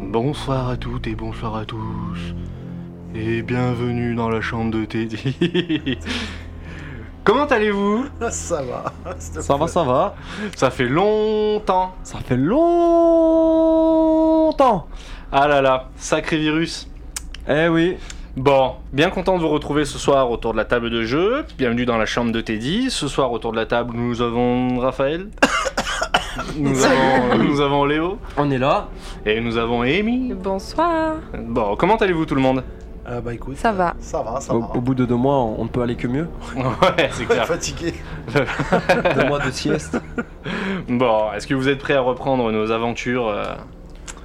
Bonsoir à toutes et bonsoir à tous. Et bienvenue dans la chambre de Teddy. Comment allez-vous Ça va. Ça va, ça va. Ça fait longtemps. Ça fait longtemps. Ah là là, sacré virus. Eh oui. Bon, bien content de vous retrouver ce soir autour de la table de jeu. Bienvenue dans la chambre de Teddy. Ce soir autour de la table, nous avons Raphaël. Nous avons, nous avons Léo On est là. et nous avons Amy. Bonsoir. Bon, comment allez-vous tout le monde Euh, bah écoute. Ça va. Ça va, ça Au, va. au bout de deux mois, on on ne peut aller que mieux. Ouais, c'est clair. Fatigué. Deux mois de sieste. Bon, est-ce que vous êtes prêts à reprendre nos aventures euh,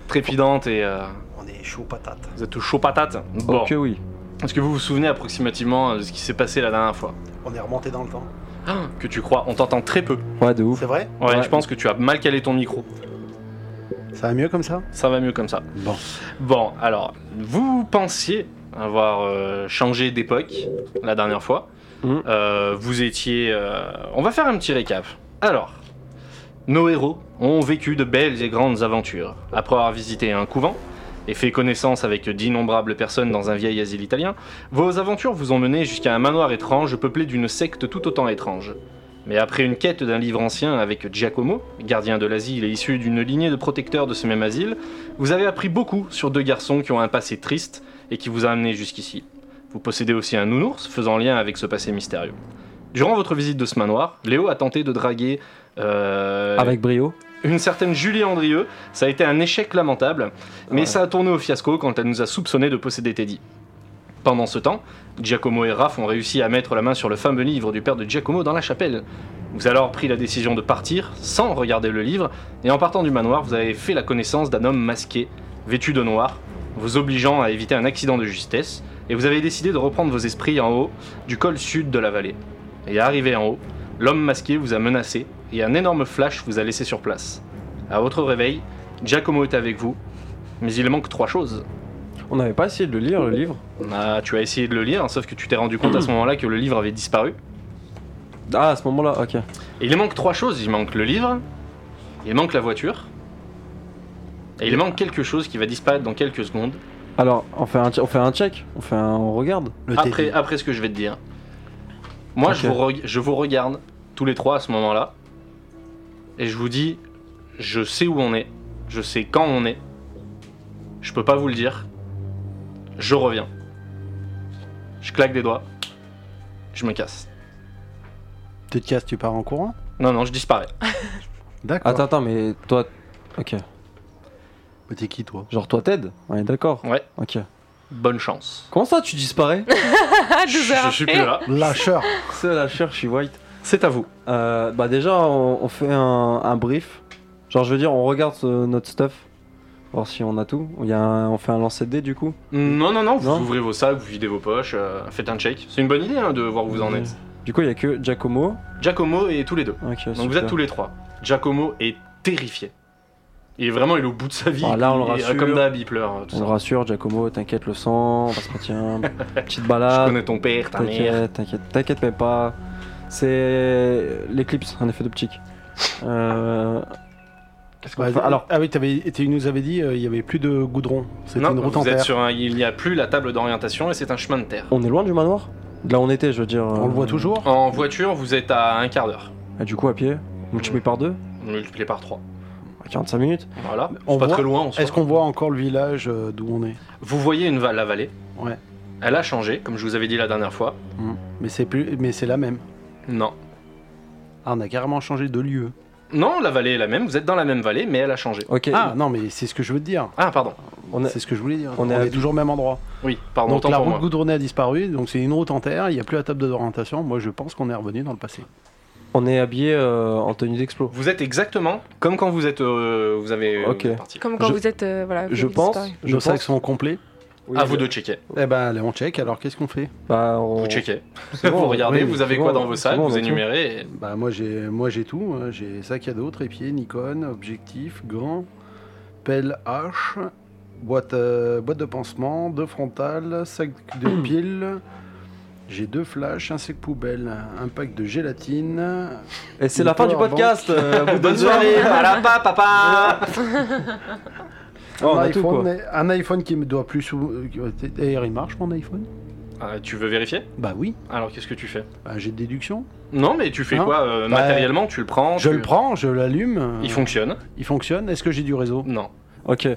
trépidantes et euh, On est chaud patate. vous êtes tout chaud patate Bon, Ok, oui. est-ce que vous vous souvenez approximativement euh, de ce qui s'est passé la dernière fois On est remonté dans le temps. Ah, Que tu crois, on t'entend très peu. Ouais, de ouf. C'est vrai Ouais, Ouais. je pense que tu as mal calé ton micro. Ça va mieux comme ça Ça va mieux comme ça. Bon. Bon, alors, vous pensiez avoir euh, changé d'époque la dernière fois. Mhm. Euh, vous étiez... euh, On va faire un petit récap. Alors, nos héros ont vécu de belles et grandes aventures. Après avoir visité un couvent et fait connaissance avec d'innombrables personnes dans un vieil asile italien, vos aventures vous ont mené jusqu'à un manoir étrange peuplé d'une secte tout autant étrange. Mais après une quête d'un livre ancien avec Giacomo, gardien de l'asile et issu d'une lignée de protecteurs de ce même asile, vous avez appris beaucoup sur deux garçons qui ont un passé triste et qui vous a amené jusqu'ici. Vous possédez aussi un nounours faisant lien avec ce passé mystérieux. Durant votre visite de ce manoir, Léo a tenté de draguer euh, Avec brio. une certaine Julie Andrieux. Ça a été un échec lamentable, mais Ouais. ça a tourné au fiasco quand elle nous a soupçonné de posséder Teddy. Pendant ce temps, Giacomo et Raph ont réussi à mettre la main sur le fameux livre du père de Giacomo dans la chapelle. Vous avez alors pris la décision de partir sans regarder le livre, et en partant du manoir, vous avez fait la connaissance d'un homme masqué, vêtu de noir, vous obligeant à éviter un accident de justesse, et vous avez décidé de reprendre vos esprits en haut du col sud de la vallée. Et arrivé en haut, l'homme masqué vous a menacé, et un énorme flash vous a laissé sur place. À votre réveil, Giacomo est avec vous, mais il manque trois choses. On n'avait pas essayé de le lire, le livre. Ah, tu as essayé de le lire, sauf que tu t'es rendu compte à ce moment-là que le livre avait disparu. Ah, à ce moment-là, ok. Et il manque trois choses. Il manque le livre, il manque la voiture, et il manque quelque chose qui va disparaître dans quelques secondes. Alors, on fait un, che- on fait un check. On fait un, on regarde. Le Après, Teddy. après ce que je vais te dire. Moi, je, Ok. vous reg- je vous regarde tous les trois à ce moment-là, et je vous dis, je sais où on est, je sais quand on est, je peux pas vous le dire, je reviens. Je claque des doigts, je me casse. Tu te casses, tu pars en courant Non, non, je disparais. D'accord. Attends, attends, mais toi, ok. Mais t'es qui toi Genre toi t'aides. On est d'accord. Ouais. Ok. Bonne chance. Comment ça, tu disparais Ah, Je, deux je heures suis après. plus hein. là. Lâcheur. C'est la chair, je suis white. C'est à vous. Euh, bah déjà, on, on fait un, un brief. Genre, je veux dire, on regarde euh, notre stuff. Voir si on a tout. Il y a un- on fait un lancer de dés du coup. Non, non, non, vous Non ouvrez vos sacs, vous videz vos poches, euh, faites un check. C'est une bonne idée hein, de voir où vous en êtes. Mmh. Du coup, il y a que Giacomo. hein, Giacomo et tous les deux. Ok, Ah, Donc vous êtes tous les trois. Giacomo est terrifié. Il est vraiment, il est au bout de sa vie. Ah, là, on le Et, euh, rassure. Comme d'hab, il pleure. euh, tout On ça. le rassure, Giacomo, t'inquiète, le sang, on va se retiens. Petite Je balade. connais ton père, ta mère. T'inquiète, t'inquiète, t'inquiète, mais pas. C'est l'éclipse, un effet d'optique. Euh, Qu'est-ce qu'on Bah, Enfin, alors. Ah oui, t'avais- tu nous avais dit euh, il y avait plus de goudron. C'était Non, une route en vous êtes terre. sur un- il n'y a plus la table d'orientation et c'est un chemin de terre. on est loin du manoir De là où on était, je veux dire. euh, On le voit toujours Oh, En voiture, vous êtes à un quart d'heure. Et du coup, à pied, multiplié par deux, Multiplié par trois. à 45 minutes. Voilà. On C'est pas voit- très loin. en soi. Est-ce qu'on voit encore le village euh, d'où on est Vous voyez une va- la vallée. Ouais. Elle a changé, comme je vous avais dit la dernière fois. Mais c'est plus, mais c'est la même. Non. Ah, on a carrément changé de lieu. Non, la vallée est la même. Vous êtes dans la même vallée, mais elle a changé. Ok, Ah non, mais c'est ce que je veux te dire. Ah, pardon. on est- C'est ce que je voulais dire. on On est est, habitué- toujours au même endroit. Oui, pardon, donc autant la pour route moi. goudronnée a disparu, donc c'est une route en terre, il n'y a plus la table d'orientation. Moi je pense qu'on est revenu dans le passé. on est habillé euh, en tenue d'explo. Vous êtes exactement comme quand vous êtes, euh, vous avez Ok. vous êtes parti. Comme quand Je- vous êtes. euh, voilà, vous Je avez pense. disparu. Je Nos sacs pense. sont complets. Oui, à vous je- de checker. Eh ben allez, on check, alors qu'est-ce qu'on fait Bah, on... Vous checkez. C'est bon, vous regardez, oui, vous avez c'est quoi bon, dans vos c'est sacs, bon, on vous a tout. énumérez. et- Bah moi j'ai moi j'ai tout, hein. j'ai sac à dos, trépied, Nikon, objectif, gants, pelle hache, boîte, euh, boîte de pansement, deux frontales, sac de piles. J'ai deux flashs, un sac poubelle, un pack de gélatine. Et c'est la fin du Powerbank. podcast. euh, à vous de- Bonne soirée, à la papa. Oh, un, on a tout, iPhone, quoi. et- un iPhone qui me doit plus. sou- euh, qui- D'ailleurs, il marche mon iPhone Ah, tu veux vérifier Bah oui, Alors qu'est-ce que tu fais Bah, j'ai de déduction. Non, mais tu Hein? fais Non. quoi euh, Bah, Matériellement, tu le prends Je tu- le prends, je l'allume. euh, Il fonctionne il fonctionne. Est-ce que j'ai du réseau Non. Ok.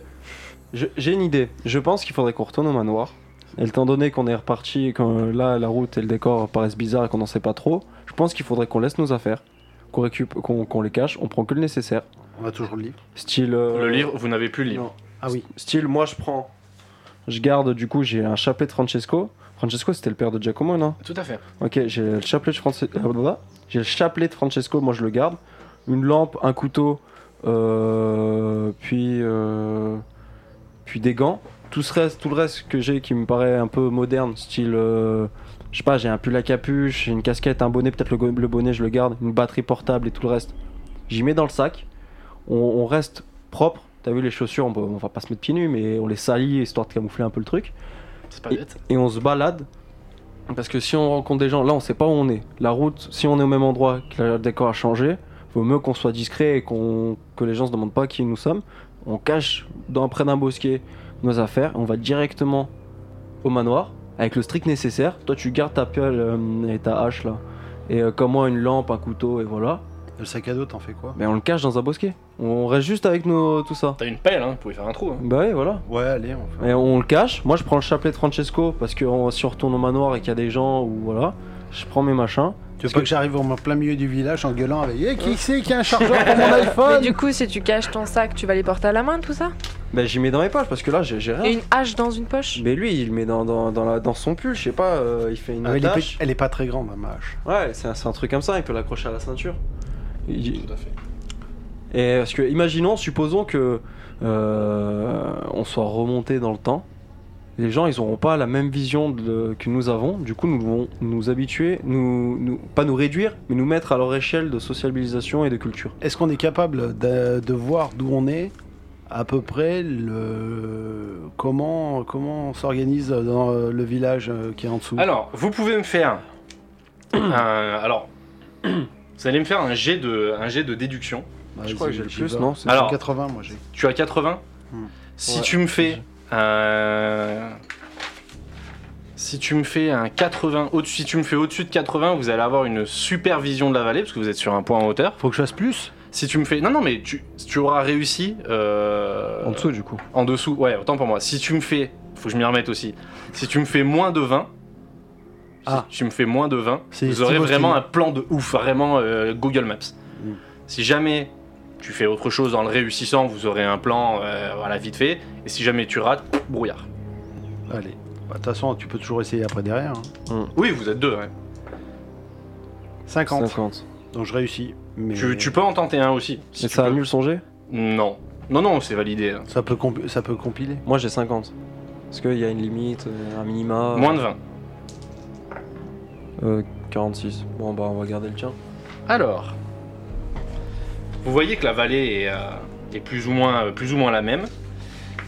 Je- J'ai une idée. Je pense qu'il faudrait qu'on retourne au manoir. Et étant donné qu'on est reparti, et que euh, là la route et le décor paraissent bizarres et qu'on n'en sait pas trop, je pense qu'il faudrait qu'on laisse nos affaires, qu'on récup, qu'on qu'on les cache, on prend que le nécessaire. On a toujours le livre. Style. euh, Le livre, vous n'avez plus le livre. non. Ah oui. Style, moi je prends. Je garde du coup, j'ai un chapelet de Francesco. Francesco, c'était le père de Giacomo, non Tout à fait. Ok, j'ai le chapelet de Francesco. bah, J'ai le chapelet de Francesco, moi je le garde. Une lampe, un couteau, euh, puis euh, puis des gants. Tout ce reste, tout le reste que j'ai qui me paraît un peu moderne, style, euh, je sais pas, j'ai un pull à capuche, j'ai une casquette, un bonnet, peut-être le, go- le bonnet je le garde, une batterie portable et tout le reste. J'y mets dans le sac. On, on reste propre. T'as vu les chaussures, on, peut- on va pas se mettre pieds nus, mais on les salit histoire de camoufler un peu le truc C'est pas bête. et on se balade. Parce que si on rencontre des gens, là on sait pas où on est. La route, si on est au même endroit, que le décor a changé, vaut mieux qu'on soit discret et qu'on que les gens se demandent pas qui nous sommes. On cache dans, près d'un bosquet nos affaires, on va directement au manoir avec le strict nécessaire. Toi tu gardes ta piolle euh, et ta hache là. Et euh, comme moi une lampe, un couteau et voilà. Le sac à dos, t'en fais quoi Mais on le cache dans un bosquet. On reste juste avec nos tout ça. T'as une pelle, hein, vous pouvez faire un trou. hein. Bah oui voilà. Ouais, allez, on fait. Et on le cache. Moi, je prends le chapelet de Francesco parce que on- si on retourne au manoir et qu'il y a des gens ou voilà, je prends mes machins. Tu veux pas que j'arrive en plein milieu du village en gueulant avec Eh, qui c'est qui a un chargeur pour mon Mais iPhone du coup, si tu caches ton sac, tu vas les porter à la main, tout ça Ben, j'y mets dans mes poches parce que là, j'ai j'ai Et rien. une hache dans une poche Mais lui, il le met dans, dans, dans, la- dans son pull, je sais pas, euh, il fait une Ah, mais elle, est, attache. pe- elle est pas très grande, hein, ma hache. Ouais, c'est un, c'est un truc comme ça, il peut l'accrocher à la ceinture. Il- Tout à fait. Et parce que, imaginons, supposons que euh, on soit remonté dans le temps, les gens, ils n'auront pas la même vision de- que nous avons. Du coup, nous devons nous habituer, nous, nous- pas nous réduire, mais nous mettre à leur échelle de sociabilisation et de culture. Est-ce qu'on est capable de, de voir d'où on est à peu près le comment comment on s'organise dans euh, le village euh, qui est en dessous Alors, vous pouvez me faire. un- euh, alors, vous allez me faire un jet de, un jet de déduction. Bah, je crois que j'ai le j'y plus, vais. non c'est- J'ai Alors- 80, moi j'ai. Tu as 80 Hmm. Si Ouais. tu me fais. euh, si tu me fais un 80. au- si tu me fais au-dessus de 80, vous allez avoir une super vision de la vallée parce que vous êtes sur un point en hauteur. Faut que je fasse plus Si tu me fais. Non, non, mais tu, tu auras réussi. euh, En dessous, du coup. En dessous, ouais, autant pour moi. Si tu me fais. Faut que je m'y remette aussi. Si tu me fais moins de 20. Ah. Si tu me fais moins de 20, C'est vous Steve aurez Austin. vraiment un plan de ouf, vraiment euh, Google Maps. Mm. Si jamais tu fais autre chose en le réussissant, vous aurez un plan, euh, voilà, vite fait. Et si jamais tu rates, brouillard. Allez. Bah, De toute façon, tu peux toujours essayer après derrière. hein. Oui, vous êtes deux, hein. ouais. 50. 50. Donc je réussis. Mais Tu, tu peux en tenter un aussi. si Et tu ça peux. annule son jet Non. Non, non, c'est validé. hein. ça peut compi- ça peut compiler. Moi j'ai 50. Parce qu'il y a une limite, euh, un Ah. minima. Moins de 20. Euh, 46. Bon bah on va garder le tien. Euh, Alors, vous voyez que la vallée est, euh, est plus, ou moins, euh, plus ou moins la même.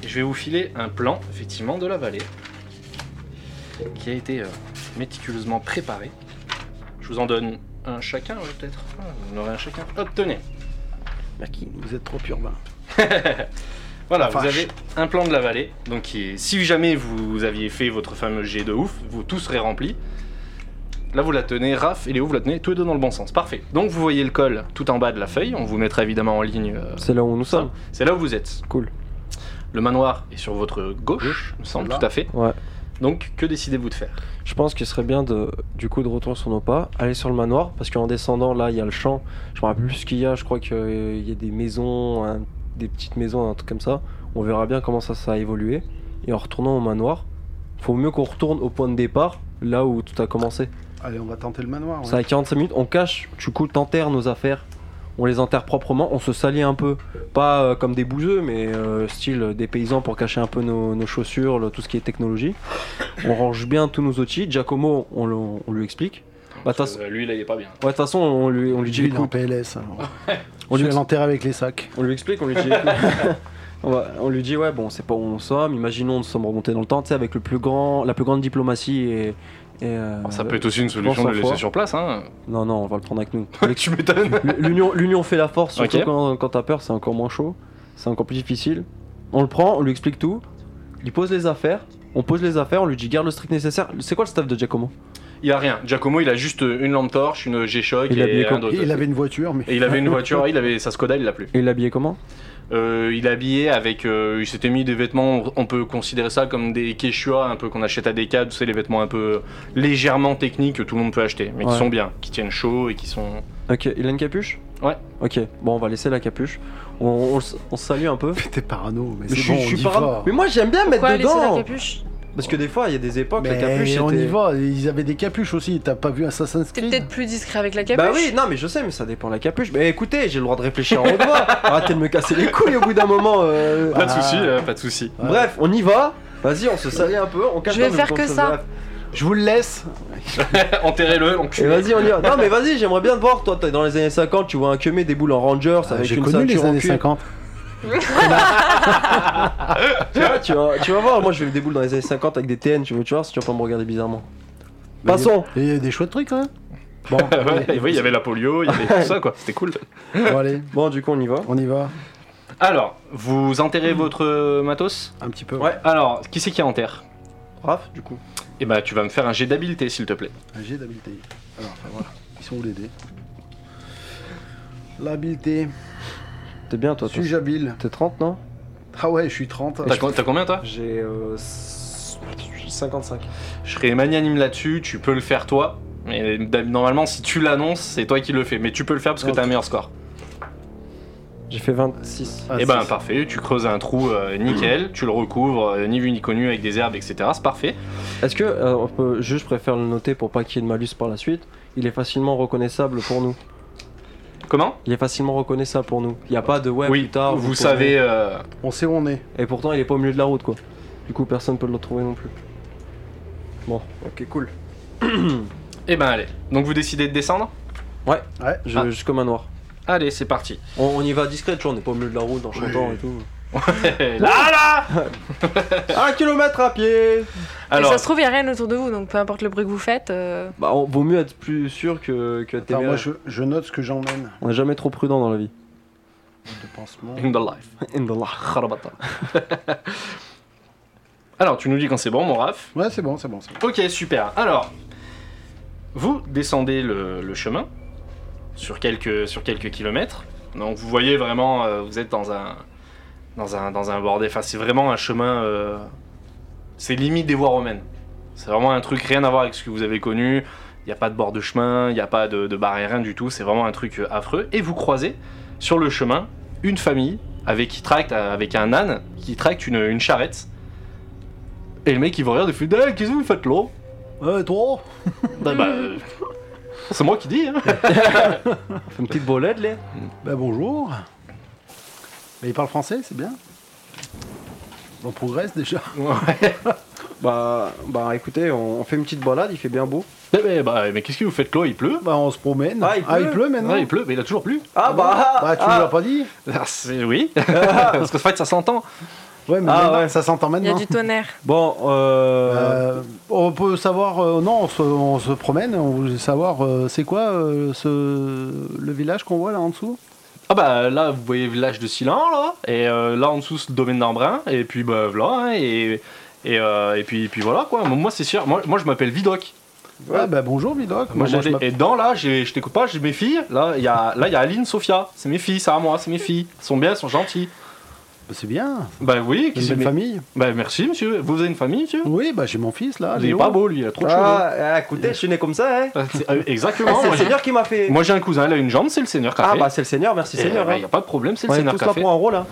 Et je vais vous filer un plan, effectivement, de la vallée, qui a été euh, méticuleusement préparé. Je vous en donne un chacun, ouais, peut-être. Ah, Vous en aurez un chacun. Hop, tenez. Vous êtes trop ben. urbain. Voilà, La vous vache. avez un plan de la vallée. Donc, qui est- si jamais vous aviez fait votre fameux jet de ouf, vous tout serait rempli. Là, vous la tenez, Raph et Léo, vous la tenez tous les deux dans le bon sens. Parfait. Donc, vous voyez le col tout en bas de la feuille. On vous mettra évidemment en ligne. euh, C'est là où nous ça. sommes. C'est là où vous êtes. Cool. Le manoir est sur votre gauche, il me semble là. tout à fait. Ouais. Donc, que décidez-vous de faire Je pense qu'il serait bien de du coup de retour sur nos pas, aller sur le manoir, parce qu'en descendant là il y a le champ. Je me rappelle plus ce qu'il y a, je crois qu'il y a des maisons, un- des petites maisons, un truc comme ça. On verra bien comment ça, ça a évolué. Et en retournant au manoir, faut mieux qu'on retourne au point de départ, là où tout a commencé. Allez, on va tenter le manoir. ouais. C'est à 45 minutes, on cache, du coup, t'enterres nos affaires. On les enterre proprement, on se salit un peu. Pas euh, comme des bouseux, mais euh, style euh, des paysans pour cacher un peu nos, nos chaussures, le- tout ce qui est technologie. On range bien tous nos outils. Giacomo, on, le- on lui explique. Bah, de toute Parce façon- que Euh, Lui, là, il est pas bien. ouais, de toute façon, on lui, on lui dit Lui, il est en écoute. PLS. alors. On Je lui, vais l'enterrer avec les sacs. on lui explique, on lui dit écoute. On, va- on lui dit ouais bon on sait pas où nous sommes, imaginons nous sommes remontés dans le temps, tu sais avec le plus grand, la plus grande diplomatie et, et, euh, Oh, Ça peut être aussi une solution solution de pense de le le laisser laisser fois. sur place. Hein. Non non on va le prendre avec nous. tu m'étonnes. L'union, l'union fait la force, surtout Ok. quand, quand t'as peur, c'est encore moins chaud, c'est encore plus difficile. On le prend, on lui explique tout. Il pose les affaires. On pose les affaires, on lui dit garde le strict nécessaire. C'est quoi le staff de Giacomo Il a rien. Giacomo, il a juste euh, une lampe torche, une G-Shock Il est habillé et rien comme- d'autre. Et il avait une voiture, mais. Et il avait une voiture, il avait sa Skoda, il l'a plus. Et il est habillé comment Euh, il est habillé avec, euh, il s'était mis des vêtements, on peut considérer ça comme des quechua, un peu qu'on achète à Decathlon, tu sais, les vêtements un peu légèrement techniques que tout le monde peut acheter, mais Ouais. qui sont bien, qui tiennent chaud et qui sont. Ok, il a une capuche Ouais. Ok, bon, on va laisser la capuche. On, on s- on se salue un peu. Mais T'es parano, mais, Mais c'est bon, on y parano. va. Mais moi j'aime bien Pourquoi mettre laisser la dedans capuche Parce que des fois, il y a des époques, la Mais capuche on était- y va. Ils avaient des capuches aussi. T'as pas vu Assassin's T'es Creed peut-être plus discret avec la capuche. Bah oui, non, mais je sais, mais ça dépend de la capuche. Mais écoutez, j'ai le droit de réfléchir en haut de voix. Arrêtez de me casser les couilles au bout d'un moment. euh. Pas de Ah. souci, euh, pas de souci. Ouais. Bref, on y va. Vas-y, on se salit un peu. On cache Je vais pas, faire pense que ça. bref. Je vous le laisse. Enterrez-le, Et enculé. vas-y, on y va. Non, mais vas-y, j'aimerais bien te voir. Toi, t'es dans les années 50, tu vois un queumé des boules en Rangers avec J'ai une connu les ceinture en années cuir. 50. Tu vois, tu vas, tu vas voir, moi je vais des boules dans les années 50 avec des TN, tu veux, tu vois, si tu vas pas me regarder bizarrement. Mais Passons. Il y a des chouettes trucs, hein. Bon, Ah Ouais, et allez. oui, il y avait la polio, il y avait tout ça, quoi. C'était cool. Bon, allez, Bon, du coup, on y va. on y va. Alors, vous enterrez votre euh, matos Un petit peu. Ouais. Alors, qui c'est qui enterre Raph, du coup. Eh bah, tu vas me faire un jet d'habileté, s'il te plaît. Un jet d'habileté. Alors, enfin, voilà. Ils sont où les dés L'habileté. T'es bien, toi, toi. Suis-je habile T'es 30, non Ah ouais, je suis 30. T'as co- t'as combien, toi J'ai. Euh, 55. Je serai magnanime là-dessus, tu peux le faire toi. Mais d'hab- normalement, si tu l'annonces, c'est toi qui le fais. Mais tu peux le faire parce que Ok. t'as un meilleur score. J'ai fait 26. Ah, et ben c'est- parfait, tu creuses un trou euh, nickel, tu le recouvres, euh, ni vu ni connu, avec des herbes, etc. C'est parfait. Est-ce que euh, on peut, juste, je préfère le noter pour pas qu'il y ait de malus par la suite. Il est facilement reconnaissable pour nous. Comment Il est facilement reconnaissable pour nous. Il y a pas de ouais Oui, plus tard. vous vous savez. euh, On sait où on est. Et pourtant, il est pas au milieu de la route, quoi. Du coup, personne peut le retrouver non plus. Bon, ok, cool. Eh ben allez. Donc vous décidez de descendre Ouais. Je, Ah. Juste comme un noir. Allez, c'est parti. On, on y va discret, tu vois, on n'est pas au milieu de la route en chantant et tout. là là Un kilomètre à pied Mais Alors, ça se trouve, il a rien autour de vous, donc peu importe le bruit que vous faites. euh, Bah, on, vaut mieux être plus sûr que, que Attends, téméraire. moi, je, je note ce que j'emmène. On n'est jamais trop prudent dans la vie. De pansement. in the life. Indallah, kharabata. Alors, tu nous dis quand c'est bon, mon Raph. Ouais, c'est bon, c'est bon, c'est bon. Ok, super. Alors, vous descendez le, le chemin sur quelques, sur quelques kilomètres. Donc, vous voyez vraiment, euh, vous êtes dans un, dans un, dans un bordel. Enfin, c'est vraiment un chemin. euh, c'est limite des voies romaines. C'est vraiment un truc rien à voir avec ce que vous avez connu. Il n'y a pas de bord de chemin, il n'y a pas de, de barrière, rien du tout. C'est vraiment un truc euh, affreux. Et vous croisez sur le chemin une famille avec, qui tracte, euh, avec un âne qui tracte une, une charrette. Et le mec, il va rire, il fait Eh, Qu'est-ce que vous faites là Euh, toi bah, bah, euh, c'est moi qui dis. Hein. On fait une petite bolette, les. Ben bonjour. Mais il parle français, c'est bien. On progresse déjà. Bah, bah écoutez, on, on fait une petite balade, il fait bien beau. Eh ben, bah, mais qu'est-ce que vous faites là Il pleut Bah on se promène. Ah, il pleut. maintenant. Ouais, Il pleut, mais il a toujours plu. Ah bah Bah tu me l'as pas dit Ah, c'est- oui. Parce que en fait, ça s'entend. Ouais, mais Ah, maintenant, ouais. ça s'entend Il y a maintenant. du tonnerre. Bon, euh... Euh, on peut savoir, euh, non, on se, on se promène, on voulait savoir, euh, c'est quoi euh, ce, le village qu'on voit là en dessous Ah bah là, vous voyez le village de Silan, là. Et euh, là, en dessous, c'est le domaine d'Embrun. Et puis, bah voilà. hein, et, et, euh, et puis, et puis voilà, quoi. Moi, c'est sûr. Moi, moi je m'appelle Vidoc. Ouais. Ah, bah bonjour Moi, Vidoc, Moi, j'ai- je m'appelle- et dans là, j'ai- je t'écoute pas, j'ai mes filles. Là, il y a, là, il y a Aline, Sophia. C'est mes filles, c'est à moi, c'est mes filles. Elles sont bien, elles sont gentilles. Bah, c'est bien, Bah oui, une belle mais- famille. Bah merci, monsieur. Vous avez une famille, monsieur Oui, bah j'ai mon fils là, Il est Léo. pas beau, lui, il a trop de cheveux. ah, ah, écoutez, je suis né comme ça, hein. Euh, c'est- euh, Ah, Exactement. c'est moi, le j'ai- Seigneur qui m'a fait. moi j'ai un cousin, il a une jambe, c'est le Seigneur Café. ah bah c'est le Seigneur, merci Seigneur. Il hein. n'y a pas de problème, c'est le On est Seigneur tous là Café. pour un rôle, hein.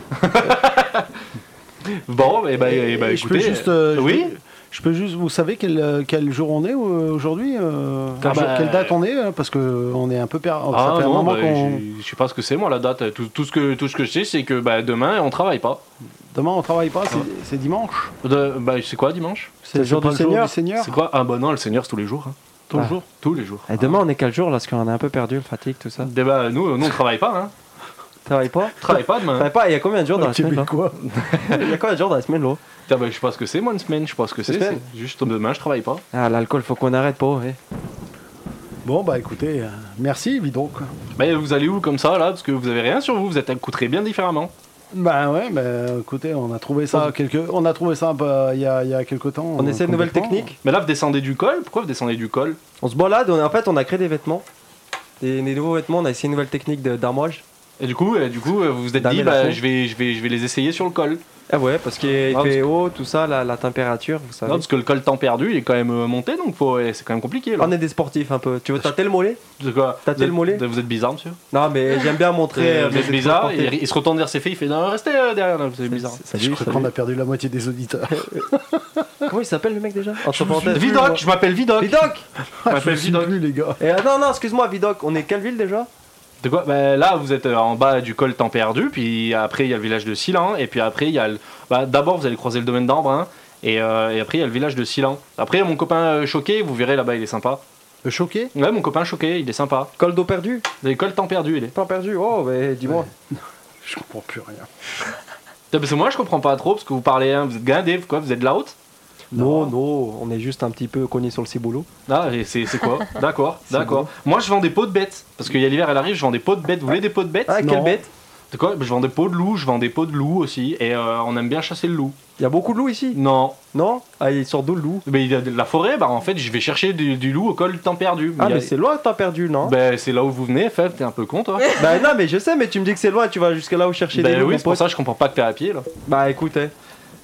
Bon, et bah, eh bah, Et je peux écoutez, juste, euh, je oui. peux- je peux juste, vous savez quel, euh, quel jour on est euh, aujourd'hui euh, Ah quel jour- bah, Quelle date on est euh, Parce que on est un peu perdu. ça fait un moment bah, qu'on. j'ai- je sais pas ce que c'est moi la date. Tout, tout ce que tout ce que je sais, c'est que bah, demain on travaille pas. Demain on travaille pas, c'est- c'est dimanche. De- bah, Ah. c'est quoi dimanche C'est le jour du du Seigneur. Seigneur. C'est quoi Ah bah non, le Seigneur c'est tous les jours. hein. Tous les Ah. jours. Tous les jours. Et demain, on est quel jour là Parce qu'on est un peu perdu, le fatigue, tout ça. Eh bah, nous, nous on travaille pas. Hein. Travaille pas On travaille pas demain. Travaille pas, il y a combien de jours dans la semaine là Québécois. Il y a combien de jours dans la semaine là Putain, bah, je sais pas ce que c'est moi une semaine. Je sais pas ce que c'est. Une semaine. c'est Juste demain je travaille pas. Ah, l'alcool, faut qu'on arrête pas, ouais. Bon bah écoutez, euh, merci Vidoc. Ben, Bah vous allez où comme ça là Parce que vous avez rien sur vous. Vous êtes accoutrés bien différemment. Bah ouais, bah écoutez, on a trouvé ça, quelque... on a trouvé ça un peu, euh, il y a, il y a quelques temps. On euh, essaie une nouvelle complètement. technique. Mais là, vous descendez du col. Pourquoi vous descendez du col On se balade, on a- en fait, on a créé des vêtements. Des, des nouveaux vêtements, on a essayé une nouvelle technique de- d'armage. Et du coup, euh, du coup, euh, vous vous êtes Dame dit, et la bah, fée. je vais, je vais, je vais les essayer sur le col. Ah ouais, parce qu'il fait Ah, parce- haut, tout ça, la, la température, vous savez. Non, parce que le col temps perdu, il est quand même euh, monté, donc faut, ouais, c'est quand même compliqué. Là. on est des sportifs un peu. Tu veux tâter le mollet De quoi T'as Vous tel êtes- mollet Vous êtes bizarre, monsieur. Non, mais j'aime bien montrer. euh, vous mes êtes bizarre. sportifs. Il, il se retourne vers ses filles, il fait, non, restez euh, derrière, là, vous êtes bizarre. C'est- Bah, Je salut, crois salut. qu'on a perdu la moitié des auditeurs. Comment il s'appelle le mec déjà Entre parenthèses. Vidoc, je m'appelle Vidoc. Vidoc Ah, m'appelle je suis Vidal. plus les gars. Eh, ah, Non, non, excuse-moi, Vidoc, on est quelle ville déjà De quoi Bah, Là, vous êtes euh, en bas du col temps perdu, puis après, il y a le village de Silan, et puis après, il y a le... bah, D'abord, vous allez croiser le domaine d'Ambre, hein, et, euh, et après, il y a le village de Silan. Après, mon copain euh, choqué, vous verrez là-bas, il est sympa. Euh, Choqué Ouais, mon copain choqué, il est sympa. Col d'eau perdu L'école temps perdu, il est. Temps perdu Oh, mais dis-moi. Je comprends plus rien. Putain, Parce que moi, je comprends pas trop, parce que vous parlez, hein, vous êtes guindé, vous, quoi, vous êtes de la haute Non, non, on est juste un petit peu cogné sur le ciboulot. Ah, et c'est c'est quoi D'accord, d'accord. Moi, je vends des pots de bêtes, parce qu'il y a l'hiver, elle arrive, je vends des pots de bêtes. Vous voulez des pots de bêtes Ah, Non. quelle bête De quoi Je vends des pots de loup, je vends des pots de loup aussi, et euh, on aime bien chasser le loup. Il y a beaucoup de loups ici Non, Non Ah, il sort d'où le loup mais il y a de la forêt, bah en fait, je vais chercher du, du loup au col du temps perdu. Ah, Il y a- mais c'est loin, temps perdu, non Bah, c'est là où vous venez, Fèvre, t'es un peu con, toi Bah non, mais je sais, mais tu me dis que c'est loin, tu vas jusque là où chercher des Bah loups. ben, oui, mon c'est pour pote. ça, je comprends pas que t'es à pied, là. Bah écoute, eh.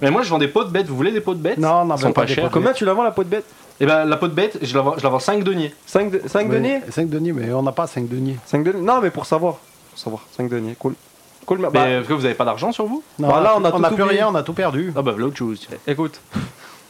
Mais moi, je vends des pots de bêtes, vous voulez des pots de bêtes Non, non, Ils sont pas des chers. problèmes. combien tu la vends la peau de bête Et bah, la peau de bête, je la vends, je la vends 5 deniers. 5 deniers 5 deniers, mais on n'a pas 5 deniers. 5 deniers Non, mais pour savoir. Pour savoir, 5 deniers, cool. Cool, mais Mais bah, euh, parce que vous avez pas d'argent sur vous Non, Bah, là, on a tout n'a plus oublié. rien, on a tout perdu. Ah bah l'autre chose. écoute.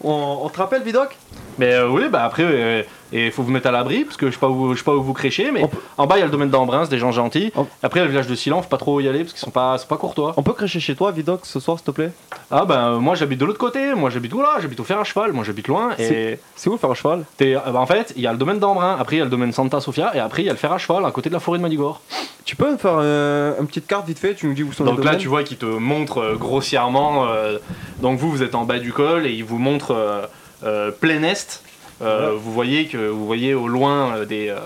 On, on te rappelle, Vidoc Mais euh, oui, bah après, il faut vous mettre à l'abri parce que je sais pas où, je sais pas où vous créchez, mais On peut- en bas il y a le domaine d'Embrun, c'est des gens gentils. On- Après il y a le village de Silan, faut pas trop y aller parce qu'ils sont pas, sont pas courtois. On peut cracher chez toi, Vidoc, ce soir, s'il te plaît Ah bah euh, moi j'habite de l'autre côté, moi j'habite où là, j'habite au fer à cheval, moi j'habite loin et C'est où faire un cheval t'es- euh, bah, en fait il y a le domaine d'Embrun, après il y a le domaine Santa Sofia et après il y a le fer à cheval à côté de la forêt de Manigore. Tu peux me faire euh, une petite carte vite fait, tu nous dis où sont les Donc là domaines tu vois qu'il te montre euh, grossièrement, euh, donc vous vous êtes en bas du col et il vous montre euh, euh, plein est. Euh, Vous voyez que vous voyez au loin euh, des euh,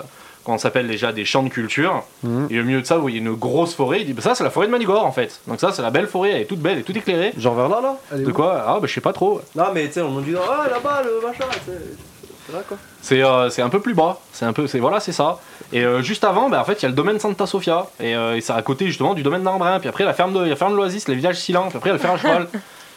comment ça s'appelle déjà des champs de culture. Mhm. Et au milieu de ça, vous voyez une grosse forêt. Il dit bah, Ça, c'est la forêt de Manigore en fait. Donc, ça, c'est la belle forêt, elle est toute belle et toute éclairée. Genre vers là, là Allez, De quoi Ah, bah, je sais pas trop. Non, mais tu sais, on nous dit, ah, là-bas, le machin, c'est là, quoi. C'est euh, c'est un peu plus bas. C'est un peu. c'est Voilà, c'est ça. Et euh, juste avant, bah, en fait, il y a le domaine Santa Sofia. Et, euh, et c'est à côté justement du domaine d'Embrun. Puis après, la ferme de, il y a la ferme de l'Oasis, les villages Silan. Puis après, il y a le fer à cheval.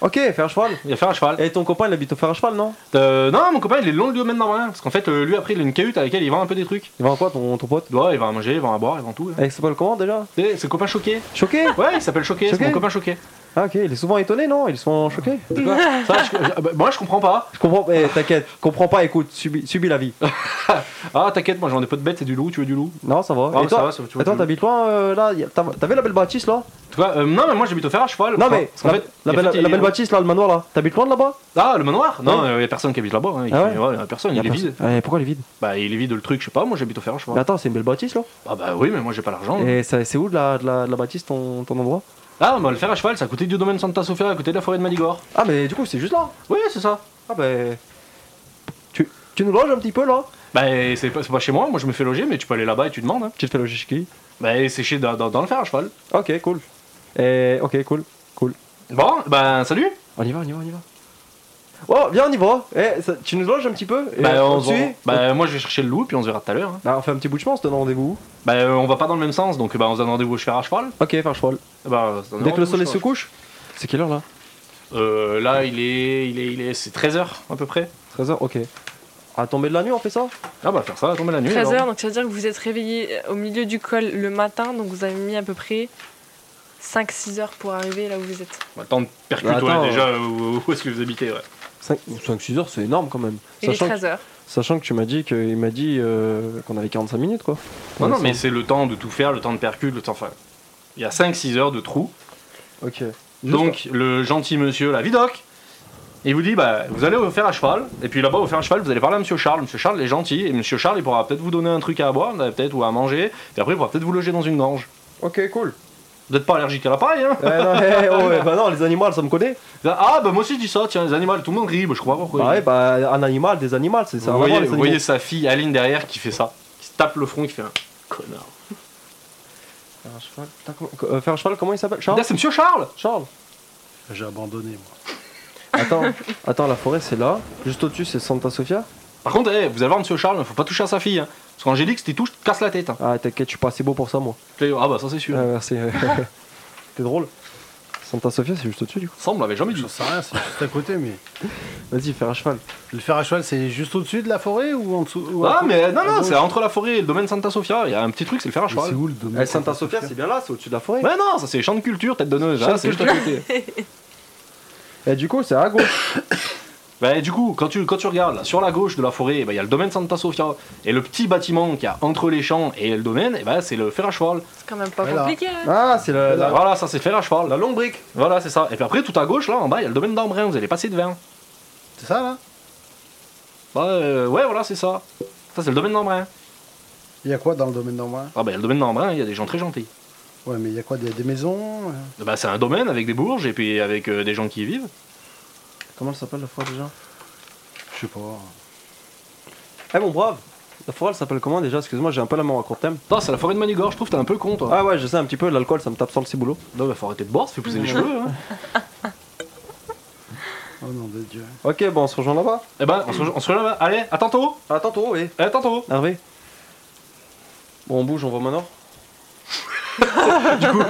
Ok, faire un cheval. Il y a le fer à cheval. Et ton copain, il habite au fer à cheval, non Euh, non, mon copain, il est le long du domaine d'Embrun. Parce qu'en fait, euh, lui, après, il a une cahute à laquelle il vend un peu des trucs. Il vend quoi, ton, ton pote Ouais, il va à manger, il va à boire, il vend tout. hein. Eh, Il s'appelle comment déjà Eh, C'est le copain choqué. Choqué Ouais, il s'appelle choqué. C'est Choqué mon copain choqué. Ah, ok, il est souvent étonné, non Ils sont choqués Ça, je- ah, bah, moi, je comprends pas. Je comprends, eh, t'inquiète, comprends pas, écoute, subis, subis la vie. Ah, t'inquiète, moi, j'en ai pas de bête, c'est du loup. Tu veux du loup Non, ça va. Ah, et mais ça toi, va, ça va, tu et vois, toi, tu- t'habites loin euh, là y a- t'as- T'as vu la belle bâtisse là En tout cas, euh, non, mais moi j'habite au fer à cheval. Non, Enfin, mais parce qu'en la, fait, la en belle, fait, il- la belle bâtisse là, le manoir là, t'habites loin de là-bas Ah, le manoir Non, Ouais. il y a personne qui habite là-bas. hein. Il- Ah ouais ouais, y a personne, il, est Y a vide. personne. Eh, pourquoi elle est vide Bah, il est vide le truc, je sais pas, moi j'habite au fer à Mais cheval. attends, c'est une belle bâtisse là Ah, bah oui, mais moi j'ai pas l'argent. Et ça- c'est où de la, de la, de la bâtisse ton, ton endroit Ah, bah le fer à cheval, c'est à côté du domaine Santa Sofia, à côté de la forêt de Maligore. Ah, mais du coup, c'est juste là Oui, c'est ça. Ah, ben. Tu, tu nous loges un petit peu là Bah, c'est pas, c'est pas chez moi, moi je me fais loger, mais tu peux aller là-bas et tu demandes. hein. Tu te fais loger chez qui Bah, c'est chez dans, dans- dans le fer à cheval. Ok, cool. Et, ok, cool. Bon, bah, salut On y va, on y va, on y va. Oh, viens, on y va. Eh, ça- tu nous loges un petit peu et Bah, on on te se voit. suit Bah, moi je vais chercher le loup, puis on se verra tout à l'heure. hein. Bah, on fait un petit bout de chemin, on se donne rendez-vous. Bah, euh, on va pas dans le même sens, donc bah, on se donne rendez-vous au fer à cheval. Ok, faire cheval. Bah, on se donne Dès que le rendez-vous au soleil cheval. se couche C'est quelle heure là Euh, là, il est. Il est. Il est. C'est 13h à peu près. 13h, ok. À tomber de la nuit, on fait ça Ah, bah, faire ça, va tomber la nuit. alors. 13h, donc ça veut dire que vous êtes réveillé euh, au milieu du col le matin, donc vous avez mis à peu près 5-6 heures pour arriver là où vous êtes. Bah, Attends, percute, Bah, attends, ouais, déjà, euh, où, où est-ce que vous habitez, ouais. 5-6 heures, c'est énorme quand même. Il est Sachant, que, 13h. sachant que tu m'as dit qu'il m'a dit euh, qu'on avait 45 minutes quoi. Non, non, Ouais, mais ça- c'est le temps de tout faire, le temps de percute, le temps. Enfin, il y a 5-6 heures de trou. Ok. Donc, le gentil monsieur, la vidoc, il vous dit bah, vous allez au fer à cheval, et puis là-bas, au fer à cheval, vous allez parler à monsieur Charles. Monsieur Charles est gentil, et monsieur Charles, il pourra peut-être vous donner un truc à boire, euh, peut-être, ou à manger, et après, il pourra peut-être vous loger dans une grange. Ok, cool. Vous n'êtes pas allergique à la paille, hein Eh, non, eh, oh, eh, bah non, les animaux, ça me connaît. Ah, bah, moi aussi, je dis ça, tiens, les animaux, tout le monde rit, bah, je comprends pas pourquoi. Bah, Euh. ouais, bah, un animal, des animaux, c'est ça. vous voyez, vous voyez sa fille Aline derrière qui fait ça, qui se tape le front, qui fait un connard. Faire un cheval, putain, comment- euh, faire un cheval, comment il s'appelle Charles Là, c'est Monsieur Charles Charles Ah. J'ai abandonné, moi. Attends, attends, la forêt c'est là. Juste au-dessus c'est Santa Sofia. Par contre, eh, vous allez voir Monsieur Charles, faut pas toucher à sa fille. hein. Parce qu'Angélique, si tu touches, tu te casses la tête. hein. Ah t'inquiète, je suis pas assez beau pour ça moi. Ah bah ça c'est sûr. Ah, merci. T'es drôle. Santa Sofia c'est juste au-dessus du coup. Ça, on me l'avait jamais dit. J'en sais rien, c'est juste à côté, mais. Vas-y, faire un cheval. Le fer à cheval, c'est juste au-dessus de la forêt ou en dessous ou à Ah, côté mais non, Ah, non, bon, c'est entre la forêt et le domaine Santa Sofia. Il y a un petit truc, c'est le fer à mais C'est cheval. où le domaine Eh, Santa Sofia c'est bien là, c'est au-dessus de la forêt. Ouais, non, ça c'est champ de culture, tête donneuse. Champ hein, de c'est juste à côté. Et Eh, du coup c'est à gauche. Bah, du coup, quand tu, quand tu regardes là, sur la gauche de la forêt, eh ben, il y a le domaine Santa Sofia. Et le petit bâtiment qu'il y a entre les champs et le domaine, eh ben, c'est le fer à cheval. C'est quand même pas Voilà. compliqué. hein. Ah c'est la, la, Voilà, ça c'est le fer à cheval. la longue brique. Voilà, c'est ça. Et puis après, tout à gauche, là, en bas, il y a le domaine d'Ambrin, vous allez passer devant. C'est ça, là Bah, euh, ouais, voilà, c'est ça. Ça, c'est le domaine d'Ambrin. Il y a quoi dans le domaine d'Embrun Ah, bah, il y a le domaine d'Ambrin, il y a des gens très gentils. Ouais, mais il y a quoi Il y a des maisons euh, Bah, c'est un domaine avec des bourges et puis avec euh, des gens qui y vivent. Comment elle s'appelle la forêt déjà Je sais pas. Eh mon brave, la forêt elle s'appelle comment déjà Excuse-moi, j'ai un peu la main à court terme. Non, c'est la forêt de Manigore, je trouve que t'es un peu con, toi. Ah ouais, je sais un petit peu, l'alcool ça me tape sans le ciboulot. Non, bah, faut arrêter de boire, ça fait pousser les cheveux. Hein. Oh non, de Dieu. Ok, bon, on se rejoint là-bas. Ah, Eh ben, on se, on se rejoint là-bas. Allez, à tantôt Attends, toi, oui. Allez, à tantôt Hervé. Bon, on bouge, on va au manoir. du coup.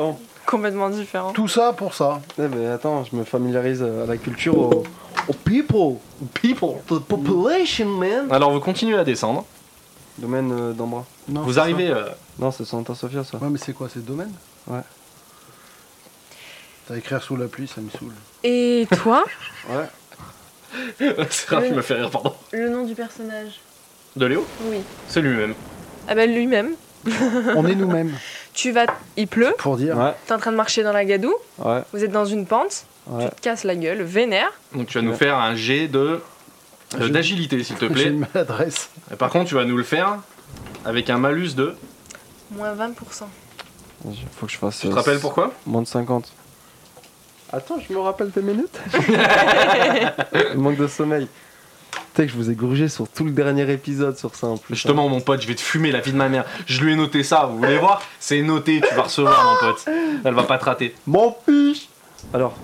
on- Complètement différent. Tout ça pour ça. Eh mais attends, je me familiarise euh, à la culture, au, au people, People the population, man. Alors, vous continuez à descendre. Domaine euh, d'Ambra. Non, c'est Vous ça. arrivez. euh, Non, c'est Santa Sofia ça. Ouais, mais c'est quoi C'est le domaine Ouais. T'as écrire sous la pluie, ça me saoule. Et toi Ouais. c'est rare qu'il me fait rire, pardon. Le nom du personnage De Léo Oui. C'est lui-même. Ah bah lui-même. On est nous-mêmes, Tu vas... Il pleut, pour dire. Ouais, t'es en train de marcher dans la gadoue, ouais, vous êtes dans une pente, ouais. tu te casses la gueule, vénère. Donc, tu vas nous Ouais. faire un jet de. euh, J'ai- d'agilité, s'il te J'ai plaît. une maladresse. Et par contre, tu vas nous le faire avec un malus de. Moins 20%. Faut que je fasse. Tu euh, te rappelles pourquoi Moins de 50. Attends, je me rappelle des minutes. Manque de sommeil. Tu sais que je vous ai grugé sur tout le dernier épisode sur ça en plus. Justement, mon pote, je vais te fumer la vie de ma mère. Je lui ai noté ça, vous voulez voir C'est noté, tu vas recevoir, mon pote. Elle va pas te rater. hein. M'en fiche Alors,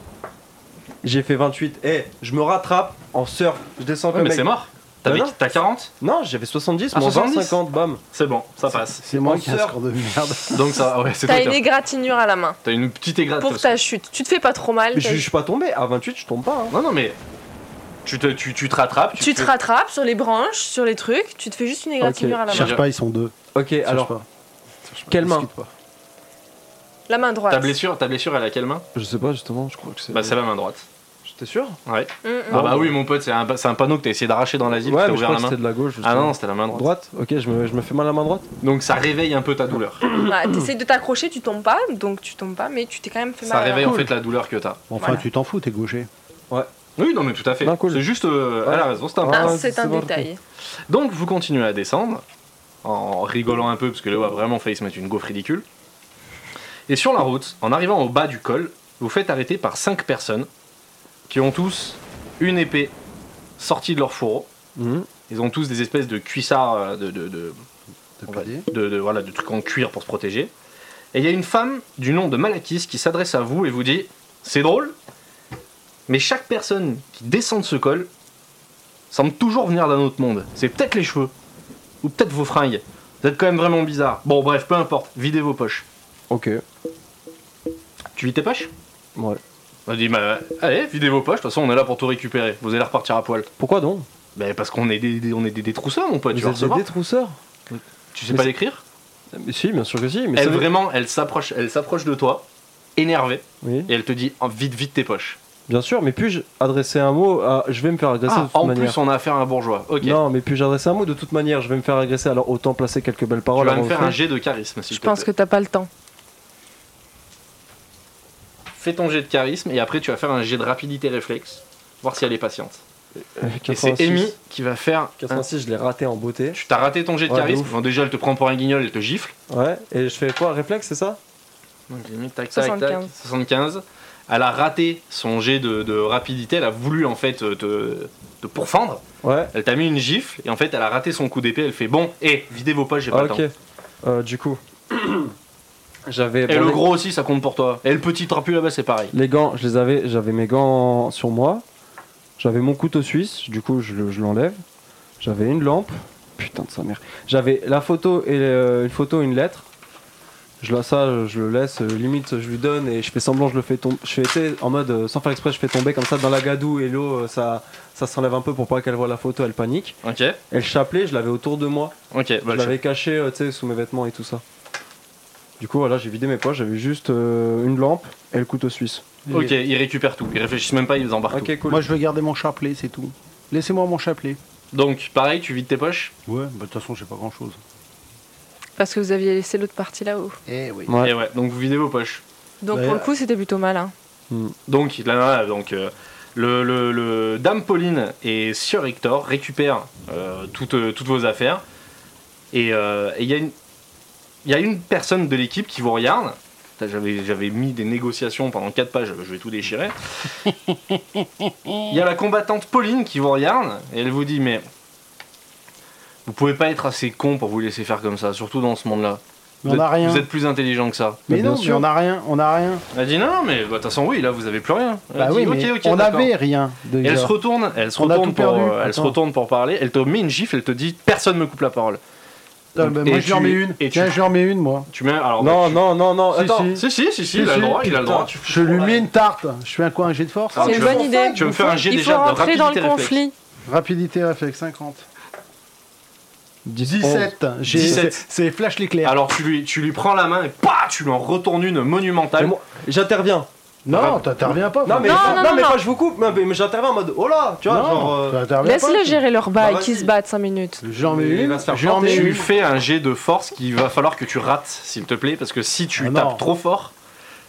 j'ai fait 28. Eh, je me rattrape en surf. Je Ah descends Ouais, comme mais mec. c'est mort. T'avais, Bah non. t'as 40 Non, j'avais 70, Ah, mais en 70. 20, 50, bam. C'est bon, ça passe. C'est moi qui ai un penseur. score de merde. Donc ça, ouais, c'est toi T'as qui une as- égratignure à la main T'as une petite égratignure. pour ta chute. Tu te fais pas trop mal. Mais je, t'as- je suis pas tombé. À 28, je tombe pas. hein. Non, non, mais tu te, tu, tu te rattrapes. Tu te fais- rattrapes sur les branches, sur les trucs, tu te fais juste une égratignure Ok. à la main. Cherche pas, ils sont deux. Ok, Cherche alors, pas. quelle main Discute pas. La main droite. Ta blessure, ta blessure, elle a quelle main Je sais pas, justement, je crois que c'est. Bah, c'est la main droite. T'es sûr Ouais. Mm, mm. Ah, bah oui, mon pote, c'est un, c'est un panneau que t'as essayé d'arracher dans l'asile, Ouais, tu t'as mais je ouvert crois la que main. c'était de la gauche. Ah justement. non, c'était la main droite. Droite Ok, je me, je me fais mal à la main droite. Donc ça réveille un peu ta douleur. Voilà, T'essayes de t'accrocher, tu tombes pas, donc tu tombes pas, mais tu t'es quand même fait Ça mal. à la réveille en main. fait la douleur que t'as. Enfin, Voilà. tu t'en fous, t'es gaucher. Oui, non, mais tout à fait. Non, cool. C'est juste, euh, Ouais. elle a raison, c'est un Ah, Ah, ouais, c'est c'est un bon, détail. Donc vous continuez à descendre, en rigolant un peu, parce que Léo a vraiment failli se mettre une gaufre ridicule. Et sur la route, en arrivant au bas du col, vous faites arrêter par cinq personnes qui ont tous une épée sortie de leur fourreau. Mhm. Ils ont tous des espèces de cuissards, euh, de, de, de, T'as on pas va- dit de- de- voilà, de trucs en cuir pour se protéger. Et il y a une femme du nom de Malakis qui s'adresse à vous et vous dit C'est drôle, mais chaque personne qui descend de ce col semble toujours venir d'un autre monde. C'est peut-être les cheveux, ou peut-être vos fringues. Vous êtes quand même vraiment bizarre. Bon, bref, peu importe, videz vos poches. Ok, Tu vides tes poches ouais. On dit bah, Allez, videz vos poches, de toute façon on est là pour tout récupérer. Vous allez repartir à poil. Pourquoi donc Ben, parce qu'on est des, des- on est des détrousseurs, mon pote. Tu, Vous vas êtes des recevoir. détrousseurs tu sais Mais pas c'est- l'écrire Mais Si, bien sûr que si. Mais Elle ça- vraiment, elle s'approche, elle s'approche de toi, énervée, Oui, et elle te dit Oh, vite, vite tes poches. bien sûr, mais puis-je adresser un mot à... Je vais me faire agresser de Ah, toute en manière. plus on a affaire à un bourgeois. Ok. Non, mais puis-je adresser un mot de toute manière Je vais me faire agresser, alors autant placer quelques belles tu paroles. vas me avant faire de un jet de charisme, si Je pense que t'as pas le temps. Fais ton jet de charisme et après tu vas faire un jet de rapidité réflexe, voir si elle est patiente. Euh, Et c'est 86. Amy qui va faire. un- 86, je l'ai raté en beauté. Tu t'as raté ton jet de Ouais, de charisme. ouf. Bon, déjà elle te prend pour un guignol, elle te gifle. Ouais, et je fais quoi Réflexe, c'est ça Donc, Amy, tac, tac, tac, 75. 75. Elle a raté son jet de, de rapidité. Elle a voulu en fait euh, te, te pourfendre. Ouais. Elle t'a mis une gifle et en fait eh, elle a raté son coup d'épée. Elle fait bon, hé, videz vos poches, j'ai Ah, pas le temps. ok. Euh, du coup, J'avais Et bon, le les- gros aussi, ça compte pour toi. Et le petit trapu là-bas, c'est pareil. les gants, je les avais, j'avais mes gants sur moi. J'avais mon couteau suisse, du coup je, le- je l'enlève. J'avais une lampe. Putain de sa mère. J'avais la photo et euh, une photo et une lettre. Je la ça, je le laisse, euh, limite je lui donne et je fais semblant, je le fais tomber. Je fais tu sais, en mode euh, sans faire exprès, je fais tomber comme ça dans la gadoue et l'eau, euh, ça, ça s'enlève un peu pour pas qu'elle voit la photo, elle panique. Ok, Et le chapelet, je l'avais autour de moi. ok, bah, je le l'avais caché euh, tu sais, sous mes vêtements et tout ça. Du coup, voilà, j'ai vidé mes poches, j'avais juste euh, une lampe et le couteau suisse. chef. Ok, ils récupèrent tout. Ils réfléchissent même pas, ils embarquent Ok, cool. Moi, je veux garder mon chapelet, c'est tout. Laissez-moi mon chapelet. tout. Donc, pareil, tu vides tes poches. Ouais, bah, de toute façon, j'ai pas grand-chose. Parce que vous aviez laissé l'autre partie là-haut. Eh oui. Ouais. Et ouais, donc vous videz vos poches. Donc Bah, pour le coup, c'était plutôt malin. Donc, là, donc euh, le, le- le- Dame Pauline et Sieur Hector récupèrent euh, toutes, euh, toutes vos affaires. Et euh, et il y, a une- il y a une personne de l'équipe qui vous regarde. Putain, J'avais j'avais mis des négociations pendant 4 pages, je vais tout déchirer. Il y a la combattante Pauline qui vous regarde et elle vous dit Mais vous pouvez pas être assez con pour vous laisser faire comme ça, surtout dans ce monde-là. Mais Vous on a êtes- rien. Vous êtes plus intelligent que ça. Mais Bah, bien non, mais sûr. on a rien, on a rien. Elle dit non, mais bah, de toute façon, oui, là vous avez plus rien. Elle Euh, Bah dit, oui, ok, mais ok, on d'accord. avait rien Et déjà. elle se retourne, elle se On a retourne, tout pour, perdu, euh, elle se attends. retourne pour parler, elle te met une gifle, elle te dit personne me coupe la parole. Ah, bah, Et moi, je lui en tu- mets une. et tu- Tiens, je lui en mets une, moi. Tu mets alors Non, tu- non, non, non, Si, attends. si. Si, si, si, si, Si, il a le si, drois, il a le putain. droit. Tu Je lui mets une tarte. Je fais un coin, un jet de force. Ah, C'est tu une veux- bonne idée. tu veux me faire un jet Il déjà faut de rentrer dans le rapidité réflexe. conflit. Rapidité réflexe 50. 10, 17. Oh. J'ai- 17. c'est- C'est flash l'éclair. Alors tu lui, tu lui prends la main et pa, tu lui en retournes une monumentale. J'interviens. Non, t'interviens pas. Non, mais, Non, non, non, non, mais non. pas je vous coupe, mais, mais j'interviens en mode oh là, tu vois, genre. euh, Laisse-les gérer leur bail, Bah, qu'ils vas-y. se battent 5 minutes. J'en mets Il une. va se faire J'en mets planter. Tu lui une. fais un jet de force qu'il va falloir que tu rates, s'il te plaît, parce que si tu Ah, non. tapes trop fort,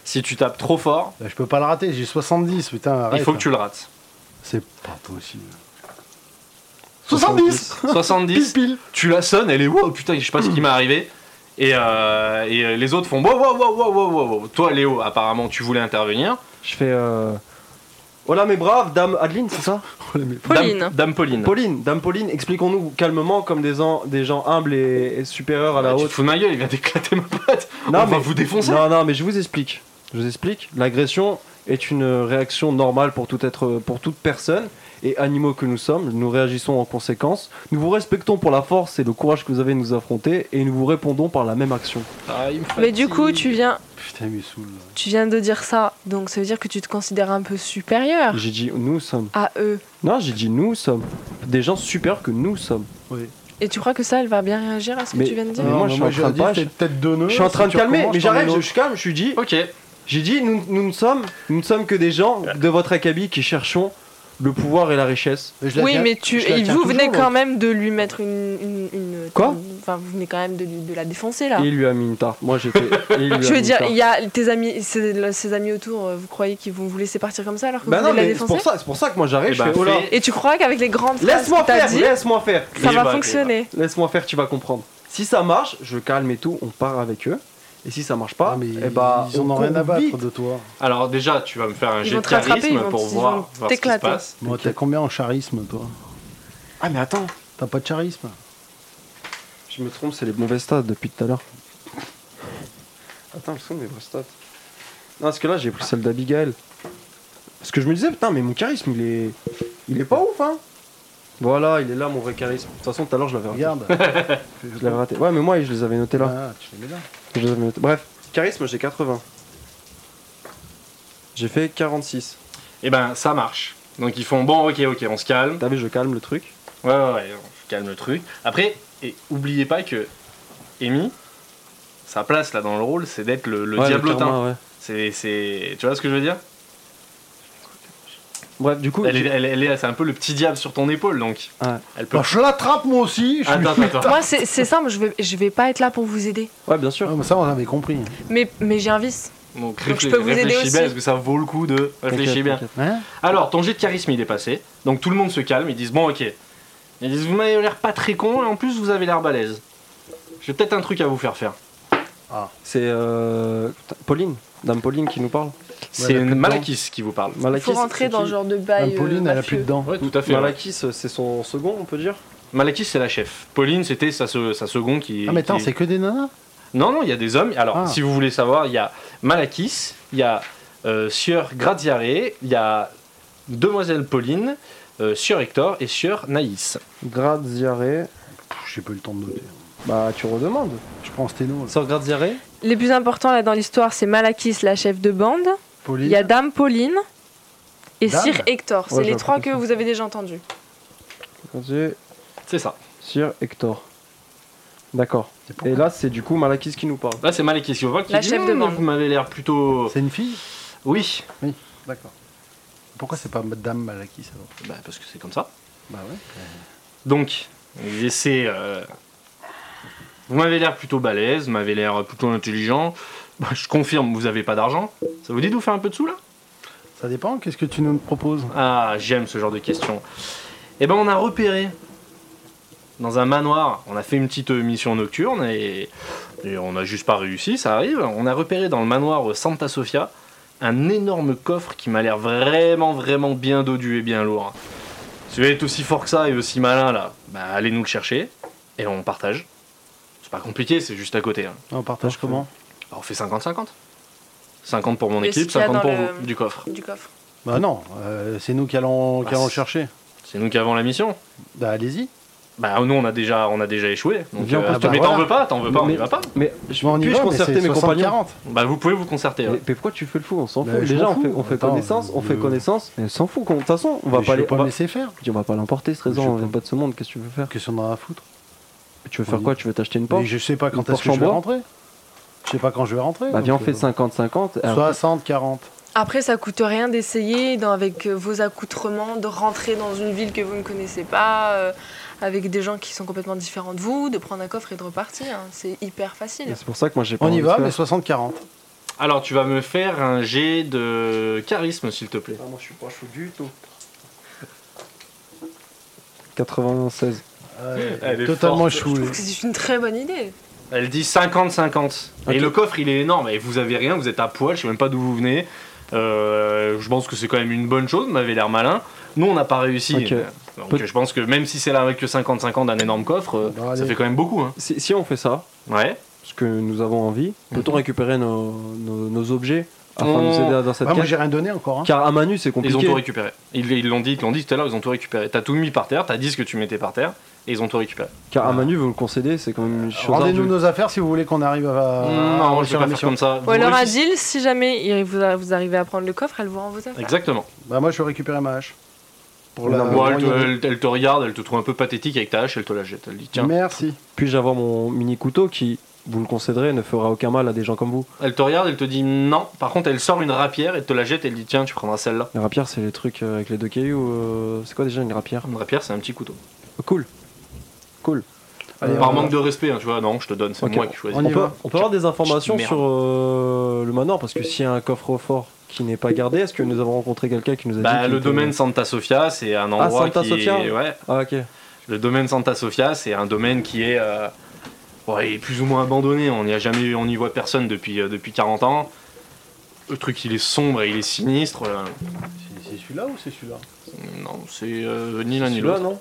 si tu tapes trop fort, Bah, je peux pas le rater, j'ai 70, putain, arrête. hein. il faut que tu le rates. C'est pas possible. 70. 70, Pile, pile. tu la sonnes, elle est wow, putain, je sais pas ce qui m'est arrivé. Et, euh, et, euh, les autres font wow, wow, wow, wow, wow, wow, wow. Toi, Léo, apparemment, tu voulais intervenir. Je fais. Euh... Oh là, mes braves, dame Adeline, c'est ça Pauline. Dame, Dame Pauline. Pauline, dame Pauline, expliquons-nous calmement comme des, en- des gens humbles et, et supérieurs à la Ouais, Bah, Ah, tu haute. te fous de ma gueule, il vient d'éclater ma patte. on va vous défoncer. Non, non, mais je vous explique. Je vous explique. L'agression est une réaction normale pour, tout être, pour toute personne. Et animaux que nous sommes, nous réagissons en conséquence. Nous vous respectons pour la force et le courage que vous avez de nous affronter. Et nous vous répondons par la même action. Ah, Mais du coup, tu viens, Putain, il me saoule. là. tu viens de dire ça, donc ça veut dire que tu te considères un peu supérieur J'ai dit nous sommes. à eux. Non, j'ai dit nous sommes. Des gens supérieurs que nous sommes. Et tu crois que ça, elle va bien réagir à ce que Mais- euh, tu viens de dire Mais Non, moi, je mais suis en train de dit, pas- t'es peut-être deux nœuds, Je suis en Euh, si train de tu calmer, recommences, mais je t'en mets j'arrête, je une je suis calme, je suis dit. Ok, J'ai dit nous, nous ne sommes, nous ne sommes que des gens de votre acabit qui cherchons le pouvoir et la richesse. autre. Je la Oui, tiens- mais tu, je la et tiens vous venez toujours, quand même de lui mettre une. une- une- hein. Quoi Enfin, vous venez quand même de, lui- de la défoncer là. Et il lui a mis une tarte. Moi j'ai fait. et il lui a Ah. Je mis veux une dire, tarte. il y a tes amis, ses, ses amis autour, euh, vous croyez qu'ils vont vous laisser partir comme ça alors que Bah vous non, venez de la mais c'est défoncer pour ça, c'est pour ça que moi j'arrive. Eh je ben, bah, fais, oh là, fais- Et tu crois qu'avec les grandes phrases Laisse-moi que t'as faire, dit, laisse-moi faire. ça Et va bah, et fonctionner Laisse-moi faire, tu vas comprendre. Si ça marche, je calme et tout, on part avec eux. Et si ça marche pas, Ah, mais eh bah, ils en ont on rien court à battre vite. de toi. alors déjà, tu vas me faire un Ils jet de vont te rattraper, charisme ils vont- pour ils voir, vont voir ce qui se t'éclater. passe. Moi, t'as combien en charisme, toi Ah mais attends, T'as pas de charisme je me trompe, c'est les mauvais stats depuis tout à l'heure. Attends, elles sont mes vraies stats. Non, parce que là j'ai pris celle d'Abigail. Parce que je me disais, putain, mais mon charisme, il est, il est pas ouf, hein. Voilà, il est là mon vrai charisme. De toute façon, tout à l'heure je l'avais raté. Regarde. Je l'avais raté. Ouais, mais moi je les avais notés là. Ah, tu les mets là. Je les avais notés. Bref, charisme, j'ai 80. J'ai fait 46. Et ben, ça marche. Donc ils font bon, ok, ok, on se calme. T'as vu, je calme le truc. Ouais, ouais, ouais, on calme le truc. Après, et oubliez pas que Amy, sa place là dans le rôle, c'est d'être le, le Ouais, diablotin. karma, ouais. c'est, c'est, tu vois ce que je veux dire Bref, du coup, elle est, j'ai- elle, elle est, c'est un peu le petit diable sur ton épaule, donc. Ouais. Elle peut. Bah, je l'attrape, moi aussi. je suis- attends, attends, attends. Moi, c'est c'est simple, je vais, je vais pas être là pour vous aider. ouais, bien sûr. Ah, mais ça, on avait compris. Mais, mais j'ai un vice. Donc, Donc, je réfléchis- peux vous aider réfléchis bien, aussi. parce que ça vaut le coup de réfléchir T'inquiète, bien. t'inquiète. Hein Alors, ton jet de charisme, il est passé. Donc, tout le monde se calme. Ils disent, bon, ok. Ils disent, vous m'avez l'air pas très con, et en plus, vous avez l'air balèze. J'ai peut-être un truc à vous faire faire. C'est euh, putain, Pauline, Dame Pauline qui nous parle. C'est elle a plus de Malakis qui vous parle. Il Malakis. faut rentrer c'est dans qui ce genre de bail. Madame Pauline, euh, elle a plus mafieux. de dents. Ouais, tout à fait. ouais. Malakis, c'est son second, on peut dire. Malakis, c'est la chef. Pauline, c'était sa, se- sa seconde qui. Ah, mais attends, qui- c'est que des nanas Non, non, il y a des hommes. Alors, Ah. si vous voulez savoir, il y a Malakis, il y a euh, Sieur Graziare, il y a Demoiselle Pauline, euh, Sieur Hector et Sieur Naïs. Graziare. Pff, J'ai pas eu le temps de noter. Bah, tu redemandes. Je prends Sténo. là. Sieur Graziare Les plus importants là dans l'histoire, c'est Malakis, la chef de bande. Il Pauline. y a Dame Pauline et Dame Sir Hector. C'est Ouais, les j'avais trois compris ça. que vous avez déjà entendus. Graziare, C'est ça. Sir Hector. D'accord. C'est pour- Et là, c'est du coup Malakis qui nous parle. Là, c'est Malakis. qui vous voit, qui La dit, chef de Hum, bande. Vous m'avez l'air plutôt. C'est une fille Oui. D'accord. Pourquoi c'est pas Madame Malakis alors Bah, parce que c'est comme ça. Bah ouais. Donc, il essaie, euh, Vous m'avez l'air plutôt balèze, vous m'avez l'air plutôt intelligent. Bah, je confirme, vous avez pas d'argent. Ça vous dit de vous faire un peu de sous là Ça dépend, qu'est-ce que tu nous proposes Ah, j'aime ce genre de questions. Eh ben, on a repéré dans un manoir. On a fait une petite euh, mission nocturne et, et on n'a juste pas réussi, ça arrive. On a repéré dans le manoir euh, Santa Sofia un énorme coffre qui m'a l'air vraiment, vraiment bien dodu et bien lourd. Si vous êtes aussi fort que ça et aussi malin là, bah allez nous le chercher et on partage. C'est pas compliqué, c'est juste à côté. hein. On partage Parfait. comment Alors, on fait 50-50. 50 pour mon Mais équipe, ce qu'il y a 50 pour dans le- vous, du coffre. Du coffre. Bah non, euh, c'est nous qui allons, Bah, qui allons c'est- chercher. C'est nous qui avons la mission. Bah allez-y. Bah nous on a déjà on a déjà échoué. Donc, Viens, on euh, peut se- mais bah, t'en voilà. veux pas, t'en veux pas, on Mais- y va pas. Mais Je m'en y Puis-je vais, mais concerter c'est mes compagnons 60-40. Bah vous pouvez vous concerter. Mais, ouais. mais pourquoi tu fais le fou On s'en fout. Bah, je Déjà, m'en on fait, fous. on fait Attends, connaissance, on je- fait connaissance, mais on s'en fout. qu'on- De toute façon, on va Mais je pas vais les. pas on va- me laisser faire. On va pas l'emporter ce Je trésor, on sais vient pas de ce monde, qu'est-ce que tu veux faire Qu'est-ce qu'on en a à foutre Tu veux On faire dit- quoi Tu veux t'acheter une Mais porte je sais pas quand Une est-ce que Porsche en je vais bois rentrer. Je sais pas quand je vais rentrer. Bah viens, on donc, fait Ah, euh, 50-50. Alors, 60, 40. Après, ça coûte rien d'essayer, dans- avec euh, vos accoutrements, de rentrer dans une ville que vous ne connaissez pas, euh, avec des gens qui sont complètement différents de vous, de prendre un coffre et de repartir. hein. C'est hyper facile. et C'est pour ça que moi j'ai pas On y envie de va, faire. mais 60, 40. Alors tu vas me faire un jet de charisme s'il te plaît. Ah, moi je suis pas chaud du tout. 96. Ouais, Elle est totalement forte. Je échoué. trouve euh, que c'est une très bonne idée. Elle dit 50-50. Et Ok. le coffre il est énorme et vous avez rien, vous êtes à poil, je sais même pas d'où vous venez. Euh, je pense que c'est quand même une bonne chose, vous m'avez l'air malin. Nous on n'a pas réussi. Ok. Euh, Donc Peut- je pense que même si c'est là avec que 50-50 d'un énorme coffre, euh, Bon, ça allez. fait quand même beaucoup. Hein. Si, si on fait ça, Ouais. ce que nous avons envie, peut-on récupérer nos, nos- nos objets afin de nous On- aider dans cette Ouais, moi quête j'ai rien donné encore. hein. Car à Manu c'est Ils compliqué. ont tout récupéré. Ils ils l'ont dit, ils l'ont dit tout à l'heure, ils ont tout récupéré. T'as tout mis par terre, t'as dit ce que tu mettais par terre, et ils ont tout récupéré. Car à Manu, vous le concédez, c'est quand même une chose Rendez-nous ardue. nos affaires si vous voulez qu'on arrive à. à non, je réussir vais la pas faire mission. comme ça. Ou Vous alors un réussissez- deal, si jamais il vous, a- vous arrivez à prendre le coffre, elle vous rend vos affaires. Exactement. Bah moi je vais récupérer ma hache. Pour Non, la. Euh, Bon, elle, te, moyenne. elle- elle te regarde, elle te trouve un peu pathétique avec ta hache, elle te la jette. Elle dit tiens. Merci. Puis-je avoir mon mini couteau qui, vous le concéderez, ne fera aucun mal à des gens comme vous Elle te regarde, elle te dit non. Par contre, elle sort une rapière, elle te la jette, elle dit tiens, tu prendras celle-là. La rapière, c'est les trucs euh, avec les deux cailloux. euh, C'est quoi déjà une rapière Une rapière, c'est un petit couteau. Oh, Cool. Cool. Allez, Par on- manque de respect, hein, tu vois, non, je te donne, c'est Ok, moi qui choisis. on On y peut, va. on peut avoir des informations Merde. sur euh, le manoir parce que s'il y a un coffre-fort qui n'est pas gardé, est-ce que nous avons rencontré quelqu'un qui nous a dit Bah, qu'il le était- domaine Santa Sofia, c'est un endroit Santa qui Sofia est... ouais. Ah ok. Le domaine Santa Sofia, c'est un domaine qui est, euh, ouais, il est plus ou moins abandonné. On n'y a jamais, on n'y voit personne depuis euh, depuis 40 ans. Le truc, il est sombre et il est sinistre. euh, C'est- C'est celui-là ou c'est celui-là non, c'est euh, ni l'un ni Celui-là l'autre. non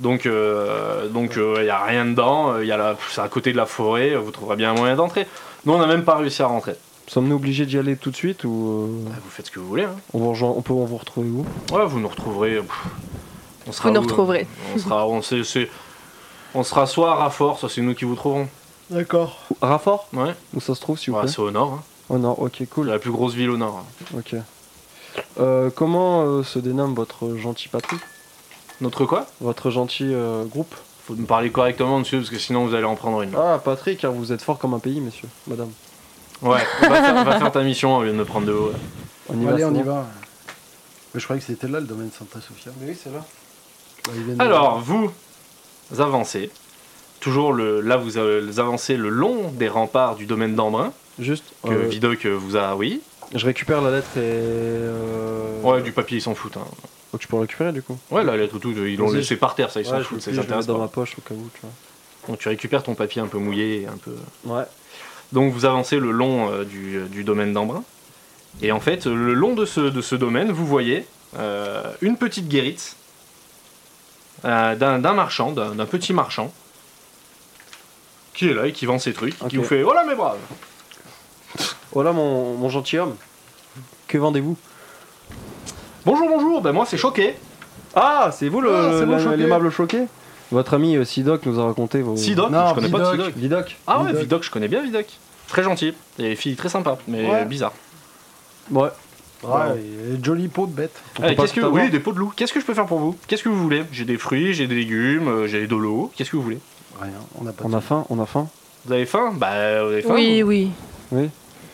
Donc, euh, donc, euh, il y a rien dedans. euh, Il y a la- c'est à côté de la forêt. euh, Vous trouverez bien un moyen d'entrer. Nous, on n'a même pas réussi à rentrer. Sommes-nous obligés d'y aller tout de suite ou euh, Bah, vous faites ce que vous voulez. hein. on, vous rejoint, on peut on vous retrouver où Ouais, vous nous retrouverez. pff, on sera Vous nous où, hein retrouverez. On sera, on sait- c'est- on sera soit à Raffort, soit c'est nous qui vous trouverons. D'accord. Où- Raffort Ouais. Où ça se trouve s'il vous Ouais, plaît c'est au nord. hein. Oh non, ok cool. La plus grosse ville au nord. hein. Ok. Euh, comment euh, se dénomme votre gentil patrie Notre quoi Votre gentil euh, groupe Faut me parler correctement, monsieur, parce que sinon vous allez en prendre une. Ah Patrick, car vous êtes fort comme un pays, monsieur, madame. Ouais, va faire, va faire ta mission au lieu de me prendre de haut. On y va. Allez, c'est on y bon va. Mais je croyais que c'était là le domaine Santa Sofia. Mais oui, c'est là. Bah, ils viennent de- Alors, vous avancez. Toujours le, là, vous euh, avancez le long des remparts du domaine d'Embrun, Juste. que euh, Vidocq euh, vous a. Oui. je récupère la lettre et. euh, Ouais, du papier, ils s'en foutent. hein. Oh, tu peux le récupérer du coup Ouais, là, là, tout, tout, ils l'ont Vas-y, laissé par terre, ça, ils s'en Ouais, foutent, je ça le mets s'intéresse dans pas. ma poche au cas où, tu Donc, tu récupères ton papier un peu mouillé, un peu. vois. Ouais. Donc vous avancez le long euh, du, du domaine d'Embrun. Et en fait, le long de ce, de ce domaine, vous voyez euh, une petite guérite euh, d'un d'un marchand, d'un d'un petit marchand, qui qui est là et qui vend ses trucs, Ok. qui vous fait Oh là mes braves Voilà Oh mon, mon gentilhomme. Que vendez-vous Bonjour, bonjour Ben moi c'est choqué Ah, c'est vous le- Ah, c'est vous, la- Choqué. l'aimable choqué Votre ami euh, Sidoc nous a raconté vos. Sidoc, Non, je connais pas de Vidoc. Sidoc. Vidoc Ah ouais, Vidoc. Vidoc, je connais bien Vidoc. Très gentil, et fille très sympa, mais Ouais. bizarre. Ouais. Ouais, Ah, il est joli pot de bête. on peut Allez, pas qu'est-ce tout que avoir. oui, des pots de loup. Qu'est-ce que je peux faire pour vous Qu'est-ce que vous voulez J'ai des fruits, j'ai des légumes, euh, j'ai de l'eau. Qu'est-ce que vous voulez Rien, on n'a pas On a faim, on a faim. Vous avez faim Bah, vous avez faim Oui, oui. vous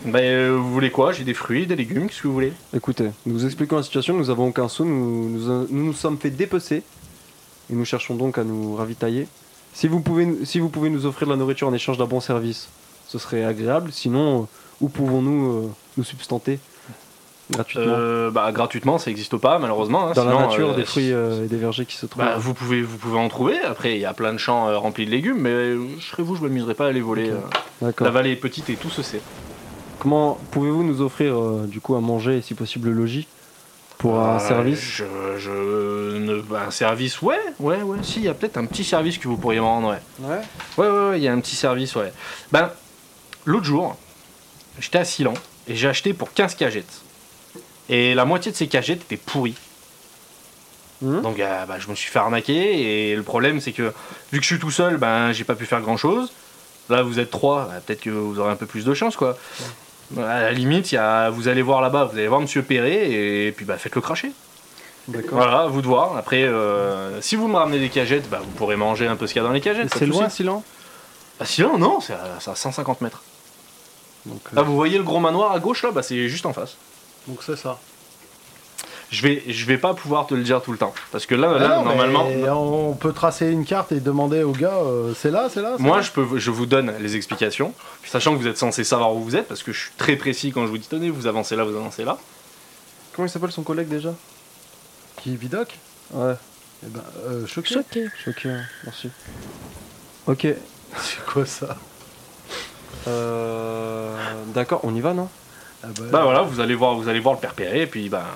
Bah, euh, vous voulez quoi J'ai des fruits, des légumes. Qu'est-ce que vous voulez Écoutez, nous vous expliquons la situation, nous avons aucun sou, nous nous, nous nous sommes fait dépecer et nous cherchons donc à nous ravitailler. Si vous pouvez, si vous pouvez nous offrir de la nourriture en échange d'un bon service, ce serait agréable. Sinon, euh, où pouvons-nous euh, nous substanter gratuitement Euh, Bah, gratuitement, ça n'existe pas, malheureusement. hein, Dans la sinon, nature, euh, des fruits euh, et des vergers qui se trouvent. Bah, vous pouvez, vous pouvez en trouver. Après, il y a plein de champs euh, remplis de légumes, mais euh, je serais vous, je m'amuserais pas à les voler. Ok. euh. D'accord. la vallée est petite et tout se sait. Comment pouvez-vous nous offrir euh, du coup à manger et si possible le logis pour un Euh, service je, je ne- bah, Un service, ouais, ouais, ouais. Si, il y a peut-être un petit service que vous pourriez me rendre, ouais. Ouais. Ouais, ouais, ouais, il y a un petit service, ouais. Ben, l'autre jour, j'étais à Silan et j'ai acheté pour 15 cagettes. Et la moitié de ces cagettes étaient pourries. Mhm. Donc, euh, bah, je me suis fait arnaquer. Et le problème, c'est que vu que je suis tout seul, ben, j'ai pas pu faire grand chose. Là, vous êtes trois, bah, peut-être que vous aurez un peu plus de chance, quoi. Bah, À la limite, il y a, vous allez voir là-bas, vous allez voir Monsieur Perret, et puis bah, faites-le cracher. D'accord. Voilà, à vous de voir. Après, euh, si vous me ramenez des cagettes, bah, vous pourrez manger un peu ce qu'il y a dans les cagettes. pas C'est de loin, souci. Silan Ah Silan, non, c'est à, c'est à 150 mètres. Donc, euh, Là, vous voyez le gros manoir à gauche, là, bah, c'est juste en face. Donc c'est ça. Je vais, je vais pas pouvoir te le dire tout le temps. Parce que là, là Ah non, normalement, mais On peut tracer une carte et demander au gars, euh, c'est là, c'est là c'est moi, là je, peux, je vous donne les explications. Sachant que vous êtes censé savoir où vous êtes, parce que je suis très précis quand je vous dis tenez, vous avancez là, vous avancez là. Comment il s'appelle son collègue déjà Qui vidoc Ouais. Eh ben, euh, choqué. Choqué. Choqué, hein, merci. Ok. C'est quoi ça euh, D'accord, on y va, non Ah Bah voilà, vous allez voir, vous allez voir le père Perret, et puis bah.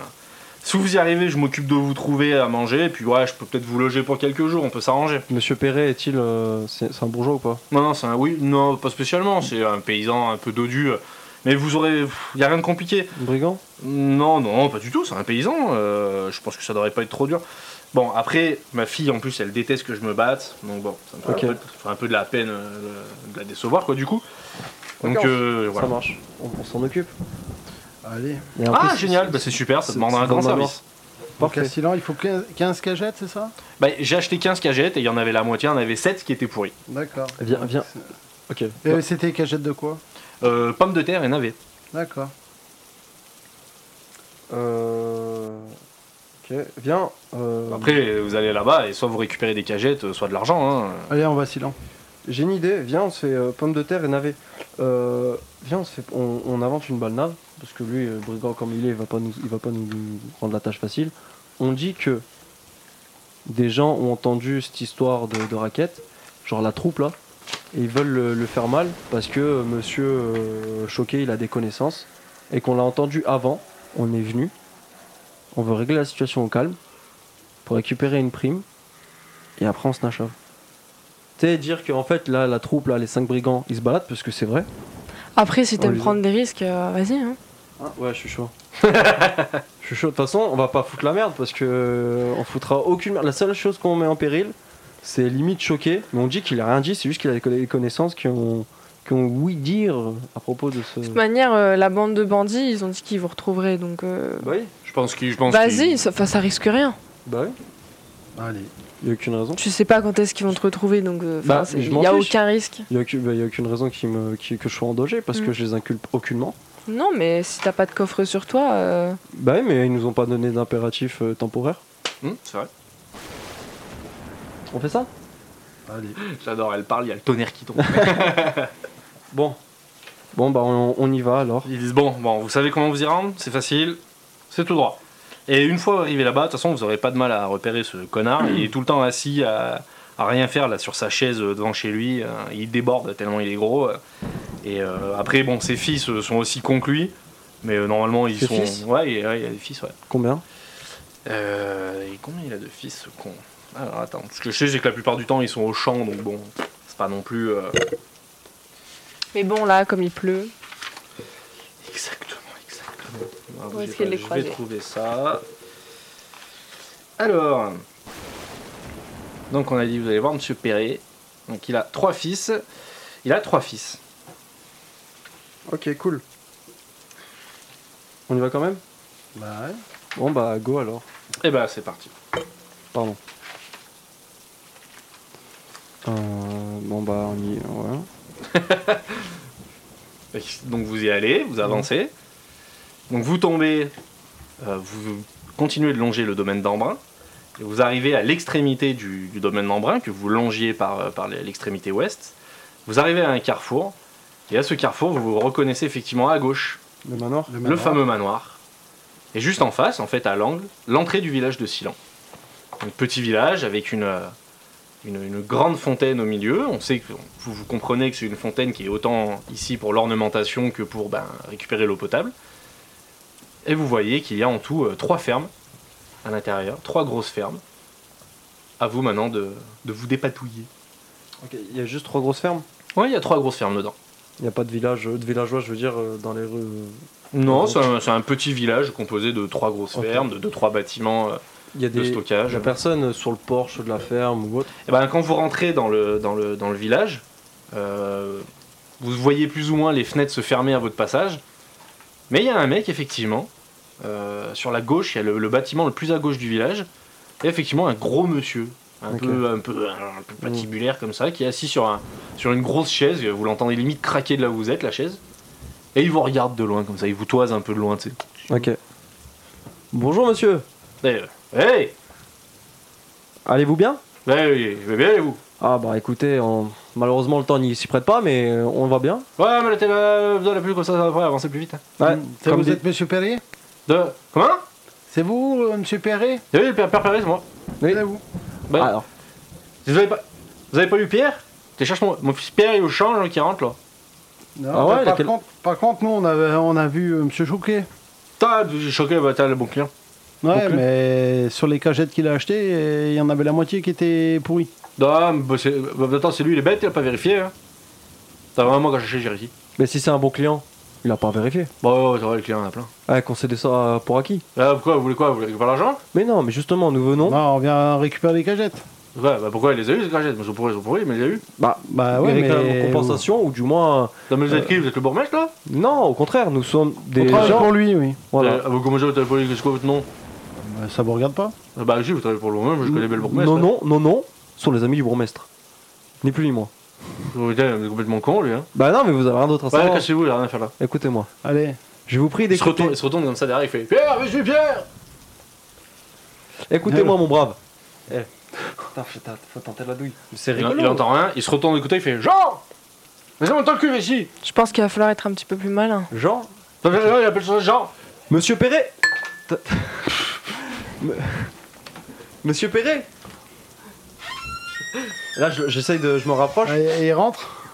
Si vous y arrivez, je m'occupe de vous trouver à manger, et puis ouais, je peux peut-être vous loger pour quelques jours, on peut s'arranger. Monsieur Perret est-il. euh, c'est c'est un bourgeois ou pas Non, non, c'est un oui, non, pas spécialement, c'est un paysan un peu dodu. euh, Mais vous aurez. Il y a rien de compliqué. Brigand Non, non, pas du tout, c'est un paysan. euh, je pense que ça devrait pas être trop dur. Bon, après, ma fille en plus, elle déteste que je me batte. Donc bon, ça me fait, Ok. un, peu, ça fait un peu de la peine euh, de la décevoir, quoi, du coup. Donc D'accord, euh, voilà. Ça marche. On, on s'en occupe. Allez, Et en Ah, plus, génial, c'est- bah, c'est super, ça c'est- demande un c'est grand dans ma service. donc Parfait. à Silan, il faut 15, 15 cagettes, c'est ça Bah, j'ai acheté 15 cagettes et il y en avait la moitié, il y en avait 7 qui étaient pourries. D'accord. Viens, viens. Ok. Eh Et c'était cagette de quoi Euh, pommes de terre et navets. D'accord. Euh, Ok, viens. euh, Après, vous allez là-bas et soit vous récupérez des cagettes, soit de l'argent. Hein. Allez, on va à Silan. J'ai une idée, viens on se fait euh, pommes de terre et navets. Euh, viens on se fait on, on invente une balle nave, parce que lui, euh, brigand comme il est, il va pas nous il va pas nous rendre la tâche facile. On dit que des gens ont entendu cette histoire de, de raquette, genre la troupe là, et ils veulent le, le faire mal parce que euh, monsieur euh, Choqué il a des connaissances et qu'on l'a entendu avant, on est venu, on veut régler la situation au calme pour récupérer une prime et après on se nachave. Tu sais, dire qu'en fait, là, la troupe, là, les 5 brigands, ils se baladent, parce que c'est vrai. Après, si On t'aimes Ah, les Mmh. a. prendre des risques, euh, vas-y. Hein. Ah, ouais, je suis chaud. je suis chaud. De toute façon, on va pas foutre la merde, parce que euh, on foutra aucune merde. La seule chose qu'on met en péril, c'est limite choqué. Mais on dit qu'il a rien dit, c'est juste qu'il a des conna- des connaissances qui ont, qui ont oui dire à propos de ce. De toute manière, euh, la bande de bandits, ils ont dit qu'ils vous retrouveraient, donc euh, Bah oui, Je pense qu'il. je pense vas-y, qu'il- ça, enfin, ça risque rien. bah oui, Allez. il a aucune raison. Tu sais pas quand est-ce qu'ils vont te retrouver, donc euh, enfin, Bah, c'est- je il m'en y a fiche. aucun risque. Il n'y a, aucune- bah, y a aucune raison qui me, qui- que je sois endogé, parce que Mm. je les inculpe aucunement. Non, mais si t'as pas de coffre sur toi, euh, Bah oui, mais ils nous ont pas donné d'impératif euh, temporaire. Hum, c'est vrai. On fait ça Allez. J'adore, elle parle, il y a le tonnerre qui tombe. Bon. Bon, bah on- on y va alors. Ils disent bon, bon, vous savez comment vous y rendre, c'est facile, c'est tout droit. Et une fois arrivé là-bas, de toute façon, vous aurez pas de mal à repérer ce connard. Il est tout le temps assis à, à rien faire là sur sa chaise euh, devant chez lui. euh, Il déborde tellement il est gros. euh. Et euh, après, bon, ses fils euh, sont aussi cons que lui, mais euh, normalement ils Ses sont. fils ouais, il, ouais, il a des fils, ouais. Combien Euh, et combien il a de fils, ce con Alors attends, ce que je sais, c'est que la plupart du temps ils sont au champ, donc bon, c'est pas non plus. euh, Mais bon, là, comme il pleut. Exactement, exactement. Alors, Où est-ce bougez qu'il les Ah, pas, Je croisait vais trouver ça. Alors, donc on a dit, vous allez voir Monsieur Perret. Donc il a trois fils. Il a trois fils. Ok, cool. On y va quand même Bah ouais. Bon bah go alors. Et bah c'est parti. Pardon. Euh, bon bah on y ouais. Donc vous y allez, vous avancez. Donc vous tombez, euh, vous continuez de longer le domaine d'Embrun. Et vous arrivez à l'extrémité du, du domaine d'Embrun, que vous longiez par, euh, par l'extrémité ouest. Vous arrivez à un carrefour. Et à ce carrefour, vous vous reconnaissez effectivement à gauche Le manoir le manoir. fameux manoir. Et juste en face, en fait, à l'angle, l'entrée du village de Silan. Un petit village avec une, euh, une, une grande fontaine au milieu. On sait que vous, vous comprenez que c'est une fontaine qui est autant ici pour l'ornementation que pour ben, récupérer l'eau potable. Et vous voyez qu'il y a en tout euh, trois fermes à l'intérieur, trois grosses fermes. À vous maintenant de, de vous dépatouiller. Ok, il y a juste trois grosses fermes. Ouais, il y a trois grosses fermes dedans. Il n'y a pas de village de villageois, je veux dire, euh, dans les rues. euh, Non, Donc- c'est un, c'est un petit village composé de trois grosses Ok. fermes, de, de trois bâtiments euh, Il y a de des. Il stockage. y a personne euh, sur le porche de la ferme ou autre. Eh ben, quand vous rentrez dans le, dans le, dans le village, euh, vous voyez plus ou moins les fenêtres se fermer à votre passage. Mais il y a un mec, effectivement, euh, sur la gauche, il y a le, le bâtiment le plus à gauche du village. Et effectivement, un gros monsieur, un, Ok. Mm. peu, un, peu, un peu patibulaire comme ça, qui est assis sur, un, sur une grosse chaise. Vous l'entendez limite craquer de là où vous êtes, la chaise. Et il vous regarde de loin comme ça, il vous toise un peu de loin, tu sais. Ok. Bonjour monsieur. Eh, euh, hey, Allez-vous bien eh, eh, bien, et vous Ah bah écoutez, on- malheureusement le temps n'y s'y prête pas, mais euh, on va bien. Ouais, mais la télé, euh, vous en avez plus comme ça, ça va avancer plus vite. hein. Ouais, Ça, comme vous dit- êtes Monsieur Perrier De... Comment C'est vous, euh, Monsieur Perrier Vous avez vu le père, père Perret, c'est moi. Oui. C'est vous. Bah, Ah, Alors, vous, avez pas... vous avez pas eu Pierre Tu cherches mon... mon fils Pierre, il est au champ, là, qui rentre là. Non, Ah ouais, par, il a quel- contre, par contre, nous, on, avait, on a vu euh, Monsieur Chouquet. T'as j'ai choqué, bah, t'as le bon client. Ouais, Ok. mais sur les cagettes qu'il a achetées, euh, il y en avait la moitié qui était pourrie. Non, mais bah, c'est- bah, attends, c'est lui, il est bête, il a pas vérifié. Hein. T'as vraiment, quand j'ai cherché, j'ai réussi. mais si c'est un bon client, il a pas vérifié. Bon, ouais, ouais, ça va, le client en a plein. Ouais, qu'on cédait ça euh, pour acquis. Là, pourquoi Vous voulez quoi Vous voulez pas l'argent Mais non, mais justement, nous venons. Non, on vient récupérer les cagettes. Ouais, bah pourquoi il les a eu, ces cagettes Ils sont pourris, ils sont pourris, mais il les a eu. Bah, Bah ouais, avec mais... une compensation, ou du moins. euh, Non, mais vous êtes Euh. qui Vous êtes le bourgmestre là Non, au contraire, nous sommes On des travaille gens. pour lui, oui. Voilà. Euh, vous commencez au téléphone, c'est quoi votre nom Bah, ça vous regarde pas Ah, Bah, si, vous travaillez pour le bourgmestre, je connais bien le bourgmestre. hein. non, non, non, non, sont les amis du bourgmestre. Ni plus ni moins. Vous êtes complètement con, lui. Hein. Bah non, mais vous avez rien d'autre à Ouais, savoir. cassez-vous, il a rien à faire là. Écoutez-moi, Allez, je vous prie Il se, d'écouter. retourne, il se retourne comme ça derrière, il fait Pierre, mais je suis Pierre Écoutez-moi, mon brave. Eh, putain, faut tenter- faut tenter la douille. Mais C'est Il, rigolo. il entend rien, il se retourne écouter, il fait Jean Laissez-moi le temps que ici Je pense qu'il va falloir être un petit peu plus malin. Jean, Ça fait- Il appelle ça Jean Monsieur Perret T- Me- Monsieur Perret Là, je- j'essaye de. Je me rapproche. et, et rentre.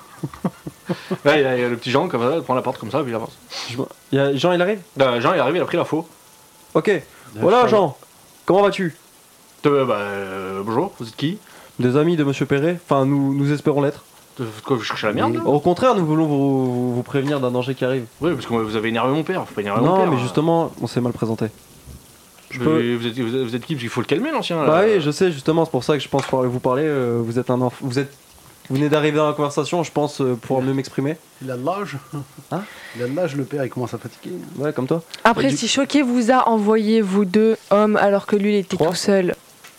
Là, il y, a, il y a le petit Jean comme ça, il prend la porte comme ça, puis il avance. Je me- Il y a- Jean, il arrive Là, Jean, il arrive, il a pris l'info. Ok. Voilà, Jean. Comment vas-tu Euh, bah, euh, bonjour, vous êtes qui Des amis de Monsieur Perret Enfin, nous, nous espérons l'être. De- de Quoi, vous cherchez la merde là Au contraire, nous voulons vous, vous- vous prévenir d'un danger qui arrive. Oui, parce que vous avez énervé mon père, faut pas Ah, énerver mon Non, père. mais hein. justement, on s'est mal présenté. Je Mais peux- vous, êtes, vous êtes- vous êtes qui Parce qu'il faut le calmer, Ah. l'ancien. Bah là. oui, je sais, justement, c'est pour ça que je pense pouvoir vous parler. euh, vous êtes un enfant. Vous êtes. Vous venez d'arriver dans la conversation, je pense euh, pouvoir mieux m'exprimer. Il a de l'âge. Hein Il a de l'âge, le père, il commence à fatiguer. Ouais, comme toi. Après, Bah, du- si Choquet vous a envoyé, vous deux hommes, alors que lui, il était Trois. tout seul.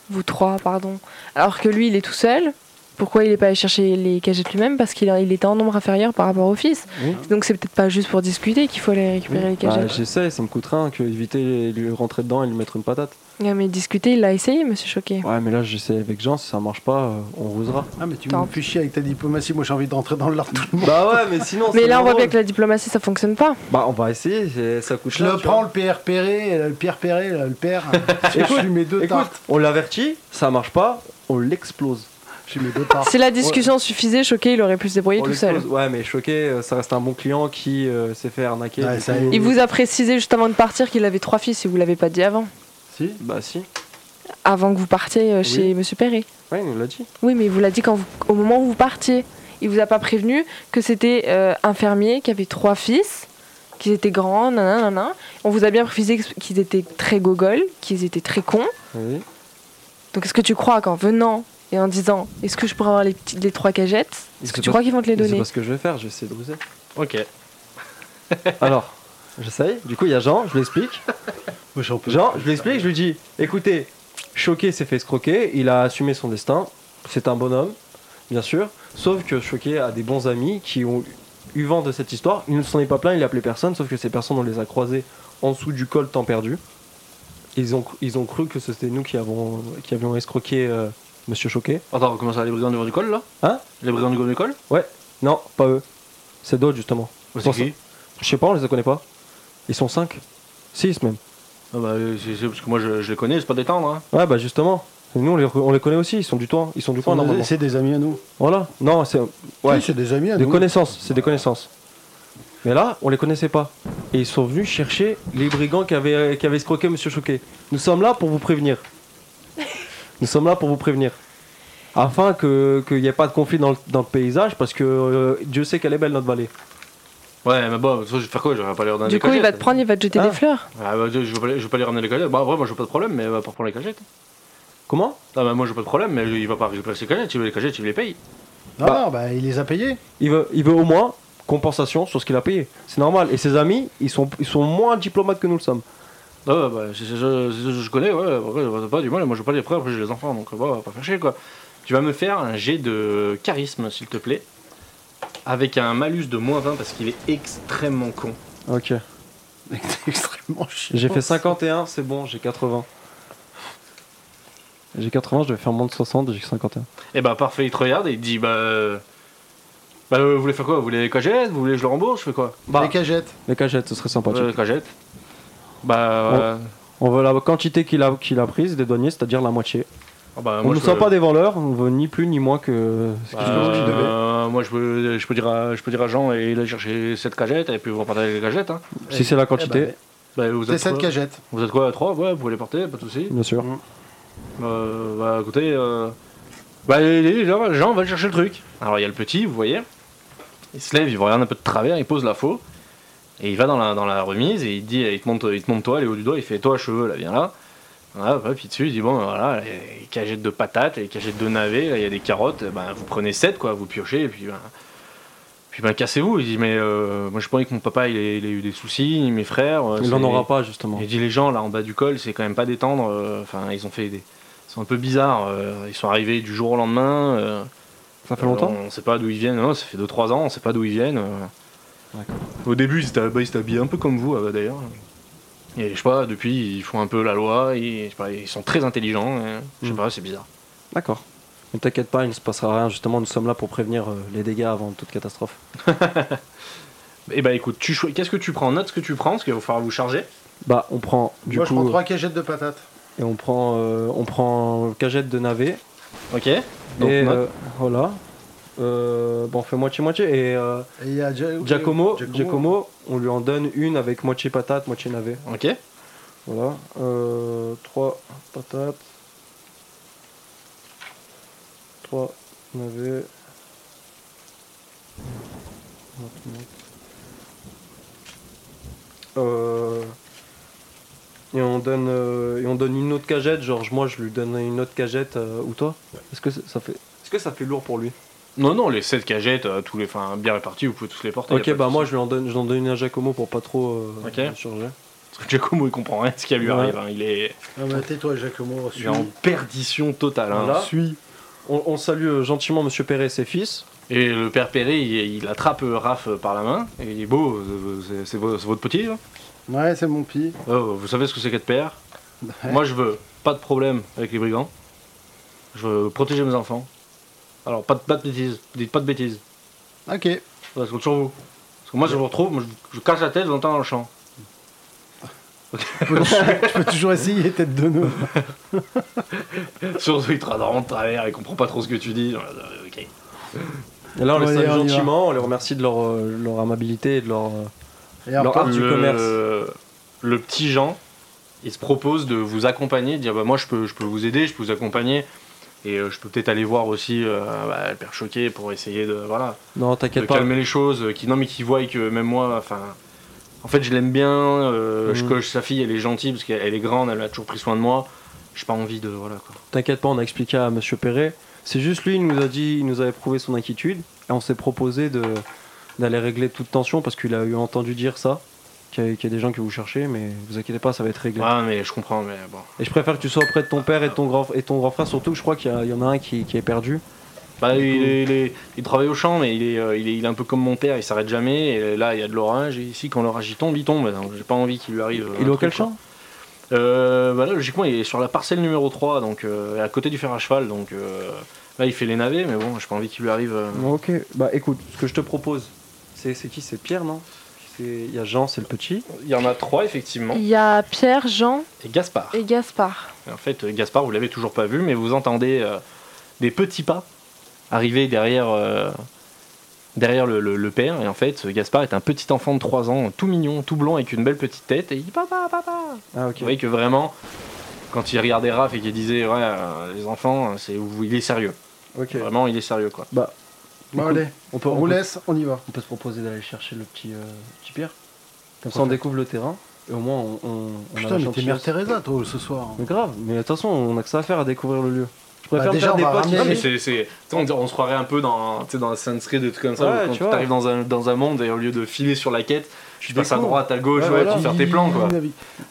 Vous trois, pardon. Alors que lui, il est tout seul. Pourquoi il n'est pas allé chercher les cagettes lui-même Parce qu'il a- il était en nombre inférieur par rapport au fils. Oui. Donc c'est peut-être pas juste pour discuter qu'il faut aller récupérer les Bah, cagettes. j'essaie, ça me coûte rien que éviter de lui rentrer dedans et lui mettre une patate. Ouais, mais discuter, il l'a essayé, monsieur Choquet. Ouais, mais là j'essaie avec Jean, si ça marche pas, euh, on rusera. Ah, mais tu Tant me fais chier avec ta diplomatie, moi j'ai envie d'entrer dans l'art tout le monde. bah ouais, mais sinon. Mais là, on voit bien que la diplomatie, ça fonctionne pas. Bah on va essayer, c'est- ça coûte Je rien, le tu prends, vois. le père Perret, euh, le Pierre Perret, là, le père. je lui mets deux Écoute, tartes. on l'avertit, ça marche pas, on l'explose. Je lui mets deux tartes. Si la discussion suffisait, Choquet, il aurait pu se débrouiller On tout seul. l'explose. Ouais, mais choqué, euh, ça reste un bon client qui euh, s'est fait arnaquer. Ouais, du ça coup, euh, y est. Il vous a précisé juste avant de partir qu'il avait trois fils et vous l'avez pas dit avant. Si Bah si, Avant que vous partiez euh, chez monsieur Perret. ouais, il nous l'a dit. Oui, mais il vous l'a dit quand vous- au moment où vous partiez. il vous a pas prévenu que c'était euh, un fermier qui avait trois fils, qu'ils étaient grands, nanana. On vous a bien précisé qu'ils étaient très gogoles, qu'ils étaient très cons. Oui. Donc est-ce que tu crois qu'en venant et en disant est-ce que je pourrais avoir les, petits- les trois cagettes, est-ce C'est que tu pas- crois qu'ils vont te les Mais C'est donner pas ce que je vais faire, je vais essayer de ruser. Ok. Alors, j'essaye. Du coup, il y a Jean, je l'explique. Moi, j'en peux Jean, je l'explique, je lui dis écoutez, Choqué s'est fait escroquer, il a assumé son destin. C'est un bonhomme, bien sûr. Sauf que Choqué a des bons amis qui ont eu vent de cette histoire. Il ne s'en est pas plaint, il a appelé personne, sauf que ces personnes, on les a croisés en dessous du col temps perdu. Ils ont, ils ont cru que c'était nous qui, avons, qui avions escroqué euh, Monsieur Choqué. Attends, comment ça, les brigands du Grand du Col là Hein Les brigands du Grand du Col Non, pas eux. C'est d'autres, justement. C'est Pour ça- qui Je sais pas, on les connaît pas. Ils sont 5 6 même. Ah bah, euh, c'est- c'est parce que moi je, je les connais, c'est pas détendre. Hein. Ouais, bah justement. Et nous, on les, rec- on les connaît aussi. Ils sont du toit. Ils sont du coin, normalement. C'est des amis à nous. Voilà. Non, c'est Ouais. Oui, c'est des amis à des nous. connaissances. C'est des connaissances. Mais là, on les connaissait pas. Et ils sont venus chercher les brigands qui avaient, qui avaient escroqué Monsieur Choquet. Nous sommes là pour vous prévenir. Nous sommes là pour vous prévenir. Afin qu'il n'y ait pas de conflit dans le, dans le paysage, parce que euh, Dieu sait qu'elle est belle, notre vallée. Ouais, mais bon, de toute façon, je vais faire quoi Je vais pas les ramener Du les coup, il va te cagettes. prendre, il va te jeter Ah. des fleurs. Ah bah, je, je vais pas les, je vais pas les ramener les cagettes. Bah, après, moi j'ai pas de problème, mais il va pas prendre les cagettes. Comment Ah bah, moi j'ai pas de problème, mais il va pas récupérer ses cagettes. Il veut les cagettes, il les paye. Non, Bah. non, bah, il les a payés. il veut, il veut au moins compensation sur ce qu'il a payé. C'est normal. Et ses amis, ils sont, ils sont moins diplomates que nous le sommes. Ah ouais, bah, c'est c'est ça- c'est ça que je connais, ouais. Après, ça va pas du mal, moi j'ai pas les frères, après j'ai les enfants, donc bah, pas faire chier quoi. Tu vas me faire un jet de charisme, s'il te plaît, avec un malus de moins 20 parce qu'il est extrêmement con. Ok. C'est extrêmement chiant. J'ai fait 51, c'est bon, j'ai 80. J'ai 80, je vais faire moins de 60, j'ai 51. Et bah parfait, il te regarde et il te dit bah. euh, Bah, euh, vous voulez faire quoi Vous voulez les cagettes Vous voulez que je le rembourse Je fais quoi Bah, Les cagettes. les cagettes, ce serait sympa. Euh, Les cagettes. Bah. euh, On veut la quantité qu'il a, qu'il a prise des douaniers, c'est-à-dire la moitié. ah bah, on moi, ne je sera peux- pas des vendeurs, on ne veut ni plus ni moins que ce que Bah, tu penses qu'il devait. euh, moi je peux, je peux dire à, je peux dire à Jean et il a cherché cette cagette et puis vous repartez avec les cagettes hein. Si eh c'est la quantité, ben, Bah, vous C'est êtes cette quoi cagette. Vous êtes quoi à 3 Ouais, vous pouvez les porter, pas de soucis. eh. bien sûr. Euh, bah écoutez, euh, bah, les, les gens, les gens veulent chercher le truc. Alors il y a le petit, vous voyez, il se lève, il vous regarde un peu de travers, il pose la faux, et il va dans la, dans la remise et il dit, il te monte, il te monte toi, les hauts du doigt, il fait toi cheveux là, viens là. Voilà, hop, hop, puis dessus, il dit bon, ben, voilà, les cagettes de patates, les cagettes de navets, là il y a des carottes, ben, vous prenez 7 quoi, vous piochez, et puis ben, puis ben cassez-vous. Il dit mais euh, moi je pensais que mon papa il, a- il a eu des soucis, mes frères. euh, Il n'en c'est- aura pas, justement. il dit les gens là en bas du col, c'est quand même pas détendre. euh, Enfin, ils ont fait des. Ils sont un peu bizarres. euh, ils sont arrivés du jour au lendemain. euh, Ça fait longtemps On sait pas d'où ils viennent. Non, ça fait 2-3 ans, on sait pas d'où ils viennent. euh. D'accord. Au début, ils étaient, bah, ils étaient habillés un peu comme vous ah bah, d'ailleurs. Et je sais pas, depuis, ils font un peu la loi. Ils, je sais pas, ils sont très intelligents. euh, Je sais Mm. pas, c'est bizarre. D'accord. Ne t'inquiète pas, il ne se passera rien. Justement, nous sommes là pour prévenir euh, les dégâts avant toute catastrophe. Et bah écoute, tu choi- qu'est-ce que tu prends Note ce que tu prends, parce qu'il va falloir vous charger. Bah, on prend du Moi, coup. euh, je prends trois cagettes de patates. Et on prend, euh, on prend cagette de navet. Ok Donc, Et note. euh, voilà. Euh, bon, on fait moitié-moitié. Et euh, Et il y a Ja- Giacomo, Giacomo, on lui en donne une avec moitié patate, moitié navet. Ok Voilà. Euh, trois patates. Trois navets. Euh, et on donne euh, et on donne une autre cagette genre moi je lui donne une autre cagette euh, ou toi est-ce que ça fait est-ce que ça fait lourd pour lui Non, non, les 7 cagettes, euh, tous les, enfin, bien répartis, vous pouvez tous les porter. Ah, y ok a pas bah de moi je lui en donne je lui en donne une à Giacomo pour pas trop euh, Ok. le charger Parce que Giacomo, il comprend rien de ce qui lui Ouais. arrive. hein. Il, est, Ah, mais tais-toi, Giacomo. il est en perdition totale. hein. Voilà. Suis. on, on salue euh, gentiment Monsieur Perret et ses fils Et le père Perret, il, il attrape euh, Raph euh, par la main. Et il dit Beau, euh, c'est- c'est vo- c'est votre petit là Ouais, c'est mon pire. Euh, Vous savez ce que c'est qu'être père Ouais. Moi, je veux pas de problème avec les brigands. Je veux protéger mes enfants. Alors, pas de, pas de bêtises. Dites pas de bêtises. Ok. Ça se compte sur vous. Parce que moi, je vous retrouve, moi, je, je cache la tête, je vous entends dans le champ. Je peux toujours essayer, tête de nœud. Surtout, il te rend de travers, il comprend pas trop ce que tu dis. genre, euh, Ok. Et là, on les Allez, salue on y va. gentiment, on les remercie de leur, euh, leur amabilité et de leur. euh, Et alors, Non, toi, ah, du commerce. Le petit Jean, il se propose de vous accompagner, de dire bah moi je peux, je peux vous aider, je peux vous accompagner. Et euh, je peux peut-être aller voir aussi euh, bah, le père choqué pour essayer de, voilà, Non, de t'inquiète pas. calmer les choses. euh, qui, non, mais qui voit et que même moi, enfin. En fait, je l'aime bien, euh, je Mhm. coche sa fille, elle est gentille parce qu'elle elle est grande, elle a toujours pris soin de moi. J'ai pas envie de. Voilà quoi. T'inquiète pas, on a expliqué à Monsieur Perret. C'est juste lui, il nous a dit, il nous avait prouvé son inquiétude et on s'est proposé de d'aller régler toute tension parce qu'il a eu entendu dire ça, qu'il y, a- qu'il y a des gens qui vous cherchaient, mais vous inquiétez pas, ça va être réglé. Ah, mais je comprends, mais bon. Et je préfère que tu sois auprès de ton père et de ton grand et ton grand frère, surtout que je crois qu'il y, a- il y en a un qui, qui est perdu. Bah, Du il, coup- est- il est- il travaille au champ, mais il est, euh, il, est, il est un peu comme mon père, il s'arrête jamais. Et là, il y a de l'orage, et ici, quand l'orage il tombe, il tombe. Donc, j'ai pas envie qu'il lui arrive. euh, il un est truc, auquel quoi. champ euh, bah Là, logiquement, il est sur la parcelle numéro 3, donc euh, à côté du fer à cheval. Donc euh, là, il fait les navets, mais bon, j'ai pas envie qu'il lui arrive. euh, Ok, bah écoute, ce que je te propose, c'est c'est qui C'est Pierre, non C'est- Il y a Jean, c'est le petit. Il y en a trois, effectivement, Il y a Pierre, Jean et Gaspard. et Gaspard. Et En fait, euh, Gaspard, vous l'avez toujours pas vu, mais vous entendez euh, des petits pas arriver derrière, euh, derrière le, le- le père. Et en fait, ce Gaspard est un petit enfant de 3 ans, tout mignon, tout blond, avec une belle petite tête. Et il dit Papa, papa Ah ok. Vous voyez que vraiment, quand il regardait Raph et qu'il disait Ouais, euh, les enfants, c'est, il est sérieux. Ok. Vraiment, il est sérieux, quoi. Bon, allez, On peut, on vous on peut- laisse, on y va. On peut se proposer d'aller chercher le petit, euh, petit Pierre. Comme ça, on découvre le terrain. Et au moins, on, on, on a la Putain, mais t'es gentillesse. mère Teresa, toi, ce soir. Mais grave, mais de toute façon, on a que ça à faire à découvrir le lieu. Je préfère Bah, déjà, me on va faire des ramener- Non, mais potes. c'est, c'est- tu sais, on, on se croirait un peu dans, tu sais, dans Sanskrit, des trucs comme ça. Ouais, où quand tu tu vois. arrives dans un, dans un monde et au lieu de filer sur la quête, tu passes à découvres. droite, à gauche, Ouais, ouais, voilà. tu fais tes plans, quoi.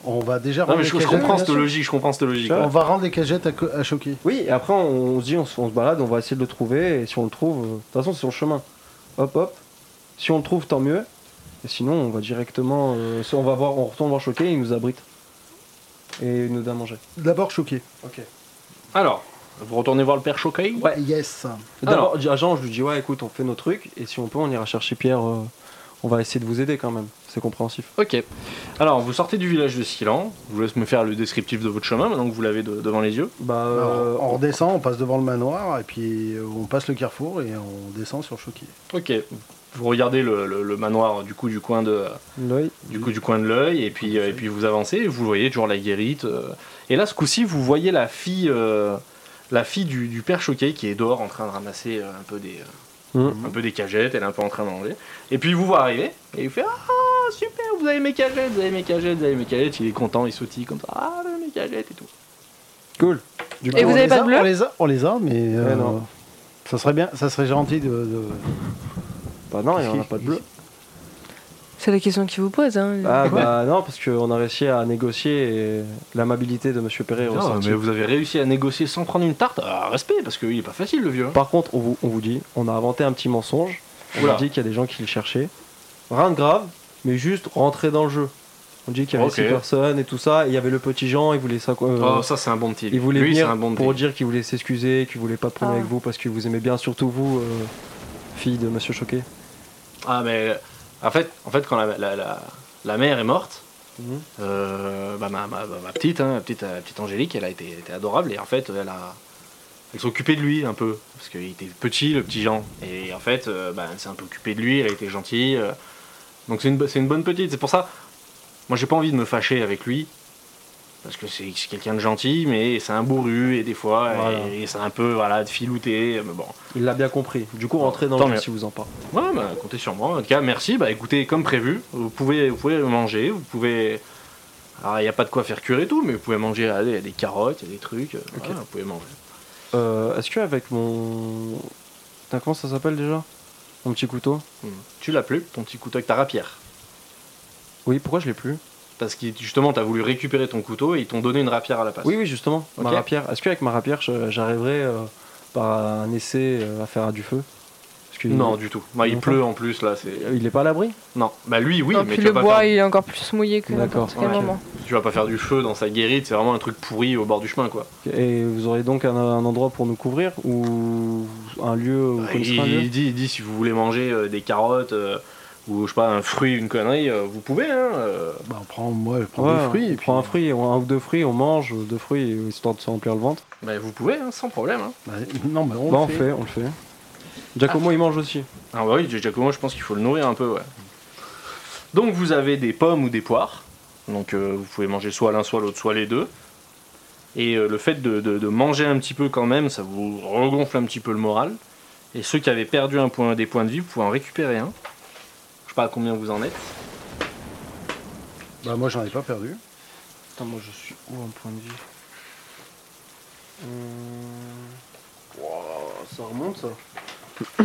On va déjà Non, rendre mais les je, je cagettes, comprends bien cette sûr. logique, je comprends cette logique. On ouais. va rendre les cagettes à, co- à choquer. Oui, et après, on, on se dit, on, se- on se balade, on va essayer de le trouver. Et si on le trouve, euh, de toute façon, c'est son chemin. Hop, hop. Si on le trouve, tant mieux. Et sinon, on va directement. euh, on, va voir, on retourne voir Choqué, il nous abrite. Et il nous donne à manger. D'abord choquer. Ok. Alors, vous retournez voir le père Shokai Ouais. Yes. D'abord, à Jean, je lui dis ouais, écoute, on fait nos trucs et si on peut, on ira chercher Pierre. euh, on va essayer de vous aider quand même. C'est compréhensif. Ok. Alors, vous sortez du village de Silan. Je vous laisse me faire le descriptif de votre chemin, maintenant que vous l'avez de- devant les yeux. Bah, Alors, euh, on redescend, on passe devant le manoir, et puis euh, on passe le carrefour et on descend sur Choqué. Ok. Vous regardez le, le- le manoir du coup du coin de l'œil. du coup du coin de l'œil et puis euh, et puis vous avancez et vous voyez toujours la guérite. euh. et là ce coup-ci vous voyez la fille euh, la fille du, du père Choquet qui est dehors en train de ramasser euh, un peu des euh, Mhm. un peu des cagettes. Elle est un peu en train de manger. Et puis il vous voit arriver et il fait ah super vous avez mes cagettes vous avez mes cagettes vous avez mes cagettes. Il est content il sautille comme ça ah mes cagettes et tout. Cool. Du Et On vous avez les pas a- de bleu on les, a, on les a, mais euh, Eh non. ça serait bien, ça serait gentil de. de- Bah non, il n'y en a pas de bleu. C'est la question qu'il vous pose. Hein. Ah bah non, parce qu'on a réussi à négocier et l'amabilité de Monsieur Perret est Ah, ressortie. mais vous avez réussi à négocier sans prendre une tarte. Ah, respect parce qu'il est pas facile le vieux. hein. Par contre, on vous, on vous dit, on a inventé un petit mensonge. On Oula. a dit qu'il y a des gens qui le cherchaient. Rien de grave, mais juste rentrer dans le jeu. On dit qu'il y avait Ok. six personnes et tout ça. et Il y avait le petit Jean, il voulait ça quoi. euh, Oh ça c'est un bon petit. Il voulait Lui, c'est venir un bon pour petit. dire qu'il voulait s'excuser, qu'il voulait pas prendre Ah. avec vous parce qu'il vous aimait bien, surtout vous, euh, fille de Monsieur Choquet. Ah mais en fait en fait quand la la, la- la mère est morte. Euh, bah, ma, ma- ma- ma petite, hein, ma petite, euh, petite Angélique, elle a été, elle était adorable et en fait, elle a, elle s'est occupée de lui un peu parce qu'il était petit, le petit Jean. Et en fait, euh, bah, elle s'est un peu occupée de lui, elle a été gentille. euh. donc c'est une, bo- c'est une bonne petite. C'est pour ça, moi j'ai pas envie de me fâcher avec lui parce que c'est c'est quelqu'un de gentil, mais c'est un bourru et des fois, Voilà. et, et c'est un peu voilà de filouté. Mais bon, Il l'a bien compris. Du coup, rentrez dans Tant le jeu mieux. si vous en parlez. Ouais, bah, comptez sur moi. En tout cas, merci. Bah, écoutez, comme prévu, vous pouvez, vous pouvez manger, vous pouvez. Alors, il n'y a pas de quoi faire cuire et tout, mais vous pouvez manger euh, des, des carottes, il y a des trucs. euh, voilà, vous pouvez manger. Euh, Est-ce que avec mon, Putain, comment ça s'appelle déjà Mon petit couteau. Hmm. Tu l'as plus, ton petit couteau avec ta rapière. Oui, pourquoi je l'ai plus Parce que justement, tu as voulu récupérer ton couteau et ils t'ont donné une rapière à la place. Oui, oui, justement. Ma Ok. rapière. Est-ce qu'avec ma rapière, je- j'arriverai euh, par un essai euh, à faire du feu Parce que Non, du tout. Bah, il Non. pleut en plus, là. c'est Il est pas à l'abri Non, bah lui, oui, non, mais puis tu le vas, pas bois, faire... il est encore plus mouillé que D'accord, n'importe quel ouais. moment. tu vas pas faire du feu dans sa guérite, c'est vraiment un truc pourri au bord du chemin, quoi. Et vous aurez donc un, un endroit pour nous couvrir ou un lieu où Bah, connaissez il, un lieu il dit, il dit si vous voulez manger euh, des carottes euh, ou je sais pas, un fruit, une connerie, euh, vous pouvez, hein. euh, bah, on prend, moi, je prends Ouais, des fruits. on et puis- prend un fruit, on- un ou deux fruits, on mange deux fruits euh, histoire de se remplir le ventre. Bah, vous pouvez, hein, sans problème. hein. Bah, non, mais on bah le on le fait, on le fait. Giacomo il mange aussi. Ah bah oui, Giacomo, je pense qu'il faut le nourrir un peu, ouais. Donc vous avez des pommes ou des poires. Donc euh, vous pouvez manger soit l'un, soit l'autre, soit les deux. Et euh, le fait de, de- de manger un petit peu quand même, ça vous regonfle un petit peu le moral. Et ceux qui avaient perdu un point, des points de vie, vous pouvez en récupérer un. Je sais pas à combien vous en êtes. Bah, moi, j'en ai pas perdu. Attends, moi je suis où en point de vue Hum, Ouah, Ça remonte ça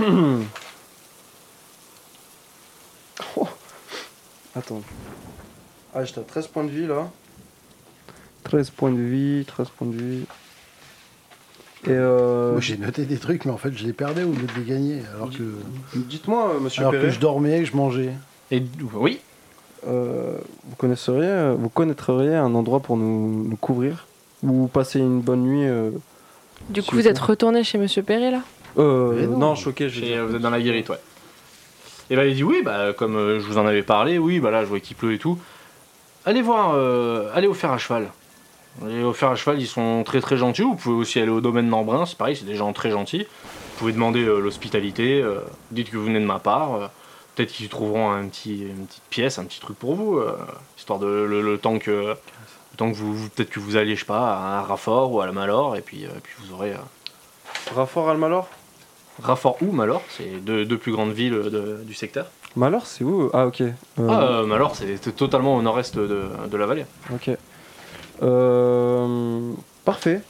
Oh. Attends. Ah, j'étais à 13 points de vie là. 13 points de vie, 13 points de vie. Et euh. Moi, j'ai noté des trucs, mais en fait, je les perdais au lieu de les gagner. Alors que, Dites-moi, euh, monsieur alors que Perret, je dormais et que je mangeais. Et oui, euh, vous, connaisseriez, euh, vous connaîtriez un endroit pour nous, nous couvrir Ou passer une bonne nuit euh, Du coup, Super. vous êtes retourné chez Monsieur Perret là Euh, Mais non. non. choqué, je vais chez- euh, dire. vous êtes dans la guérite, ouais. Et bah il dit oui, bah comme euh, je vous en avais parlé, oui, bah là je vois qu'il pleut et tout. Allez voir, euh, allez au fer à cheval. Allez au fer à cheval, ils sont très très gentils. Vous pouvez aussi aller au domaine d'Embrun, c'est pareil, c'est des gens très gentils. Vous pouvez demander euh, l'hospitalité, euh, dites que vous venez de ma part. euh, Peut-être qu'ils trouveront un petit, une petite pièce, un petit truc pour vous, euh, histoire de le, le temps que, le temps que vous, vous- peut-être que vous alliez, je sais pas, à Raffort ou à la Malor, et puis, euh, puis vous aurez euh, Raffort Almalor Raffort ou Malor, c'est deux, deux plus grandes villes euh, de- du secteur. Malor, c'est où Ah, ok. Euh, Ah, euh, Malor, c'est c'est totalement au nord-est de, de la vallée. Ok. Euh, parfait.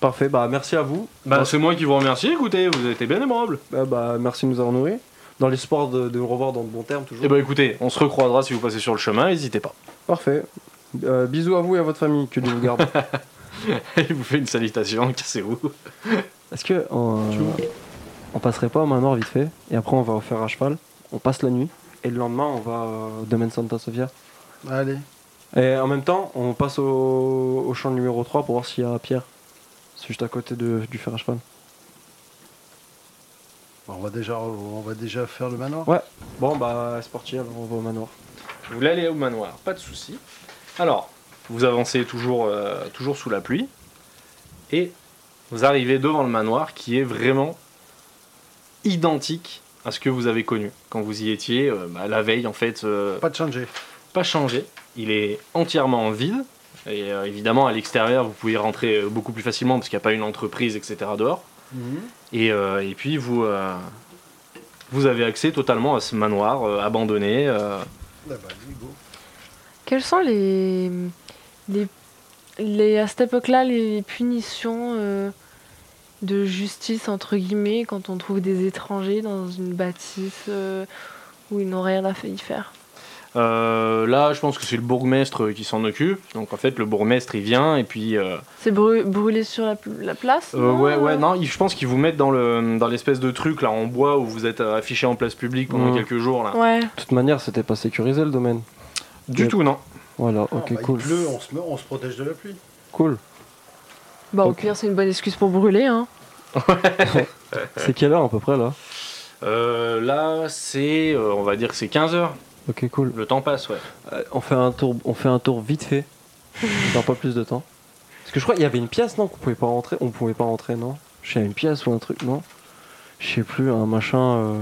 Parfait, bah merci à vous. Bah, c'est moi qui vous remercie, écoutez, vous avez été bien aimable. Bah, bah, merci de nous avoir nourris. Dans l'espoir de, de nous revoir dans de bons termes, toujours. Et bah, écoutez, on se recroisera si vous passez sur le chemin, n'hésitez pas. Parfait. Euh, bisous à vous et à votre famille, que Dieu vous garde. Il vous fait une salutation, cassez-vous. Est-ce que on, euh, on passerait pas au manoir vite fait et après on va au fer à cheval, on passe la nuit et le lendemain on va euh, au domaine Santa Sofia Allez. Et en même temps, on passe au, au champ numéro 3 pour voir s'il y a Pierre. C'est juste à côté de- du fer à cheval. Bon, on, va déjà, on va déjà faire le manoir. Ouais, bon bah c'est parti, alors on va au manoir. Vous voulez aller au manoir, pas de souci. Alors, vous avancez toujours, euh, toujours sous la pluie et vous arrivez devant le manoir qui est vraiment identique à ce que vous avez connu quand vous y étiez euh, bah, la veille en fait. euh, Pas de changer. pas changé. Il est entièrement vide. Et euh, évidemment, à l'extérieur, vous pouvez rentrer euh, beaucoup plus facilement parce qu'il n'y a pas une entreprise, etc. dehors. Et, euh, et puis, vous, euh, vous avez accès totalement à ce manoir euh, abandonné. euh, Ah bah, lui, go. Quelles sont les, les, les- à cette époque-là les punitions euh, de justice entre guillemets quand on trouve des étrangers dans une bâtisse euh, où ils n'ont rien à fa- y faire euh, là, je pense que c'est le bourgmestre euh, qui s'en occupe. Donc, en fait, le bourgmestre, il vient et puis. euh, C'est brû- brûlé sur la, pl- la place Ah. Euh, ouais, ouais, euh non, il- je pense qu'ils vous mettent dans le dans l'espèce de truc là en bois où vous êtes euh, affiché en place publique pendant Mhm. quelques jours là. Ouais. De toute manière, c'était pas sécurisé le domaine. Du Ouais. tout, non. Voilà, Ah, ok, bah, cool. Il pleut, on se, me- on se protège de la pluie. Cool. Bah, au Ok. pire, c'est une bonne excuse pour brûler. Hein. C'est quelle heure à peu près là Euh, là, c'est, euh, on va dire que c'est 15 heures. Ok, cool. Le temps passe, ouais. Euh, on, fait un tour, on fait un tour vite fait. Ça prend pas plus de temps. Parce que je crois qu'il y avait une pièce, non Qu'on pouvait pas rentrer On pouvait pas rentrer, non Je sais, une pièce ou un truc, non Je sais plus, un machin. euh,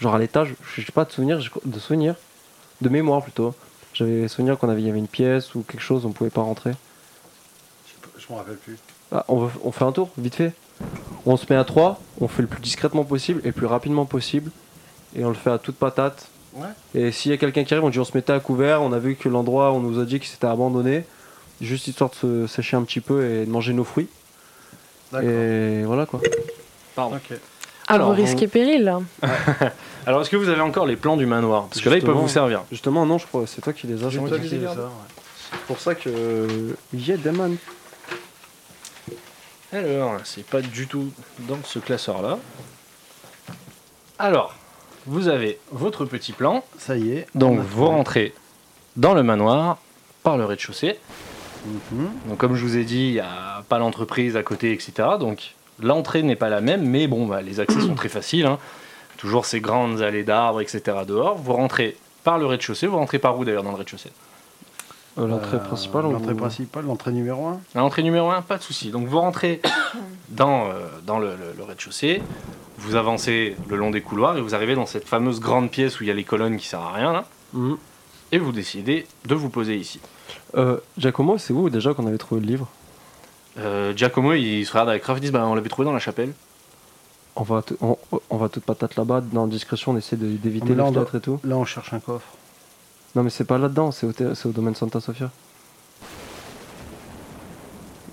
Genre à l'étage, je sais pas de souvenir, j'ai- de souvenir. De mémoire plutôt. J'avais souvenir qu'on avait, il y avait une pièce ou quelque chose, on pouvait pas rentrer. Je sais pas, Je m'en rappelle plus. Ah, on, veut- on fait un tour, vite fait. On se met à 3, on fait le plus discrètement possible et le plus rapidement possible. Et on le fait à toute patate. Ouais. Et s'il y a quelqu'un qui arrive, on dit on se mettait à couvert. On a vu que l'endroit, on nous a dit qu'il s'était abandonné. Juste histoire de se sécher un petit peu et de manger nos fruits. D'accord. Et voilà quoi. Pardon. Ok. À Alors, vos risques on- et périls. hein. Alors, est-ce que vous avez encore les plans du manoir Parce que là, ils peuvent Justement. vous servir. Justement, non, je crois c'est toi qui les as. C'est c'est toi moi qui qui les dis ai. ça, ouais. C'est pour ça que. euh, Yeah, Damon. Alors, c'est pas du tout dans ce classeur-là. Alors, vous avez votre petit plan. Ça y est. Donc, on a vous rentrez dans le manoir par le rez-de-chaussée. Mhm. Donc, comme je vous ai dit, il n'y a pas l'entreprise à côté, etc. Donc, l'entrée n'est pas la même, mais bon, bah, les accès sont très faciles. hein. Toujours ces grandes allées d'arbres, etc. dehors. Vous rentrez par le rez-de-chaussée. Vous rentrez par où d'ailleurs dans le rez-de-chaussée Euh, L'entrée Euh, principale. on- L'entrée principale, l'entrée numéro 1. À l'entrée numéro 1, pas de souci. Donc vous rentrez dans, euh, dans le, le- le rez-de-chaussée, vous avancez le long des couloirs et vous arrivez dans cette fameuse grande pièce où il y a les colonnes qui servent à rien, là, Mhm. et vous décidez de vous poser ici. Euh, Giacomo, c'est où déjà qu'on avait trouvé le livre Euh, Giacomo, il se regarde avec Raph, ils disent, bah, on l'avait trouvé dans la chapelle. On va, t- on, on va toute patate là-bas, dans discrétion, on essaie de- d'éviter Mais là, les on doit- fenêtres et tout. Là, on cherche un coffre. Non, mais c'est pas là-dedans, c'est au, thé- c'est au domaine Santa Sofia.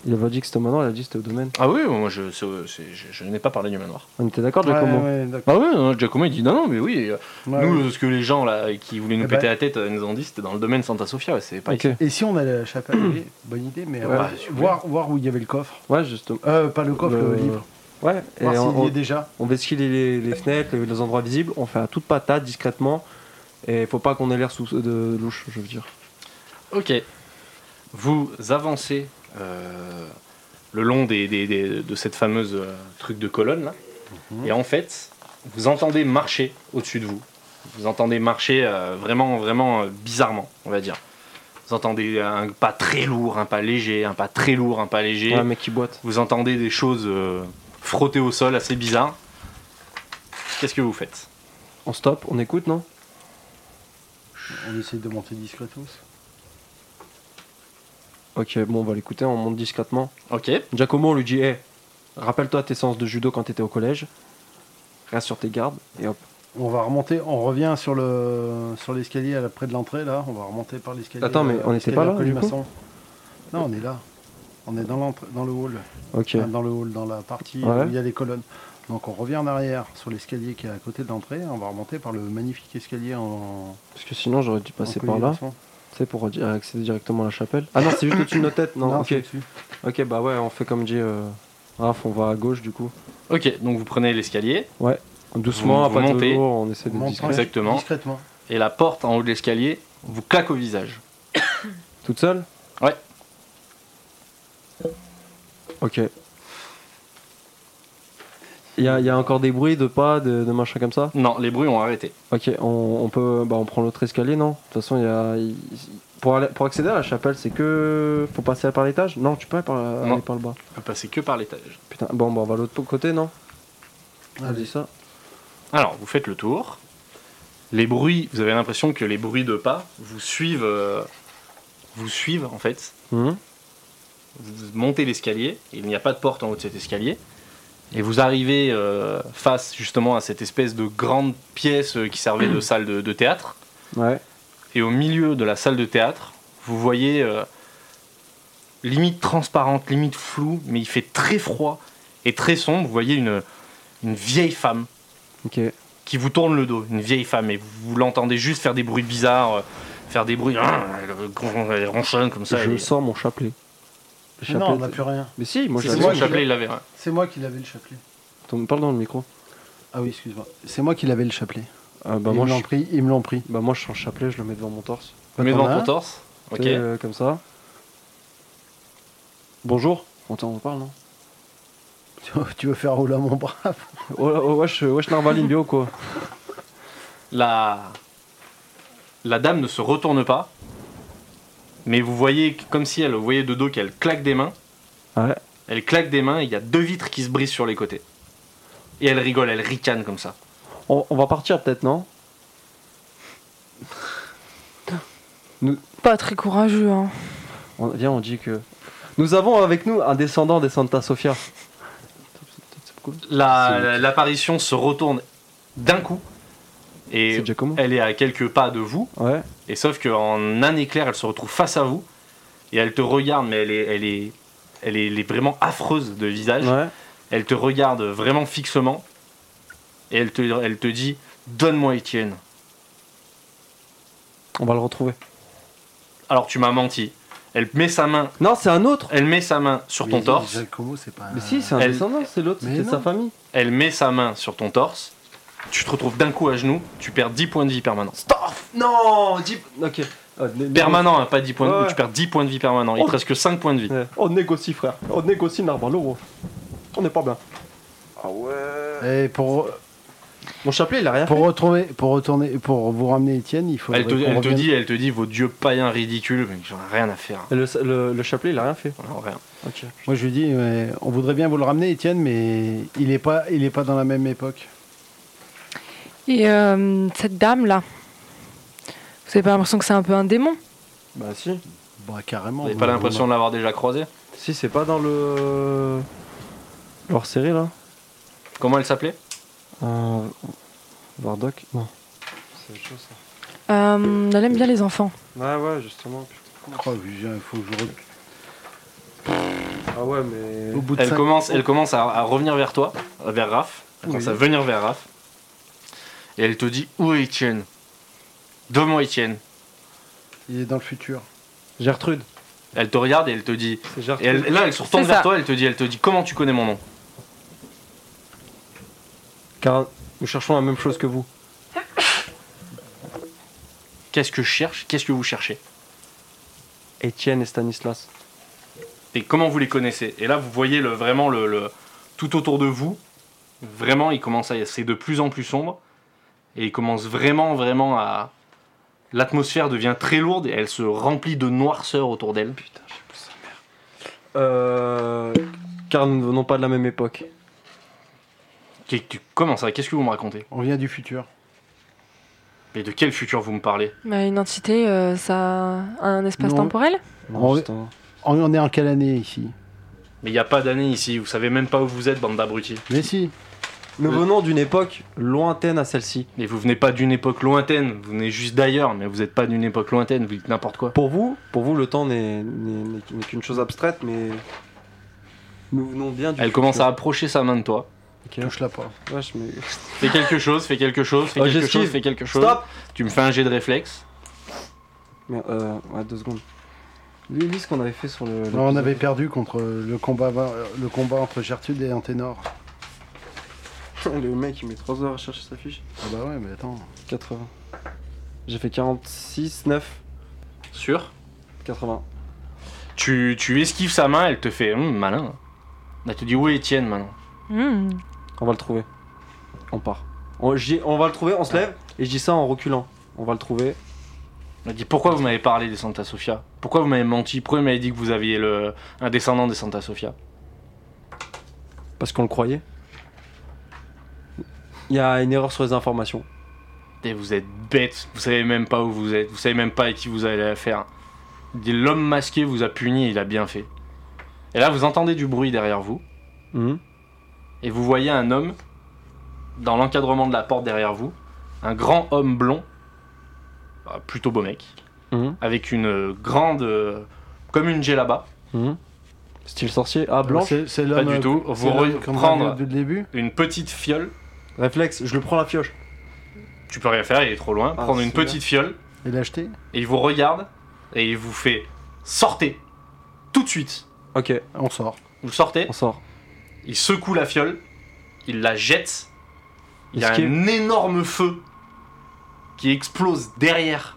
Il avait dit que c'était au manoir, il a dit que c'était au domaine. Ah oui, moi, je, c'est- c'est- je- je n'ai pas parlé du manoir. On était d'accord, Giacomo Ouais, ouais, d'accord. Ah ouais, non, Giacomo, il dit, non, non, mais oui. euh, Ouais, nous, ouais. euh, ce que les gens là qui voulaient nous Eh ben. péter la tête euh, nous ont dit, c'était dans le domaine Santa Sofia, ouais, c'est pas Ok. ici. Et si on allait à la chapelle oui, Bonne idée, mais Ouais, euh, super. voir, voir où il y avait le coffre. Ouais, justement. Euh, pas le coffre, le, Le- livre. Ouais, et Voir s'il on, y est déjà. on vesquille les, les fenêtres, les, les endroits visibles, on fait à toute patate, discrètement. Et faut pas qu'on ait l'air sous de louche, je veux dire. Ok. Vous avancez euh, le long des, des- des- de cette fameuse euh, truc de colonne là. Et en fait, vous entendez marcher au-dessus de vous. Vous entendez marcher euh, vraiment, vraiment euh, bizarrement, on va dire. Vous entendez un pas très lourd, un pas léger, un pas très lourd, un pas léger. Ouais, mec qui boite. Vous entendez des choses euh, frotter au sol, assez bizarres. Qu'est-ce que vous faites On stop, on écoute, non On essaye de monter discretos. Ok, bon, on va l'écouter, on monte discrètement. Ok. Giacomo, on lui dit, hé, rappelle-toi tes séances de judo quand t'étais au collège. Reste sur tes gardes, et hop. On va remonter, on revient sur le sur l'escalier à la- près de l'entrée là, on va remonter par l'escalier. Attends, mais euh, on n'était pas là, l'escalier du Colimaçon. Non, on est là. On est dans l'entrée, dans le hall, Ok. Enfin, dans le hall, dans la partie Ouais. où il y a les colonnes. Donc on revient en arrière sur l'escalier qui est à côté de l'entrée, on va remonter par le magnifique escalier en. Parce que sinon, j'aurais dû passer en Bah, par là, colimaçon. tu sais, pour dire- accéder directement à la chapelle. Ah non, c'est juste au-dessus de nos têtes, non, Non, Ok, c'est au-dessus. ok, bah ouais, on fait comme dit euh, Raph, on va à gauche du coup. Ok, donc vous prenez l'escalier. Doucement, Vous- à vous pas de montez. lourd, on essaie On de monte discret. Exactement. Discrètement. Et la porte en haut de l'escalier vous claque au visage. Toute seule Ouais. Ok. Il y, a- y a encore des bruits de pas, de, de machins comme ça Non, les bruits ont arrêté. Ok, on, on peut, bah, on prend l'autre escalier, non De toute façon, il y a... il- pour, aller- pour accéder à la chapelle, c'est que... Faut passer par l'étage Non, tu peux aller par, aller Non. par le bas. On peut passer que par l'étage. Putain, bon, bah, on va de l'autre côté, non On dit ça. Alors, vous faites le tour. Les bruits, vous avez l'impression que les bruits de pas vous suivent, euh, vous suivent en fait. Mhm. Vous montez l'escalier, il n'y a pas de porte en haut de cet escalier. Et vous arrivez euh, face justement à cette espèce de grande pièce euh, qui servait de salle de- de théâtre. Ouais. et au milieu de la salle de théâtre, vous voyez euh, limite transparente, limite floue, mais il fait très froid et très sombre. Vous voyez une, une vieille femme Ok. qui vous tourne le dos, une vieille femme, et vous, vous l'entendez juste faire des bruits bizarres, euh, faire des bruits, hein, elle, elle ronchonne comme ça. je elle- sors mon chapelet. Le Mais Non, on n'a plus rien. Mais si, moi C'est je C'est son moi l'avais. qui- chapelet, il l'avait. hein. C'est moi qui l'avais le chapelet. Attends, Parle dans le micro. Ah oui, excuse-moi. C'est moi qui l'avais le chapelet. Ah, bah, ils moi, me je, l'ont pris, ils me l'ont pris. bah moi je sors le chapelet, je le mets devant mon torse. Vous mettez devant Attends, ton hein. torse. Tu Ok. sais, euh, comme ça. Bonjour. On t'en on parle, non Tu veux- Tu veux faire rouler à mon bras Oh, là, oh, wesh, euh, wesh Narvaline, bio, quoi. La... la dame ne se retourne pas, mais vous voyez que- comme si elle, vous voyez de dos qu'elle claque des mains. Ouais. Elle claque des mains, il y a deux vitres qui se brisent sur les côtés. Et elle rigole, elle ricane comme ça. On, on va partir peut-être, non Pas très courageux, hein. on, Viens, on dit que... Nous avons avec nous un descendant des Santa Sofia. C'est cool. La- C'est- la- L'apparition se retourne d'un coup. Et C'est Giacomo elle est à quelques pas de vous. Ouais. Et sauf qu'en un éclair, elle se retrouve face à vous. Et elle te regarde, mais elle est, elle est, elle est, elle est vraiment affreuse de visage. Ouais. Elle te regarde vraiment fixement. Et elle te, elle te dit Donne-moi Étienne. On va le retrouver. Alors tu m'as menti. Elle met sa main, Non, c'est un autre elle met sa main sur ton Mais torse. Giacomo, c'est pas. un- Mais si, c'est un Elle- descendant, c'est l'autre, Mais c'était non. sa famille. Elle met sa main sur ton torse. Tu te retrouves d'un coup à genoux. Tu perds 10 points de vie permanents. Stop Non dis... Ok. Oh, né- Permanent, hein, pas 10 points de Ouais, ouais. Tu perds 10 points de vie permanents. Il te Oh. reste que 5 points de vie. négocie. Ouais. On négocie, frère. On négocie Narva, l'euro. hein. On n'est pas bien. Ah ouais Et Eh, pour, Mon chapelet, il a rien pour, retrouver, pour, retourner, pour vous ramener Étienne, il faut. Elle te, qu'on elle te revienne- dit, elle te dit, vos dieux païens ridicules, mais j'en ai rien à faire. hein, fait. Le, le- le chapelet, il a rien fait. J'en ai rien. Ok. Moi, je lui dis, ouais, on voudrait bien vous le ramener, Étienne, mais il est pas, il est pas dans la même époque. Et euh, cette dame-là, vous avez pas l'impression que c'est un peu un démon Bah si. Bah carrément. Vous n'avez vous- pas l'impression de l'avoir déjà croisé Si, c'est pas dans le. Leur série là Comment elle s'appelait euh... Vardoc Non. C'est autre chose ça. Euh, elle aime bien les enfants. Ouais, ouais, justement. Oh, j'ai- faut que je rec- Ah ouais, mais. Au bout de Elle cinq- commence, elle commence à, à revenir vers toi, euh, vers Raph. Elle commence Oui. à venir vers Raph. Et elle te dit Où est Etienne Donne-moi Etienne. Il est dans le futur. Gertrude. Elle te regarde et elle te dit. C'est Et Gertrude. elle- là, elle se retourne C'est vers ça. toi, elle te dit, elle te dit Comment tu connais mon nom Car nous cherchons la même chose que vous. Qu'est-ce que je cherche Qu'est-ce que vous cherchez Étienne et Stanislas. Et comment vous les connaissez Et là, vous voyez le, vraiment le, le- tout autour de vous. Vraiment, il commence à. C'est de plus en plus sombre. Et il commence vraiment, vraiment à. L'atmosphère devient très lourde et elle se remplit de noirceur autour d'elle. Putain, Euh. Car nous ne venons pas de la même époque. Comment ça Qu'est-ce que vous me racontez On vient du futur. Mais de quel futur vous me parlez Bah, une entité, euh, ça a un espace Non. temporel Non, Oh, juste un- On on est en quelle année ici Mais il n'y a pas d'année ici, vous savez même pas où vous êtes, bande d'abrutis. Mais si, Nous venons d'une époque lointaine à celle-ci. Et vous venez pas d'une époque lointaine, vous venez juste d'ailleurs, mais vous n'êtes pas d'une époque lointaine, vous dites n'importe quoi. Pour vous, pour vous, le temps n'est n'est- n'est- n'est qu'une chose abstraite, mais nous venons bien du. Elle commence à futur. approcher sa main de toi. Ok. touche-la pas. Wesh, mais- Fais quelque chose, fais quelque chose, fais Oh, quelque j'esquive. chose, fais quelque chose. Stop. Tu me fais un jet de réflexe. Merde, euh, ouais, deux secondes. Lui, lui, ce qu'on avait fait sur le. Non, on avait perdu contre le combat, euh, le combat entre Gertrude et Anténor. le mec, il met 3 heures à chercher sa fiche. Ah bah ouais, mais attends. 80. J'ai fait 46, 9, Sûr 80. tu, tu esquives sa main, elle te fait Hum, malin. Elle te dit où est Étienne maintenant Hmm. On va le trouver. On part. On, je dis- on va le trouver, on se lève, et je dis ça en reculant. On va le trouver. Elle dit pourquoi vous m'avez parlé des Santa Sofia Pourquoi vous m'avez menti Pourquoi vous m'avez dit que vous aviez le, un descendant des Santa Sofia Parce qu'on le croyait. Il y a une erreur sur les informations. Et vous êtes bête, vous savez même pas où vous êtes, vous savez même pas à qui vous avez affaire. Il dit, L'homme masqué vous a puni, il a bien fait. Et là, vous entendez du bruit derrière vous, Hum. et vous voyez un homme dans l'encadrement de la porte derrière vous, un grand homme blond, bah, plutôt beau mec, Hum. avec une euh, grande. euh, comme une là-bas, Hum. Style sorcier. Ah, Blanc, blanche. c'est c'est l'homme. du euh, tout. c'est Vous l'homme qu'on a vu reprendre. Au début. une petite fiole. Réflexe, je le prends la pioche. Tu peux rien faire, il est trop loin. Ah, Prendre une c'est bien. petite fiole, Et l'acheter et il vous regarde, et il vous fait sortez tout de suite. Ok, On sort. Vous sortez, on sort. Il secoue la fiole, il la jette. Il y a Est-ce qu'il- un énorme feu qui explose derrière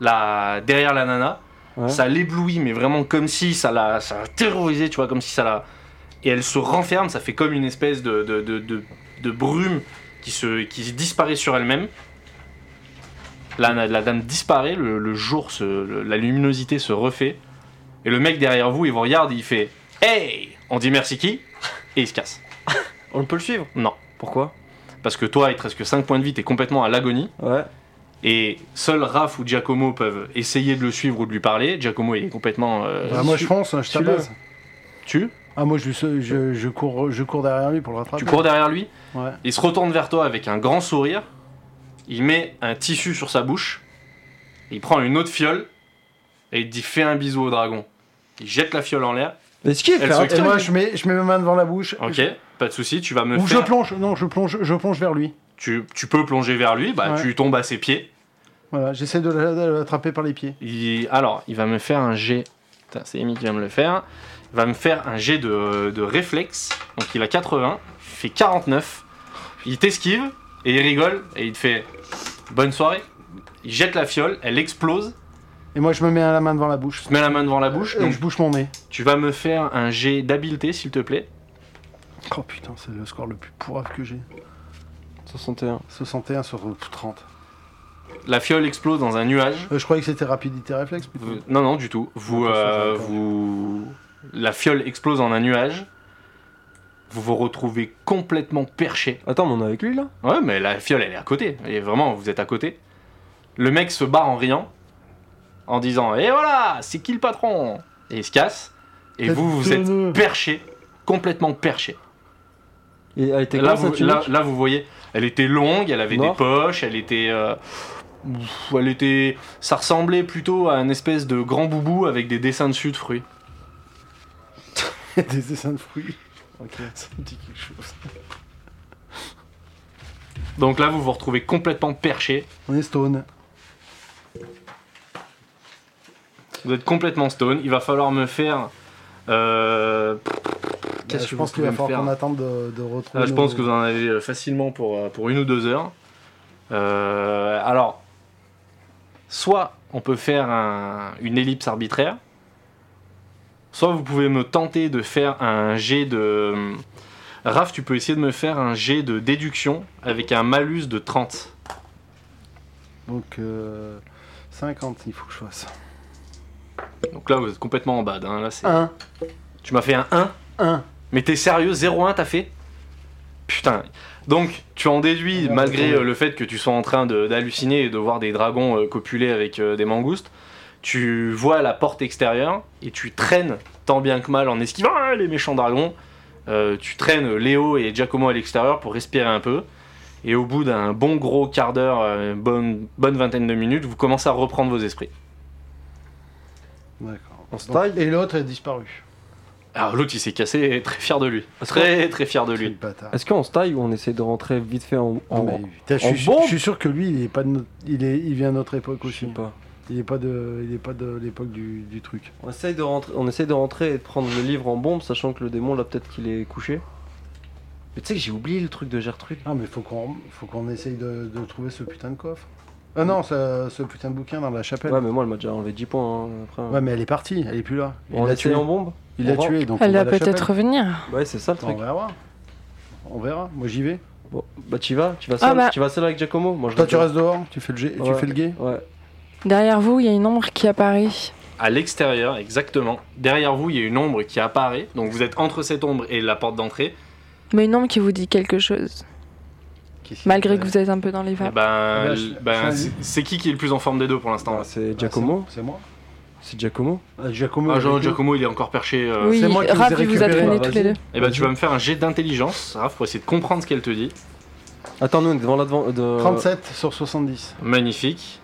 la, derrière la nana. Ouais. Ça l'éblouit, mais vraiment comme si ça l'a ça l'a terrorisé, tu vois, comme si ça l'a. Et elle se renferme, ça fait comme une espèce de, de, de- de- de brume qui, se, qui disparaît sur elle-même. La, la- la dame disparaît, le, le jour, se- le- la luminosité se refait. Et le mec derrière vous, il vous regarde, il fait Hey On dit merci qui et il se casse. On peut le suivre Non. Pourquoi Parce que toi, il te reste que 5 points de vie, t'es complètement à l'agonie. Ouais. Et seul Raph ou Giacomo peuvent essayer de le suivre ou de lui parler. Giacomo, il est complètement. euh, Bah, moi, je fonce, hein, je suis-le. tabasse. tu Ah, moi, je, lui- je, je, cours, je cours derrière lui pour le rattraper. Tu cours derrière lui. Ouais. Il se retourne vers toi avec un grand sourire. Il met un tissu sur sa bouche. Il prend une autre fiole. Et il te dit Fais un bisou au dragon. Il jette la fiole en l'air. Esquive Elle faire se un Et cache. truc. moi, je mets, je mets mes mains devant la bouche. Ok, pas de souci, tu vas me Ou je faire. plonge, non, je plonge, je plonge vers lui. Tu, tu peux plonger vers lui, bah Ouais. tu tombes à ses pieds. Voilà, j'essaie de la- de l'attraper par les pieds. Il- Alors, il va me faire un jet. Putain, c'est Amy qui va me le faire. Il va me faire un jet de, de réflexe. Donc il a 80, il fait 49. Il t'esquive et il rigole et il te fait bonne soirée. Il jette la fiole, elle explose, Et moi, je me mets la main devant la bouche. il met la main devant la bouche. Et Donc je bouche mon nez. tu vas me faire un jet d'habileté s'il te plaît. Oh putain, c'est le score le plus pourrave que j'ai. Eh, 61. 61 sur 30. La fiole explose dans un nuage. Euh, je croyais que c'était rapidité réflexe. plutôt. Vous- Non, non, du tout. Vous, Attention, euh, j'avais peur. vous, la fiole explose en un nuage. Vous vous retrouvez complètement perché Attends, mais on est avec lui là Ouais, mais la fiole, elle est à côté. Et vraiment, vous êtes à côté. Le mec se barre en riant, en disant Et voilà, c'est qui le patron Et il se casse. Et vous, vous êtes perché, complètement perché. Et elle était Là quoi, vous, cette là, tunique là, vous voyez, elle était longue, elle avait Noir. des poches, elle était, euh, pff, elle était, ça ressemblait plutôt à une espèce de grand boubou avec des dessins dessus de fruits. Des dessins de fruits. Ok. Ça me dit quelque chose. Donc là, vous vous retrouvez complètement perché, On est stone. vous êtes complètement stone. Il va falloir me faire. euh, Qu'est-ce que Bah, je vous pense qu'il pouvez va me falloir faire qu'on attende de, de retrouver. Là, Ah, je pense que nos- vous en avez euh, facilement pour, euh, pour une ou deux heures. Euh, alors, soit on peut faire un- une ellipse arbitraire, soit vous pouvez me tenter de faire un jet de... Raph, tu peux essayer de me faire un jet de déduction avec un malus de 30. Donc euh, 50, il faut que je fasse. Donc là, vous êtes complètement en bad. hein. Là, c'est- 1, tu m'as fait un 1 1. Mais t'es sérieux 0-1 t'as fait Putain. Donc tu en déduis, Ouais, malgré ouais. euh, le fait que tu sois en train de- d'halluciner et de voir des dragons euh, copuler avec euh, des mangoustes, tu vois la porte extérieure et tu traînes tant bien que mal en esquivant ah, les méchants dragons. Euh, tu traînes Léo et Giacomo à l'extérieur pour respirer un peu. Et au bout d'un bon gros quart d'heure, euh, une bonne, bonne vingtaine de minutes, vous commencez à reprendre vos esprits. D'accord. On se Donc- taille Et l'autre est disparu. Alors l'autre il s'est cassé et est très fier de lui. Très très fier de Quel lui. bâtard. Est-ce qu'on se taille ou on essaie de rentrer vite fait en. Non, Ah, en... mais, putain, je, en suis, je bombe suis sûr que lui, il est pas de notre- il est, il vient de notre époque Je sais aussi. pas. Il est pas de, il est pas de l'époque du, du truc. On essaye, de rentrer, on essaye de rentrer et de prendre le livre en bombe, sachant que le démon là peut-être qu'il est couché. Mais tu sais que j'ai oublié le truc de Gertrude. Ah mais faut qu'on, faut qu'on essaye de, de trouver ce putain de coffre. Ah non, ce, ce putain de bouquin dans la chapelle. Ouais, Ouais, mais moi elle m'a déjà enlevé 10 points hein, après. hein. mais elle est partie, elle est plus là. Il on l'a l'a tué. tué en bombe Il l'a On tué, donc Elle on va à va la peut-être chapelle. revenir. rentre. Ouais, c'est ça le truc. On verra. On verra. Moi j'y vais. Bon, bah tu y vas, tu vas Ah seul, bah. tu vas seul avec Giacomo. Moi je Toi tu reste. restes dehors, tu fais le, jet- tu Ouais. fais le guet. Ouais. Derrière vous, il y a une ombre qui apparaît. À l'extérieur, exactement. Derrière vous, il y a une ombre qui apparaît. Donc vous êtes entre cette ombre et la porte d'entrée. Mais une ombre qui vous dit quelque chose. Qu'est-ce qu'il Malgré fait que vous êtes un peu dans les Eh vapes. ben, Ah, je- ben, je- c'est- c'est qui qui est le plus en forme des deux pour l'instant Bah, c'est Bah, c'est Giacomo. moi- C'est moi. C'est Giacomo. Ah, Giacomo. ah, avec Jean nous. Giacomo, il est encore perché. euh. oui, c'est moi qui vous ai Raph, il vous a récupéré, traîné bah, tous les vas-y. deux. Eh ben, tu vas me faire un jet d'intelligence, Raph, pour essayer de comprendre ce qu'elle te dit. Attends, nous on est devant la devant de... 37 euh, sur 70. Magnifique.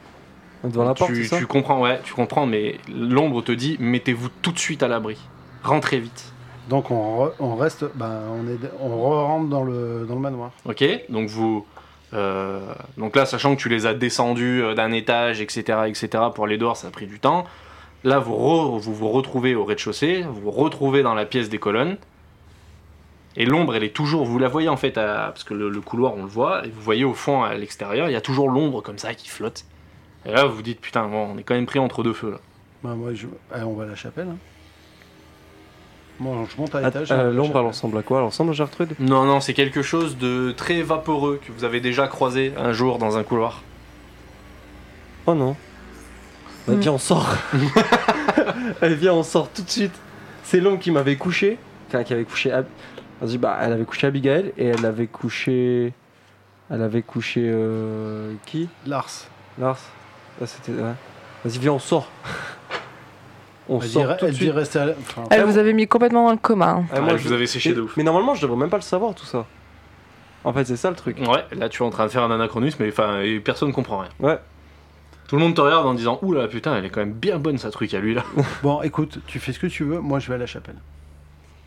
on est devant la porte, c'est tu, ça tu comprends, ouais, tu comprends, mais l'ombre te dit mettez-vous tout de suite à l'abri. Rentrez vite. Donc on, re- on reste, ben, on, est, on re rentre dans le, dans le manoir. Ok Donc vous. euh, donc là, sachant que tu les as descendus euh, d'un étage, etc., etc., pour aller dehors, ça a pris du temps. Là, vous re- vous, vous retrouvez au rez-de-chaussée, vous vous retrouvez dans la pièce des colonnes. Et l'ombre, elle est toujours. Vous la voyez en fait, à- parce que le, le couloir, on le voit, et vous voyez au fond, à l'extérieur, il y a toujours l'ombre comme ça qui flotte. Et là, vous vous dites, putain, bon, on est quand même pris entre deux feux là. Ben, moi, je- eh, on va à la chapelle. hein. Moi, je monte à Att- l'étage. hein. je monte à euh, la L'ombre elle chapelle. ressemble à quoi Elle ressemble à Gertrude Non, non, c'est quelque chose de très vaporeux que vous avez déjà croisé un jour dans un couloir. Oh non. Bah, Mm. viens, on sort. Allez, viens, on sort tout de suite. C'est l'homme qui m'avait couché. Enfin, qui avait couché. Ab- Vas-y, bah, elle avait couché Abigail et elle avait couché. Elle avait couché. euh, Qui Lars. Lars Ah, c'était. ouais. Vas-y, viens, on sort. on Elle dit, sort tout de elle dit suite. rester à la- enfin, Elle Ah, vous bon. avait mis complètement dans le coma. hein. Ah, Ah, moi, je vous avais séché de Mais- ouf. Mais normalement, je devrais même pas le savoir tout ça. En fait, c'est ça le truc. Ouais, là tu es en train de faire un anachronisme et, enfin, et personne comprend rien. Ouais. Tout le monde te regarde en disant Ouh là putain, elle est quand même bien bonne sa truc à lui là. Bon, écoute, tu fais ce que tu veux, moi je vais à la chapelle.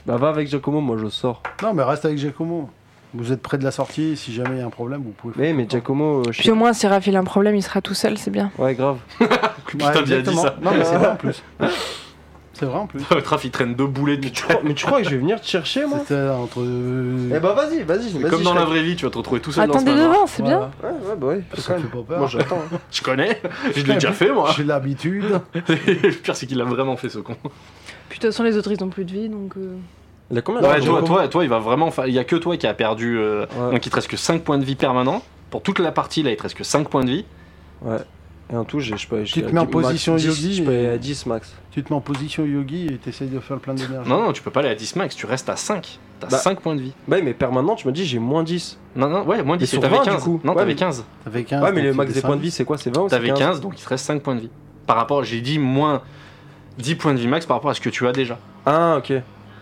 Bah, va avec Giacomo, moi, je sors. Non, mais reste avec Giacomo. Vous êtes près de la sortie, si jamais il y a un problème, vous pouvez. Mais, mais Giacomo. euh, je Puis sais- au moins, si Raph il a un problème, il sera tout seul, c'est bien. Ouais, grave. Putain, bien dit exactement. ça. Non, mais c'est vrai en plus. C'est vrai en plus. Traf il traîne deux boulets de Mais tu crois, mais tu crois que je vais venir te chercher, moi C'était entre. Eh bah vas-y, vas-y, vas-y. Comme dans je la Ah, serai- vraie vie, tu vas te retrouver tout seul Attendez dans ce manoir. devant, c'est bien. Ouais, ouais, bah oui. Ça te fait pas peur. Moi hein. j'attends. hein. Je connais, je l'ai déjà fait moi. J'ai l'habitude. Le pire c'est qu'il a vraiment fait ce con. Puis de toute façon, les autres ils n'ont plus de vie, donc. euh, Il a combien Non, de Ouais, je toi, comprends. toi, toi, il va vraiment. fa- Il y a que toi qui a perdu. euh, Ouais. Donc il te reste que 5 points de vie permanents. Pour toute la partie là, il te reste que 5 points de vie. Ouais. Et en tout, j'ai- je peux. Tu te mets en position yogi Je peux et- à 10 max. Tu te mets en position yogi et t'essayes de faire le plein d'énergie. Non, non, tu peux pas aller à 10 max, tu restes à 5. T'as Bah. 5 points de vie. Bah oui, mais permanent, tu m'as dit j'ai moins 10. Non, non, ouais, moins Mais 10. sur T'avais 20, du 15. coup. Non, Ouais, t'avais mais- 15. Avec 15, Ouais, mais le donc max tu des points de descends. vie, c'est quoi C'est 20 ou c'est T'avais 15, donc il te reste 5 points de vie. Par rapport, j'ai dit moins 10 points de vie max par rapport à ce que tu as déjà. Ah, ok.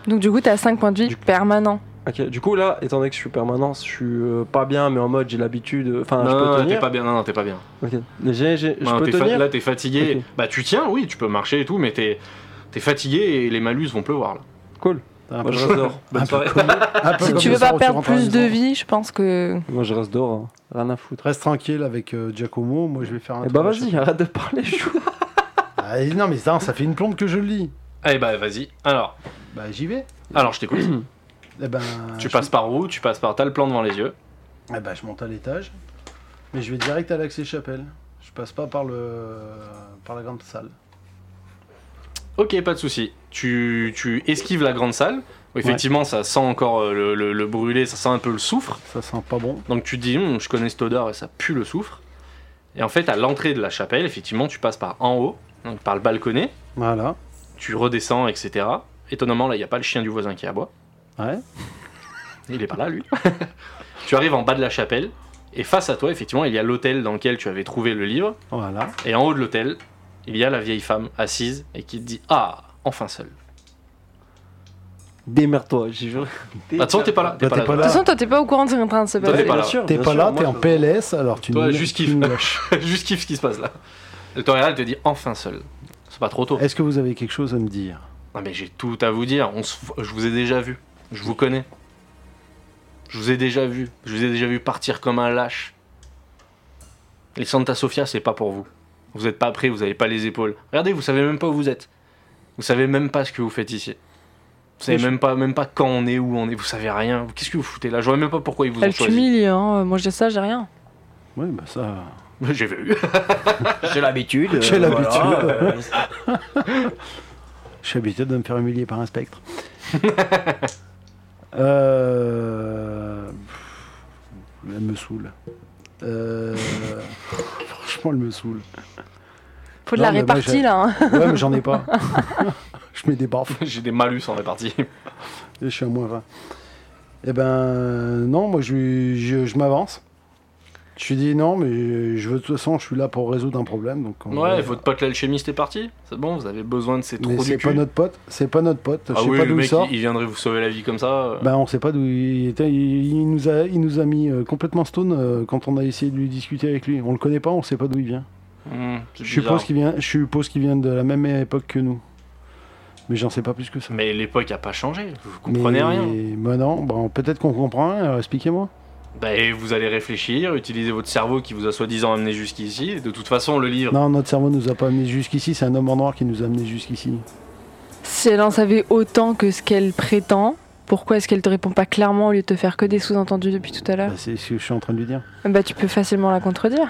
Donc du coup, t'as 5 points de vie Du- permanents. Ok, du coup là, étant donné que je suis permanent, je suis euh, pas bien, mais en mode j'ai l'habitude, euh, enfin Non, je peux non, t'es tenir. pas bien. Non, non, t'es pas bien. Ok. J'ai- j'ai- je Non, peux t'es fa- tenir. Là, t'es fatigué. Ok. Bah, tu tiens, oui, tu peux marcher et tout, mais t'es es fatigué et les malus vont pleuvoir là. Cool. T'as un Moi peu- Ah, bah, je reste dehors. Bonne soirée. un peu Si comme tu le veux pas soir où perdre rentres à la plus de maison. vie, je pense que. Moi je reste dehors. hein. Rien à foutre. Reste tranquille avec euh, Giacomo, moi je vais faire un Eh tour ben, bah à vas-y, arrête de parler. chou. Ah, et non, mais ça, ça fait une plombe que je le lis. Eh Allez, bah, vas-y. Alors, Bah, j'y vais. alors, je t'écoute. Eh ben, tu je- passes par où Tu passes par. T'as le plan devant les yeux. Eh ben, je monte à l'étage. Mais je vais direct à l'accès chapelle. Je passe pas par le par la grande salle. Ok, pas de souci. Tu, tu esquives la grande salle. Effectivement, ça sent encore euh, le, le- le brûlé, ça sent un peu le soufre. Ça sent pas bon. Donc tu te dis, Hum, je connais cette odeur et ça pue le soufre. Et en fait, à l'entrée de la chapelle, effectivement, tu passes par en haut, donc par le balconnet, Voilà. tu redescends, etc. Étonnamment, là, il n'y a pas le chien du voisin qui aboie. Ouais. Il est pas là, lui. tu arrives en bas de la chapelle, et face à toi, effectivement, il y a l'hôtel dans lequel tu avais trouvé le livre. Voilà. Et en haut de l'hôtel, il y a la vieille femme assise et qui te dit, ah, enfin seule. Démerde-toi, j'y jure. Bah, de toute façon, t'es pas là. T'es Bah, pas là. De toute façon, toi, t'es pas au courant de ce qui est en train de se Toi, t'es passer. pas là. Ah, T'es pas là, t'es en PLS, alors tu Toi, nous- juste tu kiffe. nous lâches. Juste kiffe ce qui se passe là. Le temps réel te dit enfin seul. C'est pas trop tôt. Est-ce que vous avez quelque chose à me dire Non mais j'ai tout à vous dire. On se f- Je vous ai déjà vu. Je vous connais. Je vous ai déjà vu. Je vous ai déjà vu partir comme un lâche. Les Santa Sofia, c'est pas pour vous. Vous êtes pas prêts, vous avez pas les épaules. Regardez, vous savez même pas où vous êtes. Vous savez même pas ce que vous faites ici. Vous savez Mais je- même pas, même pas quand on est, où on est, vous savez rien. Qu'est-ce que vous foutez là Je vois même pas pourquoi ils vous ont Elle choisi. t'humilie, hein. Moi, j'ai ça, j'ai rien. Oui, bah ça. J'ai vu. J'ai l'habitude. euh, J'ai l'habitude. voilà, euh, Je suis habitué de me faire humilier par un spectre. euh... pff, Elle me saoule. Euh, Franchement, elle me saoule. Faut de Non, la mais moi, répartie, j'ai- là. hein. Ouais, mais j'en ai pas. je mets des baffes j'ai des malus en répartie. et je suis à moins 20. Eh ben, non, moi, je, lui- je, je m'avance. Je lui dis non, mais je veux de toute façon, je suis là pour résoudre un problème. Donc on- Ouais, votre pote l'alchimiste est parti. C'est bon, vous avez besoin de ces trous Mais du c'est cul. pas notre pote, c'est pas notre pote. Ah je sais oui, pas le d'où il mec, sort. il, il viendrait vous sauver la vie comme ça. euh. Bah on sait pas d'où il était, il, il nous a, il nous a mis euh, complètement stone euh, quand on a essayé de lui discuter avec lui. On le connaît pas, on sait pas d'où il vient. Hmm, c'est Je bizarre. suppose qu'il vient, je suppose qu'il vient de la même époque que nous. Mais j'en sais pas plus que ça. Mais l'époque a pas changé. Vous comprenez Mais- rien. Bah non, bah, on- peut-être qu'on comprend rien, alors expliquez-moi. Bah, et vous allez réfléchir, utiliser votre cerveau qui vous a soi-disant amené jusqu'ici. Et De toute façon, le livre. Non, notre cerveau nous a pas amenés jusqu'ici, c'est un homme en noir qui nous a amenés jusqu'ici. Si elle en savait autant que ce qu'elle prétend, pourquoi est-ce qu'elle te répond pas clairement au lieu de te faire que des sous-entendus depuis tout à l'heure Bah, c'est ce que je suis en train de lui dire. Bah, tu peux facilement la contredire.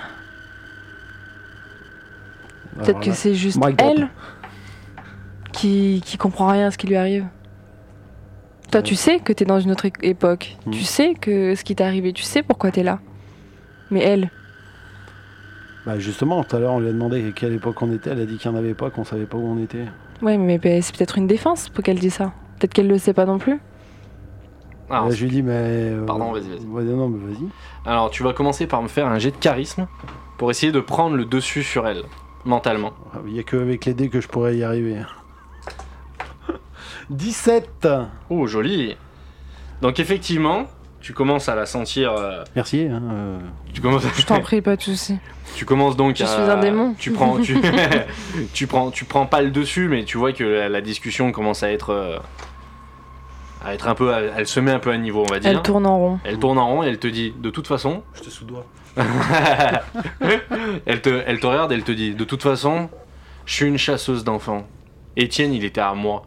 Peut-être Alors que là, c'est juste Mic drop. elle qui, qui comprend rien à ce qui lui arrive. Toi, tu sais que t'es dans une autre é- époque. Hmm. Tu sais que ce qui t'est arrivé, tu sais pourquoi t'es là. Mais elle, bah, justement, tout à l'heure on lui a demandé à quelle époque on était, elle a dit qu'il n'y en avait pas, qu'on savait pas où on était. ouais, mais bah, c'est peut-être une défense pour qu'elle dise ça. Peut-être qu'elle le sait pas non plus. Ah, Là, je lui dis mais... euh, Pardon, vas-y, vas-y. ouais, non, mais vas-y. Alors, tu vas commencer par me faire un jet de charisme pour essayer de prendre le dessus sur elle, mentalement. Ah, Il n'y a que avec les dés que je pourrais y arriver. 17 Oh, joli. Donc, effectivement, tu commences à la sentir. euh, Merci. hein, euh. tu commences à. Je t'en prie, pas de soucis. Tu commences donc Je à. suis un démon. Tu prends, tu, tu prends, tu prends pas le dessus, mais tu vois que la, la discussion commence à être, euh, à être un peu, à- elle se met un peu à niveau, on va dire. Elle tourne en rond. Elle tourne en rond et elle te dit, de toute façon. Je te sous-dois. elle te, elle te regarde et elle te dit, de toute façon, je suis une chasseuse d'enfants. Étienne, il était à moi.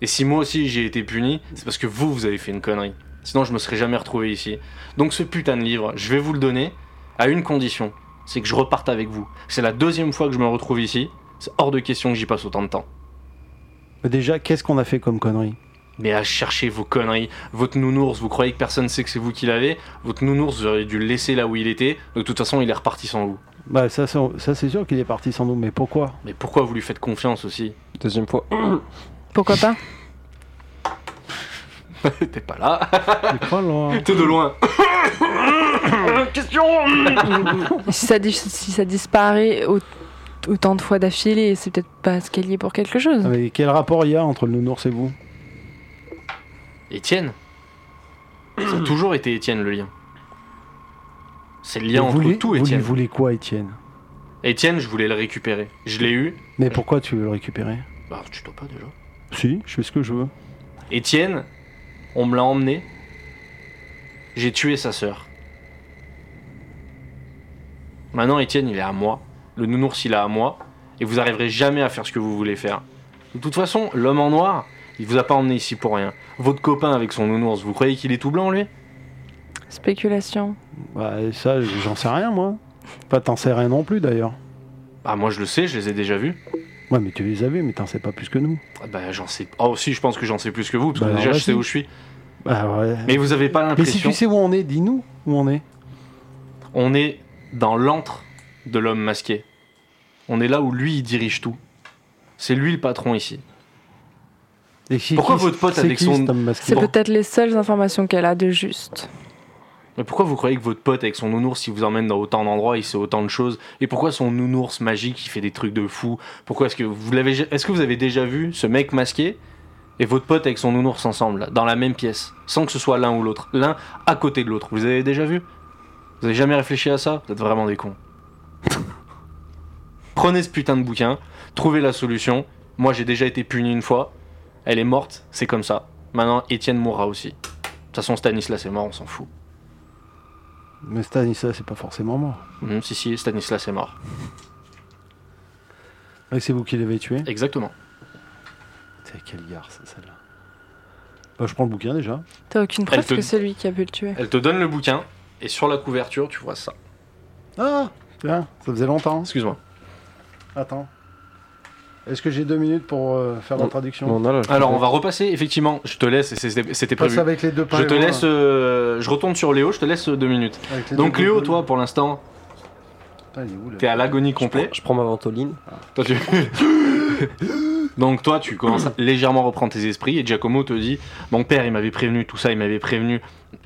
Et si moi aussi j'ai été puni, c'est parce que vous, vous avez fait une connerie. Sinon, je me serais jamais retrouvé ici. Donc, ce putain de livre, je vais vous le donner à une condition c'est que je reparte avec vous. C'est la deuxième fois que je me retrouve ici. C'est hors de question que j'y passe autant de temps. Déjà, qu'est-ce qu'on a fait comme connerie Mais à chercher vos conneries, votre nounours, vous croyez que personne sait que c'est vous qui l'avez Votre nounours, vous auriez dû le laisser là où il était. De toute façon, il est reparti sans vous. Bah, ça, c'est- ça, c'est sûr qu'il est parti sans nous, mais pourquoi Mais pourquoi vous lui faites confiance aussi Deuxième fois. Pourquoi pas T'es pas là. C'est pas loin. T'es de loin. si, ça, dis- si ça disparaît au- autant de fois d'affilée, et c'est peut-être pas ce qu'elle y est pour quelque chose. Ah, mais quel rapport il y a entre le nounours et vous Étienne Ça a toujours été Étienne le lien. C'est le lien Mais entre vous voulez- tout, vous Étienne. lui voulez quoi, Étienne Étienne, je voulais le récupérer. Je l'ai eu. Mais pourquoi tu veux le récupérer Bah, tu dois pas déjà. Si, je fais ce que je veux. Étienne, on me l'a emmené. J'ai tué sa sœur. Maintenant, Étienne, il est à moi. Le nounours, il est à moi. Et vous arriverez jamais à faire ce que vous voulez faire. De toute façon, l'homme en noir, il vous a pas emmené ici pour rien. Votre copain avec son nounours, vous croyez qu'il est tout blanc, lui Spéculation. Bah, et ça, j'en sais rien, moi. Pas t'en sais rien non plus, d'ailleurs. Bah, moi, je le sais, je les ai déjà vus. Ouais, mais tu les as vus, mais t'en sais pas plus que nous. Ah Bah, j'en sais. Oh, si, je pense que j'en sais plus que vous, parce Bah, que déjà, alors là, je sais si. où je suis. Bah, ouais. Mais vous avez pas Mais si l'impression. tu sais où on est, dis-nous où on est. On est dans l'antre de l'homme masqué. On est là où lui, il dirige tout. C'est lui le patron ici. Et c'est Pourquoi qui- votre pote c'est avec qui, son- cet homme masqué C'est Bon. peut-être les seules informations qu'elle a de juste. Mais pourquoi vous croyez que votre pote avec son nounours, il vous emmène dans autant d'endroits, il sait autant de choses Et pourquoi son nounours magique, il fait des trucs de fou Pourquoi est-ce que vous l'avez Est-ce que vous avez déjà vu ce mec masqué et votre pote avec son nounours ensemble, là, dans la même pièce, sans que ce soit l'un ou l'autre, l'un à côté de l'autre Vous les avez déjà vu Vous avez jamais réfléchi à ça Vous êtes vraiment des cons. Prenez ce putain de bouquin, trouvez la solution. Moi, j'ai déjà été puni une fois. Elle est morte, c'est comme ça. Maintenant, Étienne mourra aussi. De toute façon, Stanislas est mort, on s'en fout. Mais Stanislas, c'est pas forcément mort. Mhm, si, si, Stanislas est mort. Et Ah, c'est vous qui l'avez tué. Exactement. C'est quel gare, ça, celle-là Bah, je prends le bouquin déjà. T'as aucune preuve te- que c'est lui qui a pu le tuer. Elle te donne le bouquin, et sur la couverture, tu vois ça. Ah Tiens, ça faisait longtemps. Excuse-moi. Attends. Est-ce que j'ai deux minutes pour euh, faire la traduction On a là, je- Alors, on va repasser, effectivement, je te laisse, et c'est- c'était Passe prévu. avec les deux Je te pains, laisse, voilà. euh, je retourne sur Léo, je te laisse euh, deux minutes. Avec les Donc deux Léo, pains. toi, pour l'instant, Putain, il est où, là t'es à l'agonie je prends- complète. je prends ma ventoline. Toi, tu- Donc toi, tu commences à légèrement reprendre tes esprits et Giacomo te dit, mon père, il m'avait prévenu, tout ça, il m'avait prévenu.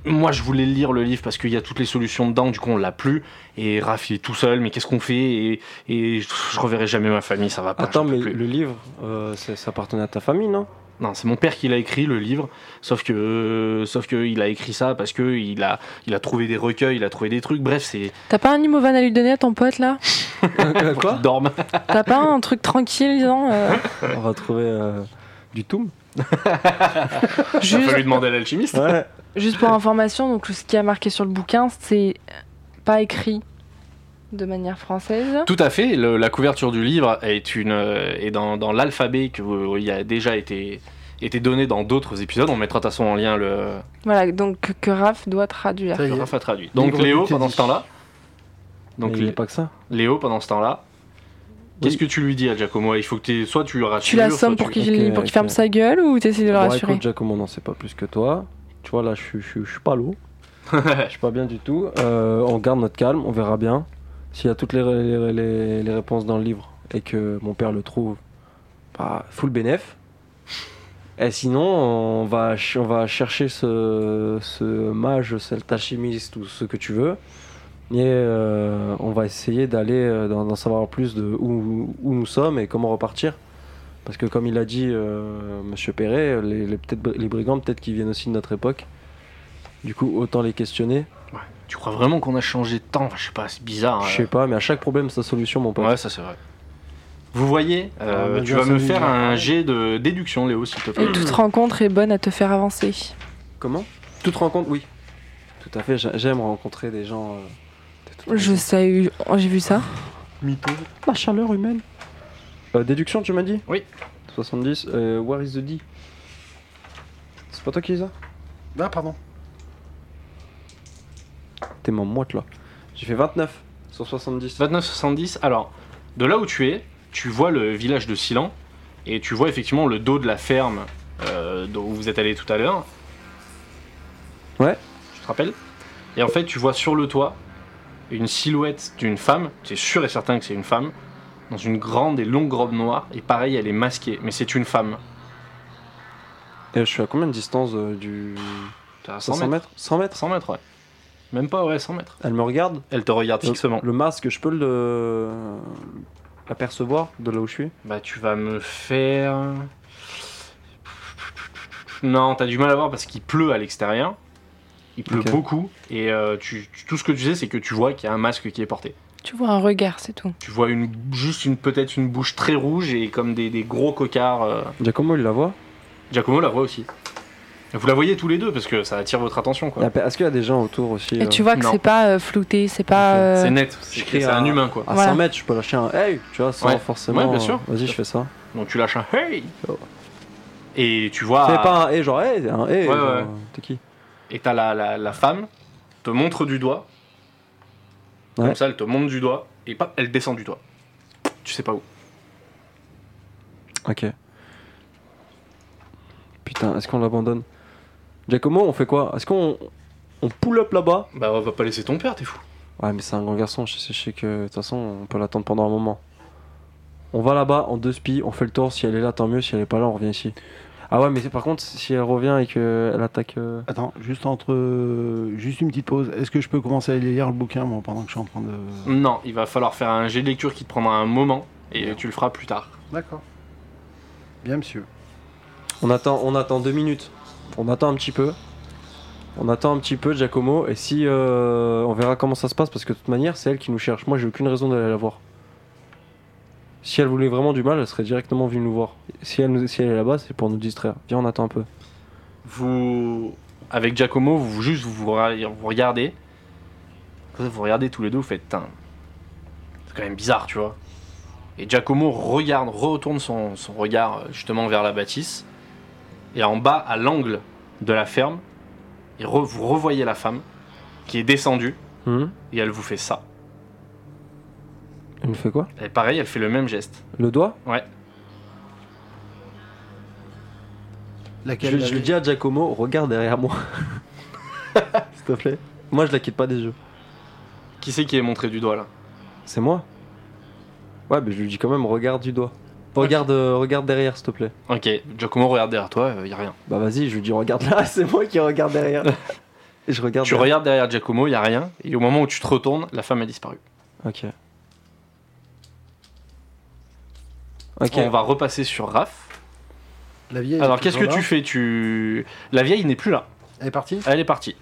Moi, je voulais lire le livre parce qu'il y a toutes les solutions dedans, du coup, on l'a plus. Et Raph, il est tout seul, mais qu'est-ce qu'on fait et, et je je reverrai jamais ma famille, ça va pas. Attends, j'en peux mais plus. le livre, euh, ça ça appartenait à ta famille, non Non, c'est mon père qui l'a écrit le livre, sauf que, euh, sauf que il a écrit ça parce que il a, il a trouvé des recueils, il a trouvé des trucs. Bref, c'est T'as pas un imovan à lui donner à ton pote là pour qu'il dorme. T'as pas un truc tranquille disant euh, On va trouver euh, du toum. Il a juste, fallu demander à l'alchimiste. Ouais. juste pour information, donc ce qui a marqué sur le bouquin, c'est pas écrit de manière française. Tout à fait. le- la couverture du livre est une euh, est dans, dans l'alphabet qui a déjà été été donné dans d'autres épisodes. On mettra de toute façon en lien le Voilà, donc que- que Raph doit traduire. Ça y que est. Raph a traduit. Donc Livre Léo du pendant Teddy. ce temps-là. Donc Donc il n'y a pas que ça. Léo pendant ce temps-là. Qu'est-ce que tu lui dis à Giacomo Il faut que t'aies- soit tu le rassures. Tu la soit sommes tu- pour qu'il ok, pour ok. qu'il ferme sa gueule ou t'essayes de le Bon, rassurer écoute, Giacomo, non, c'est pas plus que toi. Tu vois, là, je suis- je suis- je suis pas l'eau. Je suis pas bien du tout. Euh, on garde notre calme, on verra bien. S'il y a toutes les, les- les- les réponses dans le livre et que mon père le trouve, bah, full bénéf. Et sinon, on va, ch- on va chercher ce, ce mage, cet alchimiste ou ce que tu veux. Et euh, on va essayer d'aller euh, d'en d'en savoir plus de où, où nous sommes et comment repartir. Parce que comme il a dit euh, Monsieur Perret, les, les, peut-être- les brigands peut-être qu'ils viennent aussi de notre époque. Du coup, autant les questionner. Ouais. Tu crois vraiment qu'on a changé de temps Enfin, Je sais pas, c'est bizarre. Je euh. sais pas, mais à chaque problème sa solution, mon pote. Ouais, ça c'est vrai. Vous voyez, euh, Ah, mais tu bien, vas me ça, faire oui. un jet de déduction, Léo, s'il te plaît. Et toute rencontre est bonne à te faire avancer. Comment Toute rencontre, oui. Tout à fait, j'a- j'aime rencontrer des gens. euh, de toutes Je les- sais, oh, j'ai vu ça. La chaleur humaine. Euh, déduction, tu m'as dit Oui. 70, euh, where is the D C'est pas toi qui les as Ah, pardon. T'es ma moite là. J'ai fait 29 sur 70. 2970, alors, de là où tu es, tu vois le village de Silan, et tu vois effectivement le dos de la ferme euh, d'où vous êtes allé tout à l'heure. Ouais. Tu te rappelles Et en fait, tu vois sur le toit une silhouette d'une femme, tu es sûr et certain que c'est une femme, dans une grande et longue robe noire, et pareil, elle est masquée, mais c'est une femme. Et je suis à combien de distance euh, du. T'es à 100 mètres 100 mètres 100 mètres, ouais. Même pas, ouais, 100 mètres. Elle me regarde Elle te regarde Le- fixement. Le masque, je peux le. apercevoir de là où je suis Bah, tu vas me faire. Non, t'as du mal à voir parce qu'il pleut à l'extérieur. Il pleut Ok. beaucoup. Et euh, tu, tu- tout ce que tu sais, c'est que tu vois qu'il y a un masque qui est porté. Tu vois un regard, c'est tout. Tu vois une, juste une, peut-être une bouche très rouge et comme des, des gros cocards. euh. Giacomo, il la voit Giacomo la voit aussi. Vous la voyez tous les deux parce que ça attire votre attention, quoi. Y a pe- Est-ce qu'il y a des gens autour aussi Et euh, tu vois que non. c'est pas euh, flouté, c'est pas. Ok. euh, C'est net, Ah. c'est je crie c'est à- un humain, quoi. À Voilà. 100 mètres, je peux lâcher un hey, tu vois, sans Ouais. forcément. Ouais, bien sûr. euh, Vas-y, je fais ça. Donc tu lâches un hey Oh. Et tu vois. C'est pas un hey, genre hey, un hey. Ah. Ouais, genre, ouais. T'es qui Et t'as la, la, la femme, te montre du doigt. Comme Ouais. ça, elle te montre du doigt, et paf, elle descend du doigt. Tu sais pas où. Ok. Putain, est-ce qu'on l'abandonne Giacomo, on fait quoi Est-ce qu'on on pull up là-bas Bah, on va pas laisser ton père, t'es fou. Ouais, mais c'est un grand garçon, je sais, je sais que de toute façon, on peut l'attendre pendant un moment. On va là-bas en deux spies, on fait le tour. Si elle est là, tant mieux. Si elle est pas là, on revient ici. Ah ouais, mais c'est- par contre, si elle revient et qu'elle attaque. euh, Attends, juste entre. euh, Juste une petite pause. Est-ce que je peux commencer à aller lire le bouquin, moi, pendant que je suis en train de. Non, il va falloir faire un jet de lecture qui te prendra un moment, et tu le feras plus tard. D'accord. Bien, monsieur. On attend, on attend deux minutes. On attend un petit peu. On attend un petit peu Giacomo et si euh, on verra comment ça se passe parce que de toute manière c'est elle qui nous cherche. Moi j'ai aucune raison d'aller la voir. Si elle voulait vraiment du mal, elle serait directement venue nous voir. Si elle, nous- si elle est là-bas, c'est pour nous distraire. Viens, on attend un peu. Vous. Avec Giacomo, vous juste vous, vous vous regardez. Vous regardez tous les deux, vous faites. "Tain, C'est quand même bizarre, tu vois. Et Giacomo regarde, retourne son, son regard euh, justement vers la bâtisse. Et en bas, à l'angle de la ferme, et re- vous revoyez la femme qui est descendue Hum, et elle vous fait ça. Elle nous fait quoi Et pareil, elle fait le même geste. Le doigt Laquelle je, je lui dis à Giacomo, regarde derrière moi. S'il te plaît. Moi je la quitte pas des yeux. Qui c'est qui est montré du doigt là C'est moi Ouais, mais je lui dis quand même, regarde du doigt. Regarde, euh, regarde derrière, s'il te plaît. Ok, Giacomo regarde derrière toi, il y a rien. Bah vas-y, je lui dis regarde là, c'est moi qui regarde derrière. Et je regarde. Tu derrière. regardes derrière Giacomo, il y a rien. Et au moment où tu te retournes, la femme a disparu. Ok. Ok. On va repasser sur Raph. La vieille. Alors est qu'est-ce que toujours tu là fais Tu la vieille n'est plus là. Elle est partie Elle est partie.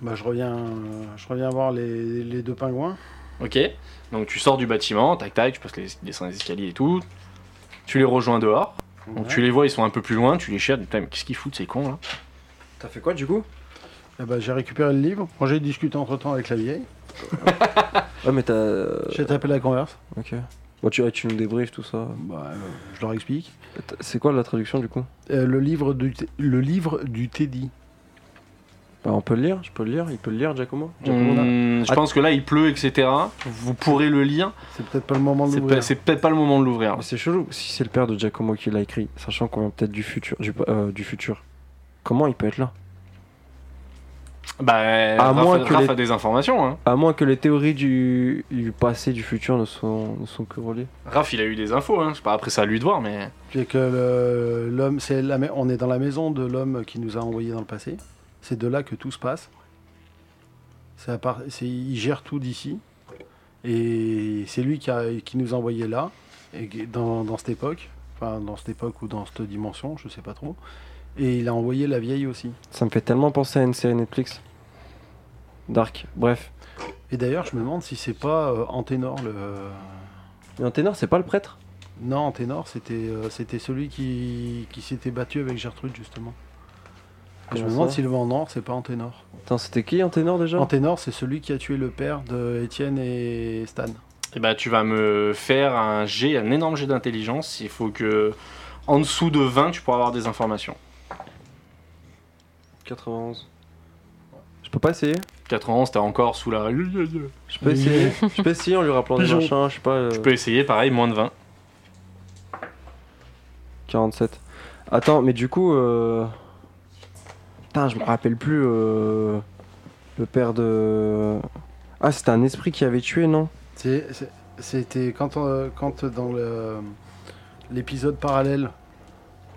Bah, je reviens. euh, Je reviens voir les, les deux pingouins. Ok. Donc tu sors du bâtiment, tac tac, tu passes les descends les escaliers et tout. Tu les rejoins dehors. Donc Ouais. tu les vois, ils sont un peu plus loin. Tu les cherches. Putain, mais qu'est-ce qu'ils foutent ces cons là T'as fait quoi du coup Eh ben, j'ai récupéré le livre. Moi, j'ai discuté entre temps avec la vieille. Ouais, Euh. mais t'as. euh, J'ai tapé la converse. Ok. Bon, tu, ouais, tu nous débriefes tout ça. Bah, euh, je leur explique. T'as- C'est quoi la traduction du coup Euh, le, livre du T- le livre du Teddy. Bah, on peut le lire, je peux le lire, il peut le lire, Giacomo. Giacomo, là. Hmm, Je Ah. pense que là il pleut, etc. Vous pourrez le lire. C'est peut-être pas le moment de C'est pas- l'ouvrir. c'est peut-être pas le moment de l'ouvrir. Mais c'est chelou si c'est le père de Giacomo qui l'a écrit, sachant qu'on vient peut-être du futur. Du, euh, du futur. Comment il peut être là Bah, Raph, moins que Raph les- a des informations. Hein. À moins que les théories du, du passé, du futur ne sont, ne sont que reliées. Raph, il a eu des infos. Hein. Je sais pas après ça à lui de voir, mais Puis que le- l'homme, c'est la, ma- on est dans la maison de l'homme qui nous a envoyés dans le passé. C'est de là que tout se passe. C'est à part, c'est, il gère tout d'ici. Et c'est lui qui, a- qui nous a envoyés là, et qui- dans, dans cette époque, enfin dans cette époque ou dans cette dimension, je sais pas trop. Et il a envoyé la vieille aussi. Ça me fait tellement penser à une série Netflix. Dark, bref. Et d'ailleurs, je me demande si c'est pas euh, Anténor le. Mais un ténor, c'est pas le prêtre Non, Anténor, c'était, euh, c'était celui qui, qui s'était battu avec Gertrude justement. Et je Comment me demande ça si le vent nord, c'est pas Anténor. Attends, c'était qui un ténor déjà Anténor, c'est celui qui a tué le père de Étienne et Stan. Eh ben, tu vas me faire un jet, un énorme jet d'intelligence. Il faut que, en dessous de 20, tu pourras avoir des informations. 91. Je peux pas essayer 91, t'es encore sous la. Je peux essayer Je peux essayer en lui rappelant des Pigeon. machins, je sais pas. euh, Tu peux essayer, pareil, moins de 20. 47. Attends, mais du coup. Euh... Putain, je me rappelle plus. euh, Le père de. Ah, c'était un esprit qui avait tué, non C'est- c'est- C'était quand, on- quand dans le- l'épisode parallèle,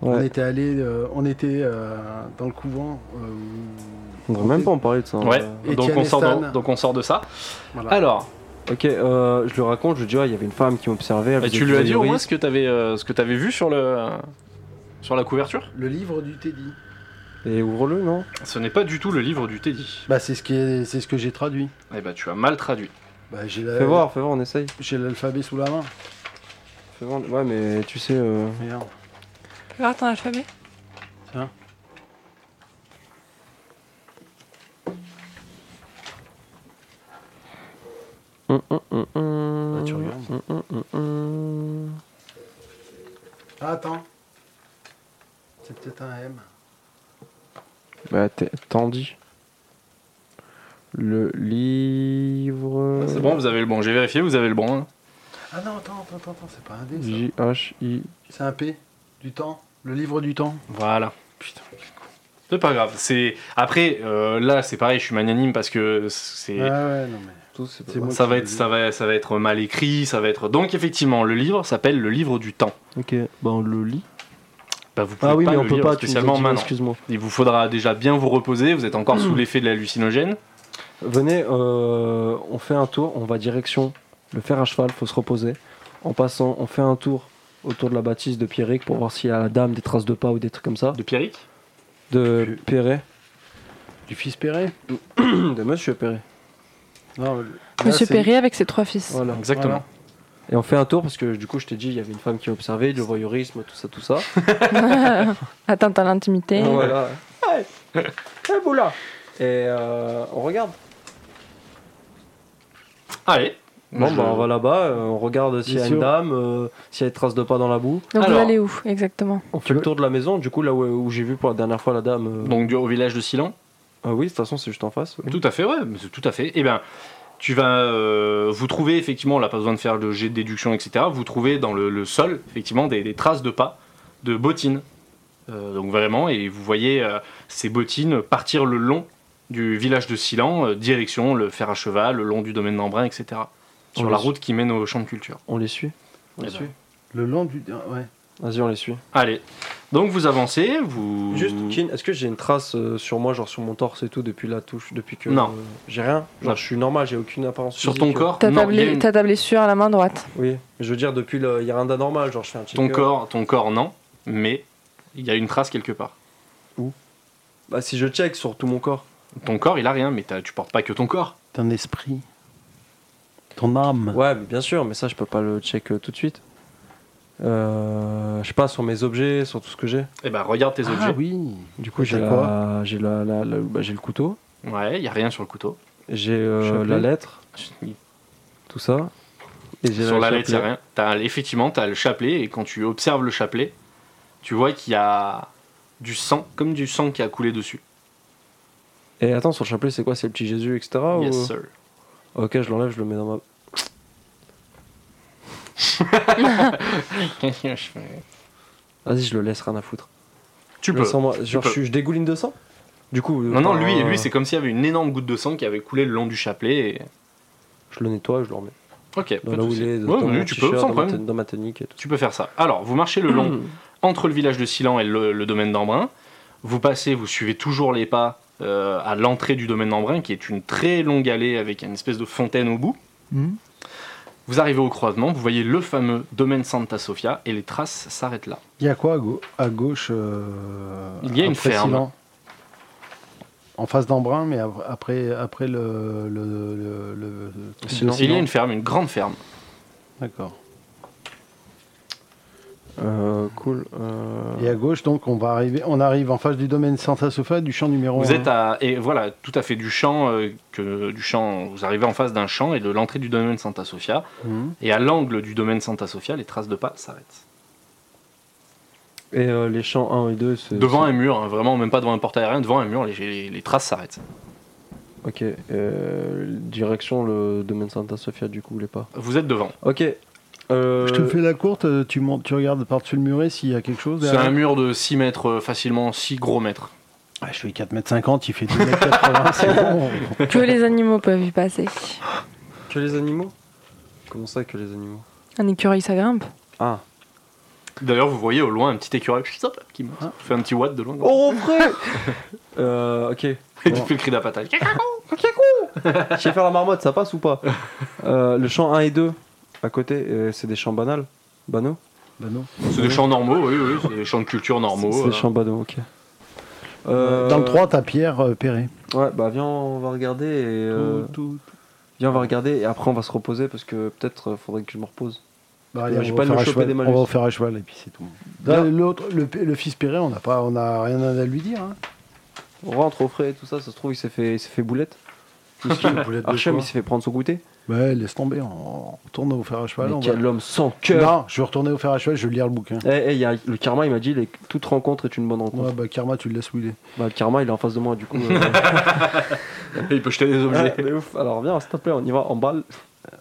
on Ouais. était allé, euh, on était euh, dans le couvent. euh, où- On devrait même pas en parler de ça. hein. Ouais, Étienne donc on, et sort Stan. de, donc on sort de ça. Voilà. Alors, Ok, euh, je le raconte, je lui dis, ouais, il y avait une femme qui m'observait. elle Et bah, faisait tu du lui as dit au voyeurisme. moins ce que t'avais euh, ce que t'avais vu sur le sur la couverture Le livre du Teddy. Et ouvre-le, non Ce n'est pas du tout le livre du Teddy. Bah, c'est ce, qui est- c'est ce que j'ai traduit. Eh bah tu as mal traduit. Bah, j'ai Fais la- voir, fais voir, on essaye. j'ai l'alphabet sous la main. Fais voir. Ouais, mais tu sais. euh, Merde. Tu voir ton alphabet hum, hum, hum, hum, Ah, tu regardes. hum, hum, hum, hum. Ah, attends. C'est peut-être un M. Bah, t'es- tandis. Le livre. Ah, C'est bon, vous avez le bon. J'ai vérifié, vous avez le bon. hein. Ah non, attends, attends, attends, attends, c'est pas un D, ça. J-H-I. C'est un P. Du temps. Le livre du temps. Voilà. Putain. C'est pas grave. C'est après euh, là c'est pareil. Je suis magnanime parce que c'est Ouais, Ah, ouais, non, mais. C'est C'est moi ça qui va l'ai être dit. ça va ça va être mal écrit. Ça va être donc effectivement le livre s'appelle le livre du temps. Ok, bah on le lit. Bah vous pouvez Ah oui, pas mais le on peut lire pas, tu nous as spécialement dit, maintenant. Excuse-moi. Il vous faudra déjà bien vous reposer. Vous êtes encore Hmm. sous l'effet de l'hallucinogène. Venez, euh, on fait un tour, on va direction le fer à cheval, faut se reposer. En passant, on fait un tour autour de la bâtisse de Pierrick pour voir s'il y a la dame, des traces de pas ou des trucs comme ça. De Pierrick. De Perret. Du fils Perret de Monsieur Perret. Non, là, Monsieur c'est- Perry avec ses trois fils. Voilà. Exactement. Et on fait un tour parce que du coup, je t'ai dit, il y avait une femme qui observait, du voyeurisme, tout ça, tout ça. Atteinte à l'intimité. Et voilà. Hey, hey, Eh, Boula Et euh, on regarde. Allez. Bon, Je- bah, on va là-bas, euh, on regarde s'il y a Bien une sûr. dame, euh, s'il y a des traces de pas dans la boue. Donc vous Alors. allez où exactement On fait le tour de la maison, du coup, là où, où j'ai vu pour la dernière fois la dame. euh, Donc du- au village de Silan. Ah oui, de toute façon, c'est juste en face. oui. Tout à fait, ouais, mais c'est tout à fait. Eh bien, tu vas euh, vous trouver, effectivement, on n'a pas besoin de faire de jet de déduction, etc. Vous trouvez dans le, le sol, effectivement, des, des traces de pas, de bottines. Euh, donc vraiment, et vous voyez euh, ces bottines partir le long du village de Silan, euh, direction le fer à cheval, le long du domaine d'Embrun, etc. Sur On la les- route qui mène au champ de culture. On les suit. On Eh les ben. suit. Le long du. ah, Ouais. Vas-y, on les suit. Allez, donc vous avancez, vous... Juste, Kin, est-ce que j'ai une trace euh, sur moi, genre sur mon torse et tout, depuis la touche, depuis que. Non. euh, j'ai rien. Genre, je suis normal, j'ai aucune apparence. Sur ton physique, corps, T'as ta, non, il y a blé- une- t'as ta blessure à la main droite. euh, Oui. Mais Je veux dire, depuis le. Il y a rien d'anormal, genre je fais un check ton euh, corps, ton corps, non, mais il y a une trace quelque part. Bah, si je check sur tout mon corps. Ton corps, il a rien, mais t'as- tu portes pas que ton corps. Ton esprit. Ton Ah. âme. Ouais, mais bien sûr, mais ça, je peux pas le check euh, tout de suite. Euh, je sais pas, sur mes objets, sur tout ce que j'ai. Eh ben, regarde tes ah objets. oui. Du coup, j'ai T'as la, j'ai la, la- la- bah, j'ai le couteau, Ouais, y a rien sur le couteau. j'ai euh, Chapelet. la lettre, tout ça. Et j'ai Sur la chapelet. lettre, y a rien. T'as- effectivement, t'as le chapelet, et quand tu observes le chapelet, tu vois qu'il y a du sang, comme du sang qui a coulé dessus. Et attends, sur le chapelet, c'est quoi C'est le petit Jésus, etc. ou- yes, sir. Ok, je l'enlève, je le mets dans ma. Vas-y, je le laisse, rien à foutre. tu Le peux. sang, moi, genre, peux. je, suis- je dégouline de sang Du coup. Non, non, par lui, un- lui c'est comme s'il y avait une énorme goutte de sang qui avait coulé le long du chapelet. et- Je le nettoie, je le remets. Ok, pas Dans de là où souci. il est, dans Ouais, mon oui, tu peux, t-shirt, sans dans, ma problème. ten- dans ma tonique et tout. Tu peux faire ça. Alors, vous marchez le long entre le village de Silan et le, le domaine d'Embrun. Vous passez, vous suivez toujours les pas euh, à l'entrée du domaine d'Embrun, qui est une très longue allée avec une espèce de fontaine au bout. Hmm Vous arrivez au croisement, vous voyez le fameux domaine Santa Sofia et les traces s'arrêtent là. Il y a quoi à, gau- à gauche euh, Il y a une après ferme. Silan En face d'Embrun, mais ap- après, après le. le, le, le- le- Silan. Il y a une ferme, une grande ferme. D'accord. Euh, cool. euh, Et à gauche, donc, on va arriver. On arrive en face du domaine Santa Sofa du champ numéro Vous 1. êtes à et voilà tout à fait du champ euh, que du champ. Vous arrivez en face d'un champ et de l'entrée du domaine Santa Sofia Mhm. et à l'angle du domaine Santa Sofia, les traces de pas s'arrêtent. Et euh, les champs 1 et 2, c'est. Devant Euh, c'est- un mur, hein, vraiment même pas devant un portail aérien, devant un mur, les, les- les traces s'arrêtent. Ok, euh, direction le domaine Santa Sofia, du coup, les pas. Vous êtes devant. Ok. euh, Je te fais la courte, euh, tu, montes, tu regardes par-dessus le muret s'il y a quelque chose. C'est derrière. un mur de 6 mètres euh, facilement, 6 gros mètres. Ah, je fais 4m50, il fait 2m80, c'est bon. Que les animaux peuvent y passer. Que les animaux Comment ça, que les animaux Un écureuil, ça grimpe. Ah. D'ailleurs, vous voyez au loin un petit écureuil hop, qui Ah. monte. Fait un petit watt de loin. Oh, frère euh, Ok. Et tu fais le cri de la patate. Je sais faire la marmotte, ça passe ou pas Euh, Le champ 1 et 2, à côté, euh, c'est des champs banals Banaux Bah non. C'est des champs normaux, oui, oui, c'est des champs de culture normaux. C'est des euh. champs banaux, ok. Dans le Euh, 3, t'as Pierre euh, Perret. Ouais, bah viens, on va regarder. Et, euh, Viens, on va regarder et après on va se reposer parce que peut-être euh, faudrait que je me repose. Bah, Ouais, on j'ai va pas faire le à choper cheval- des malus. On va faire à cheval et puis c'est tout. Bien. Là, L'autre, le, le fils Perret, on n'a pas, on n'a rien à lui dire. hein. On rentre au frais et tout ça, ça se trouve, il s'est fait, il s'est fait boulette. Boulette de Ah, Archem, quoi il s'est fait prendre son goûter. Ouais, laisse tomber. On retourne au fer à cheval. Mais on va- quel homme sans cœur Non, je vais retourner au fer à cheval. Je vais lire le bouquin. bah. Eh, eh, il y a- Le karma, il m'a dit les- toute rencontre est une bonne rencontre. Ouais, bah Karma, tu le laisses où il est. Bah, le karma, il est en face de moi, du coup. euh, Il peut jeter des objets. ouais, de Ah, ouf. Alors viens, s'il te plaît, on y va en balle.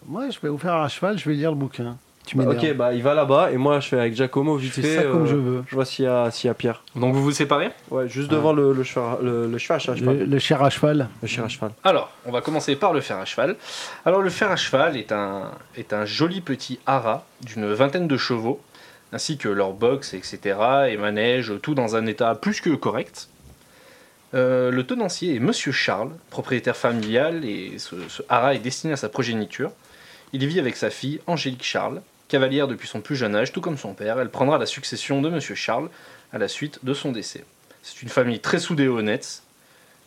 Moi, je vais au fer à cheval. Je vais lire le bouquin. Tu Bah, m'énerves. ok, bah il va là-bas et moi je fais avec Giacomo je vite fais fait. ça comme euh, je veux. je vois s'il y, a- s'il y a Pierre. Donc vous vous séparez Ouais, juste devant le, le cheval. Le, le cheval, hein, cheval, Le, cheval. le cher à cheval. Le cheval, cheval. Alors, on va commencer par le fer à cheval. Alors, le fer à cheval est un, est un joli petit haras d'une vingtaine de chevaux, ainsi que leur box, etc., et manège, tout dans un état plus que correct. Euh, le tenancier est Monsieur Charles, propriétaire familial, et ce, ce haras est destiné à sa progéniture. Il vit avec sa fille Angélique Charles, cavalière depuis son plus jeune âge, tout comme son père. Elle prendra la succession de Monsieur Charles à la suite de son décès. C'est une famille très soudée et honnête,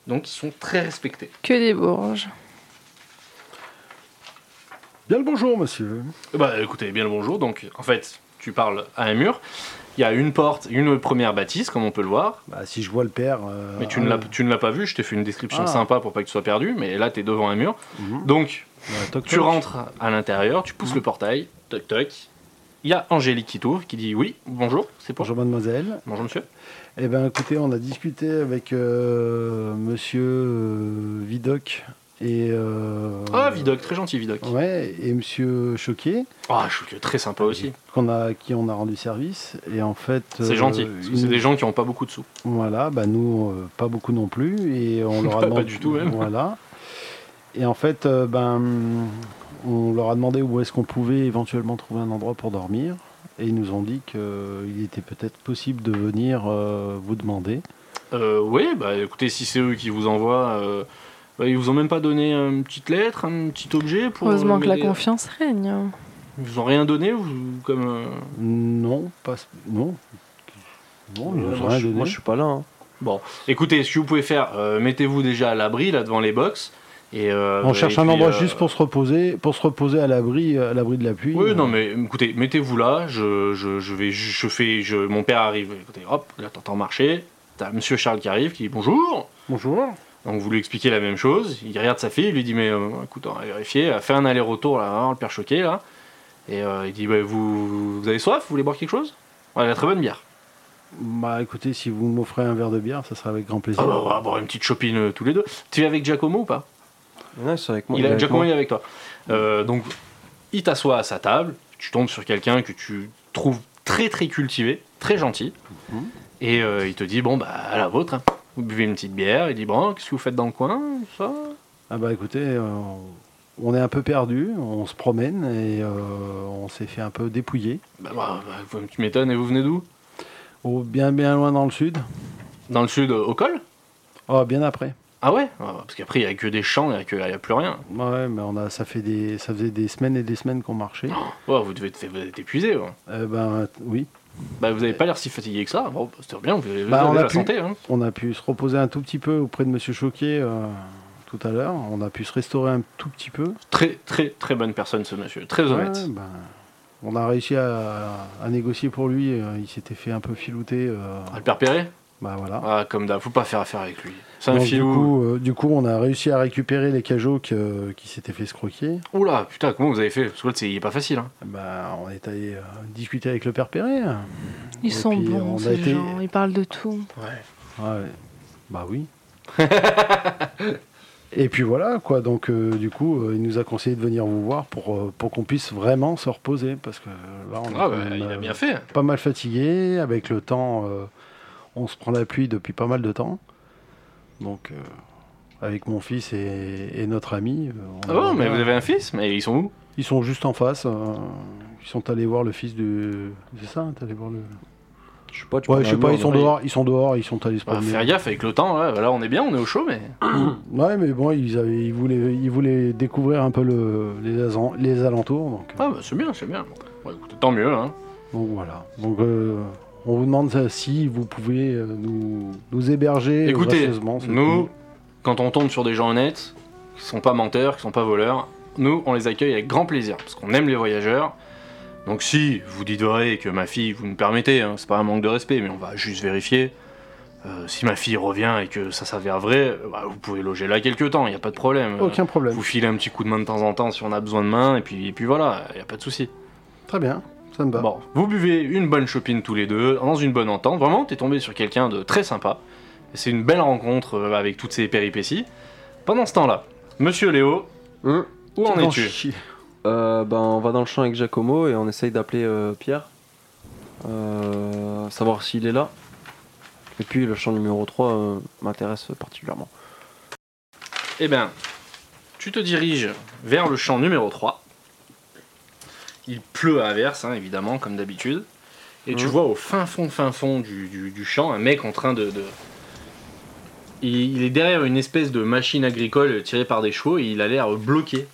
donc ils sont très respectés. Que des bourges. Bien le bonjour, monsieur. Bah écoutez, bien le bonjour. Donc en fait, tu parles à un mur. Il y a une porte, une première bâtisse, comme on peut le voir. Bah, si je vois le père. euh, Mais tu ne ah, l'as, tu ne l'as pas vu. Je t'ai fait une description Ah. sympa pour pas que tu sois perdu. Mais là, tu es devant un mur. Mhm. Donc bah, toc, tu toc. rentres à l'intérieur, tu Mmh. pousses le portail. Toc toc. Il y a Angélique qui t'ouvre, qui dit oui, bonjour, c'est pour. Bonjour, mademoiselle. Bonjour monsieur. Eh bien, écoutez, on a discuté avec euh, monsieur euh, Vidocq et. euh, Ah Vidoc, très gentil Vidoc. Ouais, et monsieur Choquet, Ah je suis très sympa aussi. qu'on a, qui on a rendu service. Et en fait. C'est euh, gentil. Parce que ils c'est nous- des gens qui ont pas beaucoup de sous. Voilà, bah nous, euh, pas beaucoup non plus. Et on leur a Pas- pas demandé. du tout, même. Voilà. Et en fait, euh, ben, on leur a demandé où est-ce qu'on pouvait éventuellement trouver un endroit pour dormir. Et ils nous ont dit qu'il était peut-être possible de venir euh, vous demander. Euh, oui, bah écoutez, si c'est eux qui vous envoient, euh, bah, ils vous ont même pas donné une petite lettre, un petit objet pour. euh, Heureusement que la m'aider. confiance règne. Ils vous ont rien donné vous, comme. euh, Non, pas. Non. Non, Oh, ils Euh, nous ont moi, rien je, donné. moi, je suis pas là. hein. Écoutez, ce que vous pouvez faire, euh, mettez-vous déjà à l'abri là devant les box. Et, euh, On et cherche puis, un endroit euh, juste pour se reposer, pour se reposer à l'abri, euh, à l'abri de la pluie. Oui, non, mais écoutez, mettez-vous là. Je, je, je vais, je fais, je, mon père arrive. Écoutez, hop, là t'entends marcher. T'as Monsieur Charles qui arrive, qui dit bonjour. Bonjour. Donc vous lui expliquez la même chose. Il regarde sa fille, il lui dit mais euh, écoute, on va vérifier. Elle fait un aller-retour là, vraiment, le père choqué là. Et euh, il dit bah, vous, vous avez soif Vous voulez boire quelque chose Ouais, la très bonne bière. Bah écoutez, si vous m'offrez un verre de bière, ça sera avec grand plaisir. Ah bah, on va boire une petite chopine euh, tous les deux. Tu es avec Giacomo ou pas Ouais, c'est avec moi. il est a, avec Giacomo moi. est avec toi. Euh, donc, il t'assoit à sa table, tu tombes sur quelqu'un que tu trouves très très cultivé, très gentil, Mhm. et euh, il te dit, bon, bah, à la vôtre, hein. vous buvez une petite bière, il dit, bon, qu'est-ce que vous faites dans le coin ça Ah bah écoutez, euh, on est un peu perdu, on se promène et euh, on s'est fait un peu dépouiller. bah, bah, bah, vous- Tu m'étonnes, et vous venez d'où Oh, bien bien loin dans le sud. Dans le sud, euh, au col Oh, bien après. Ah ouais Ah, Parce qu'après, il n'y a que des champs, il n'y a, que- il y a plus rien. Ouais, mais on a, ça fait des, ça faisait des semaines et des semaines qu'on marchait. Oh, vous devez vous êtes épuisé. ouais. Euh, ben oui. Bah, vous n'avez pas l'air si fatigué que ça. Bon, bah, c'est bien, vous avez, vous Bah, on avez a la pu. santé. hein. On a pu se reposer un tout petit peu auprès de Monsieur Choquet euh, tout à l'heure. On a pu se restaurer un tout petit peu. Très, très, très bonne personne, ce monsieur. Très honnête. Ouais, ben, on a réussi à, à négocier pour lui. euh, Il s'était fait un peu filouter. euh, Ah, le père Perret bah voilà. Ah, comme d'hab, faut pas faire affaire avec lui. C'est un Donc, du, filou. coup, euh, du coup, on a réussi à récupérer les cajots que- qui s'étaient fait escroquer. Oula, putain, comment vous avez fait Parce que l'autre, c'est- il est pas facile. Hein. Ben, on est allé euh, discuter avec le père Perret. Ils Et sont puis, on bons, a ces été- gens. Ils parlent de tout. Ouais. Bah oui. Et puis voilà, quoi. Donc, euh, du coup, euh, il nous a conseillé de venir vous voir pour, euh, pour qu'on puisse vraiment se reposer. Parce que là, on est Ah, quand bah, même, il a euh, bien fait. pas mal fatigué. Avec le temps, euh, on se prend la pluie depuis pas mal de temps. Donc, euh, avec mon fils et, et notre ami, euh, on Ah aimerait bon, mais bien- vous avez un fils Mais ils sont où ils sont juste en face. euh, ils sont allés voir le fils du. C'est ça, hein, t'es allé voir le. Je Je sais pas, tu Ouais, prends je sais un pas, mur, ils sont ouais. dehors, ils sont dehors, ils sont allés se Bah, promener. faire gaffe avec le temps, là, là on est bien, on est au chaud, mais. Ouais, mais bon, ils, avaient, ils, voulaient, ils voulaient découvrir un peu le, les, asen- les alentours. Donc, Ah, bah, c'est bien, c'est bien. Bon, écoute, tant mieux, hein. donc voilà. Donc, euh, on vous demande euh, si vous pouvez euh, nous, nous héberger Écoutez, gracieusement, c'est Nous, tout. quand on tombe sur des gens honnêtes, qui sont pas menteurs, qui sont pas voleurs, nous, on les accueille avec grand plaisir, parce qu'on aime les voyageurs. Donc si vous dites vrai que ma fille, vous me permettez, hein, c'est pas un manque de respect, mais on va juste vérifier. Euh, si ma fille revient et que ça s'avère vrai, euh, bah, vous pouvez loger là quelques temps, il a pas de problème. Euh, Aucun problème. Vous filez un petit coup de main de temps en temps si on a besoin de main, et puis, et puis voilà, il a pas de souci. Très bien, ça me va. Bon, vous buvez une bonne chopine tous les deux, dans une bonne entente. Vraiment, t'es tombé sur quelqu'un de très sympa. Et C'est une belle rencontre euh, avec toutes ces péripéties. Pendant ce temps-là, monsieur Léo, Hum. Hein où en T'en es-tu chies. Euh, ben, on va dans le champ avec Giacomo et on essaye d'appeler euh, Pierre. Euh, savoir s'il est là. Et puis le champ numéro 3 euh, m'intéresse particulièrement. Eh bien, tu te diriges vers le champ numéro 3. Il pleut à averse, hein, évidemment, comme d'habitude. Et tu Mhm. vois au fin fond, fin fond du, du- du champ, un mec en train de... de- Il, il est derrière une espèce de machine agricole tirée par des chevaux et il a l'air bloqué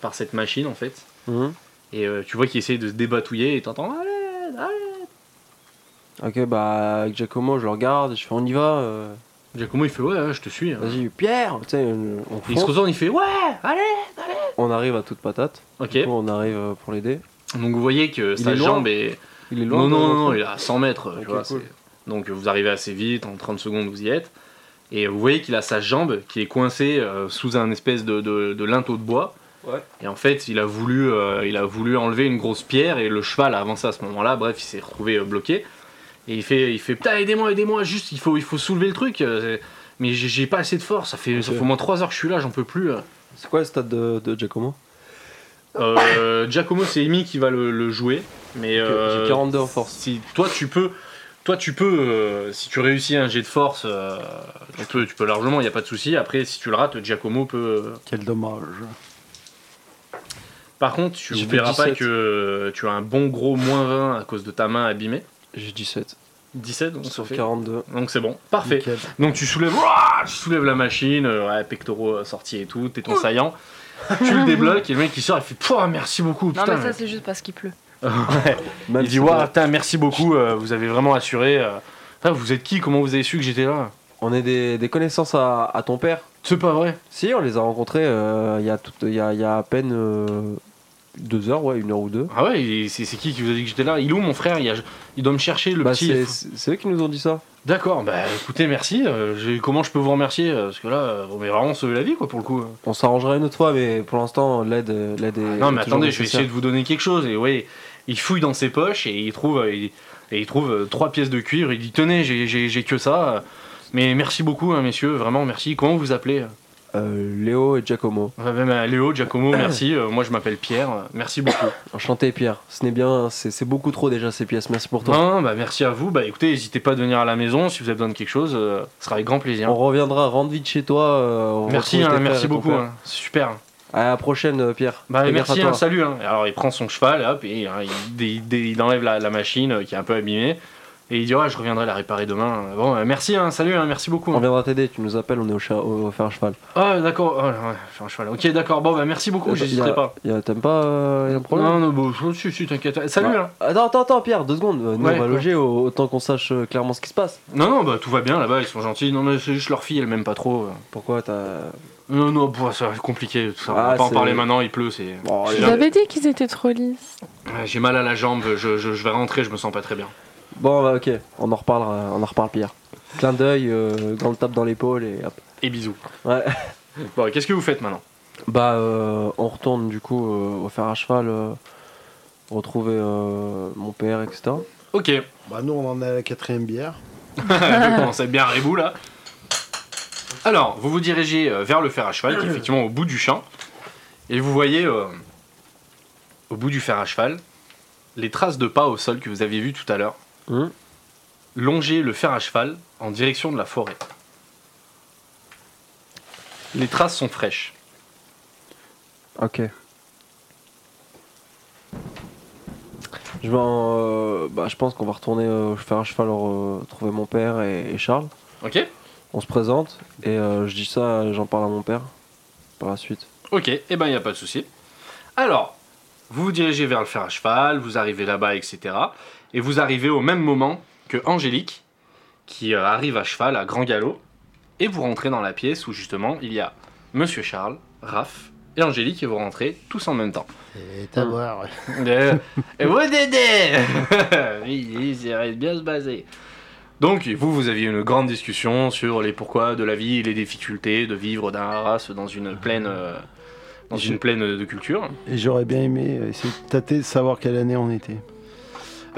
par cette machine, en fait. Hum. Et euh, tu vois qu'il essaye de se débatouiller et t'entends Allez, allez Ok, bah avec Giacomo, je le regarde, je fais on y va. euh, Giacomo il fait Ouais, ouais, je te suis. hein. Vas-y, Pierre Tu sais, euh, on, Et il se fonce, retourne, il fait Ouais, allez on arrive à toute patate. Ok. Du coup, on arrive euh, pour l'aider. Donc vous voyez que Il sa est loin jambe est. Il est loin Non, de- non, non, il est à 100 mètres. tu Ok, vois, cool. c'est- Donc vous arrivez assez vite, en 30 secondes vous y êtes. Et vous voyez qu'il a sa jambe qui est coincée euh, sous un espèce de, de, de linteau de bois. Ouais. Et en fait, il a, voulu, euh, il a voulu enlever une grosse pierre et le cheval a avancé à ce moment-là. Bref, il s'est retrouvé euh, bloqué. Et il fait, il fait Putain, aidez-moi, aidez-moi, juste, il faut, il faut soulever le truc. euh, c'est- Mais j'ai- j'ai pas assez de force, ça fait, ça Ok. fait au moins 3 heures que je suis là, j'en peux plus. C'est quoi le stade de, de Giacomo Euh, Giacomo, c'est Amy qui va le, le jouer. Mais euh, J'ai 42 en force. si toi tu peux toi tu peux euh, si tu réussis un jet de force euh, tu peux tu peux largement il n'y a pas de souci après si tu le rates Giacomo peut euh, Quel dommage. par contre tu J'ai fait verras pas 17. que euh, tu as un bon gros moins 20 à cause de ta main abîmée J'ai 17 17 donc ça sur fait 42. donc c'est bon parfait Nickel. donc tu soulèves Ouah tu soulèves la machine euh, ouais, pectoraux euh, sortis et tout t'es ton saillant tu le débloques et le mec il sort il fait Pouah, merci beaucoup Non, putain, mais ça, mais- c'est juste parce qu'il pleut. Ouais. Même il dit si- Ouah, putain merci beaucoup euh, vous avez vraiment assuré euh. Ah, vous êtes qui comment vous avez su que j'étais là On est des, des connaissances à- à ton père. c'est pas vrai Si, on les a rencontrés euh, il y, a tout- il y a, il y a à peine euh, deux heures, ouais, une heure ou deux. Ah ouais, il- c'est c'est qui qui vous a dit que j'étais là Il est où mon frère il, a- il doit me chercher le Bah, petit. c'est c'est eux qui nous ont dit ça. D'accord, bah écoutez, merci. euh, j'ai- comment je peux vous remercier euh, Parce que là, euh, vous m'avez vraiment sauvé la vie, quoi, pour le coup. On s'arrangera une autre fois, mais pour l'instant, l'aide euh, l'aide est. non, mais est toujours attendez, je vais nécessaire. essayer de vous donner quelque chose. Et ouais, il fouille dans ses poches et il trouve, euh, il- et il trouve euh, trois pièces de cuivre. Il dit Tenez, j'ai- j'ai j'ai que ça. euh, Mais merci beaucoup, hein, messieurs, vraiment merci. Comment vous vous appelez Euh, Léo et Giacomo. Ah, bah, bah, Léo, Giacomo, merci. euh, moi, je m'appelle Pierre. euh, Merci beaucoup. Enchanté, Pierre. Ce n'est bien, c'est c'est beaucoup trop déjà ces pièces. Merci pour toi. Non, bah merci à vous. Bah écoutez, n'hésitez pas à venir à la maison si vous avez besoin de quelque chose. euh, ce sera avec grand plaisir. On reviendra, rentre vite chez toi. euh, on Merci, retrouve hein, tes frères et merci ton beaucoup, père. hein. c'est super. À la prochaine, euh, Pierre. Bah, Fais gaffe merci, à toi. hein, salut. hein. Alors il prend son cheval, hop, et hein, il, dé- il dé- il enlève la, la machine euh, qui est un peu abîmée, et il dit ouais, je reviendrai la réparer demain. Bon, euh, merci, hein, salut, hein, merci beaucoup. On hein. viendra t'aider. Tu nous appelles, on est au, cha- au, au fer à cheval. Ah d'accord, oh, ouais, j'ai un cheval. Ok, d'accord, bon, bah merci beaucoup, Euh, y j'hésiterai a- pas. y a- T'aimes pas euh, y a un problème Non, non, bon, je- si, si, t'inquiète. Salut, Ouais. hein. Attends, attends, attends, Pierre, deux secondes. Nous, Ouais, on va quoi. loger au- autant qu'on sache euh, clairement ce qui se passe. Non, non, bah tout va bien là-bas, ils sont gentils. Non, mais c'est juste leur fille, elle m'aime pas trop. euh. Pourquoi t'as. Non, non, bah, ça va être compliqué, tout ça. on Ah, va pas en c'est- parler maintenant, il pleut, c'est. Bon, J'ai- Vous avez dit qu'ils étaient trop lisses. Ouais, J'ai mal à la jambe, je, je- je vais rentrer, je me sens pas très bien. Bon, bah, ok, on en reparle, euh, on en reparle Pierre. Clin d'œil, euh, grand tape dans l'épaule et hop. Et bisous. Ouais. Bon, qu'est-ce que vous faites maintenant Bah, euh, on retourne du coup euh, au fer à cheval, euh, retrouver euh, mon père, etc. Ok, euh, Bah, nous, on en est à la quatrième bière. Je commence à être bien ribou là. Alors, vous vous dirigez euh, vers le fer à cheval, qui est effectivement au bout du champ, et vous voyez euh, au bout du fer à cheval les traces de pas au sol que vous aviez vues tout à l'heure Hum. longer le fer à cheval en direction de la forêt. Les traces sont fraîches. Ok. Je, vais en, euh, bah, je pense qu'on va retourner euh, faire un cheval, euh, trouver mon père et, et Charles. Ok On se présente et euh, je dis ça, j'en parle à mon père par la suite. Ok, et eh ben il n'y a pas de souci. Alors, vous vous dirigez vers le fer à cheval, vous arrivez là-bas, etc. Et vous arrivez au même moment que Angélique, qui euh, arrive à cheval, à grand galop, et vous rentrez dans la pièce où justement il y a Monsieur Charles, Raph et Angélique, et vous rentrez tous en même temps. Et t'as Hum. voir. Euh, Vous Dédé Il reste bien se baser. Donc, vous, vous aviez une grande discussion sur les pourquoi de la vie et les difficultés de vivre d'un race dans une plaine, euh, dans Je- une plaine de culture. Et j'aurais bien aimé euh, essayer de tâter de savoir quelle année on était.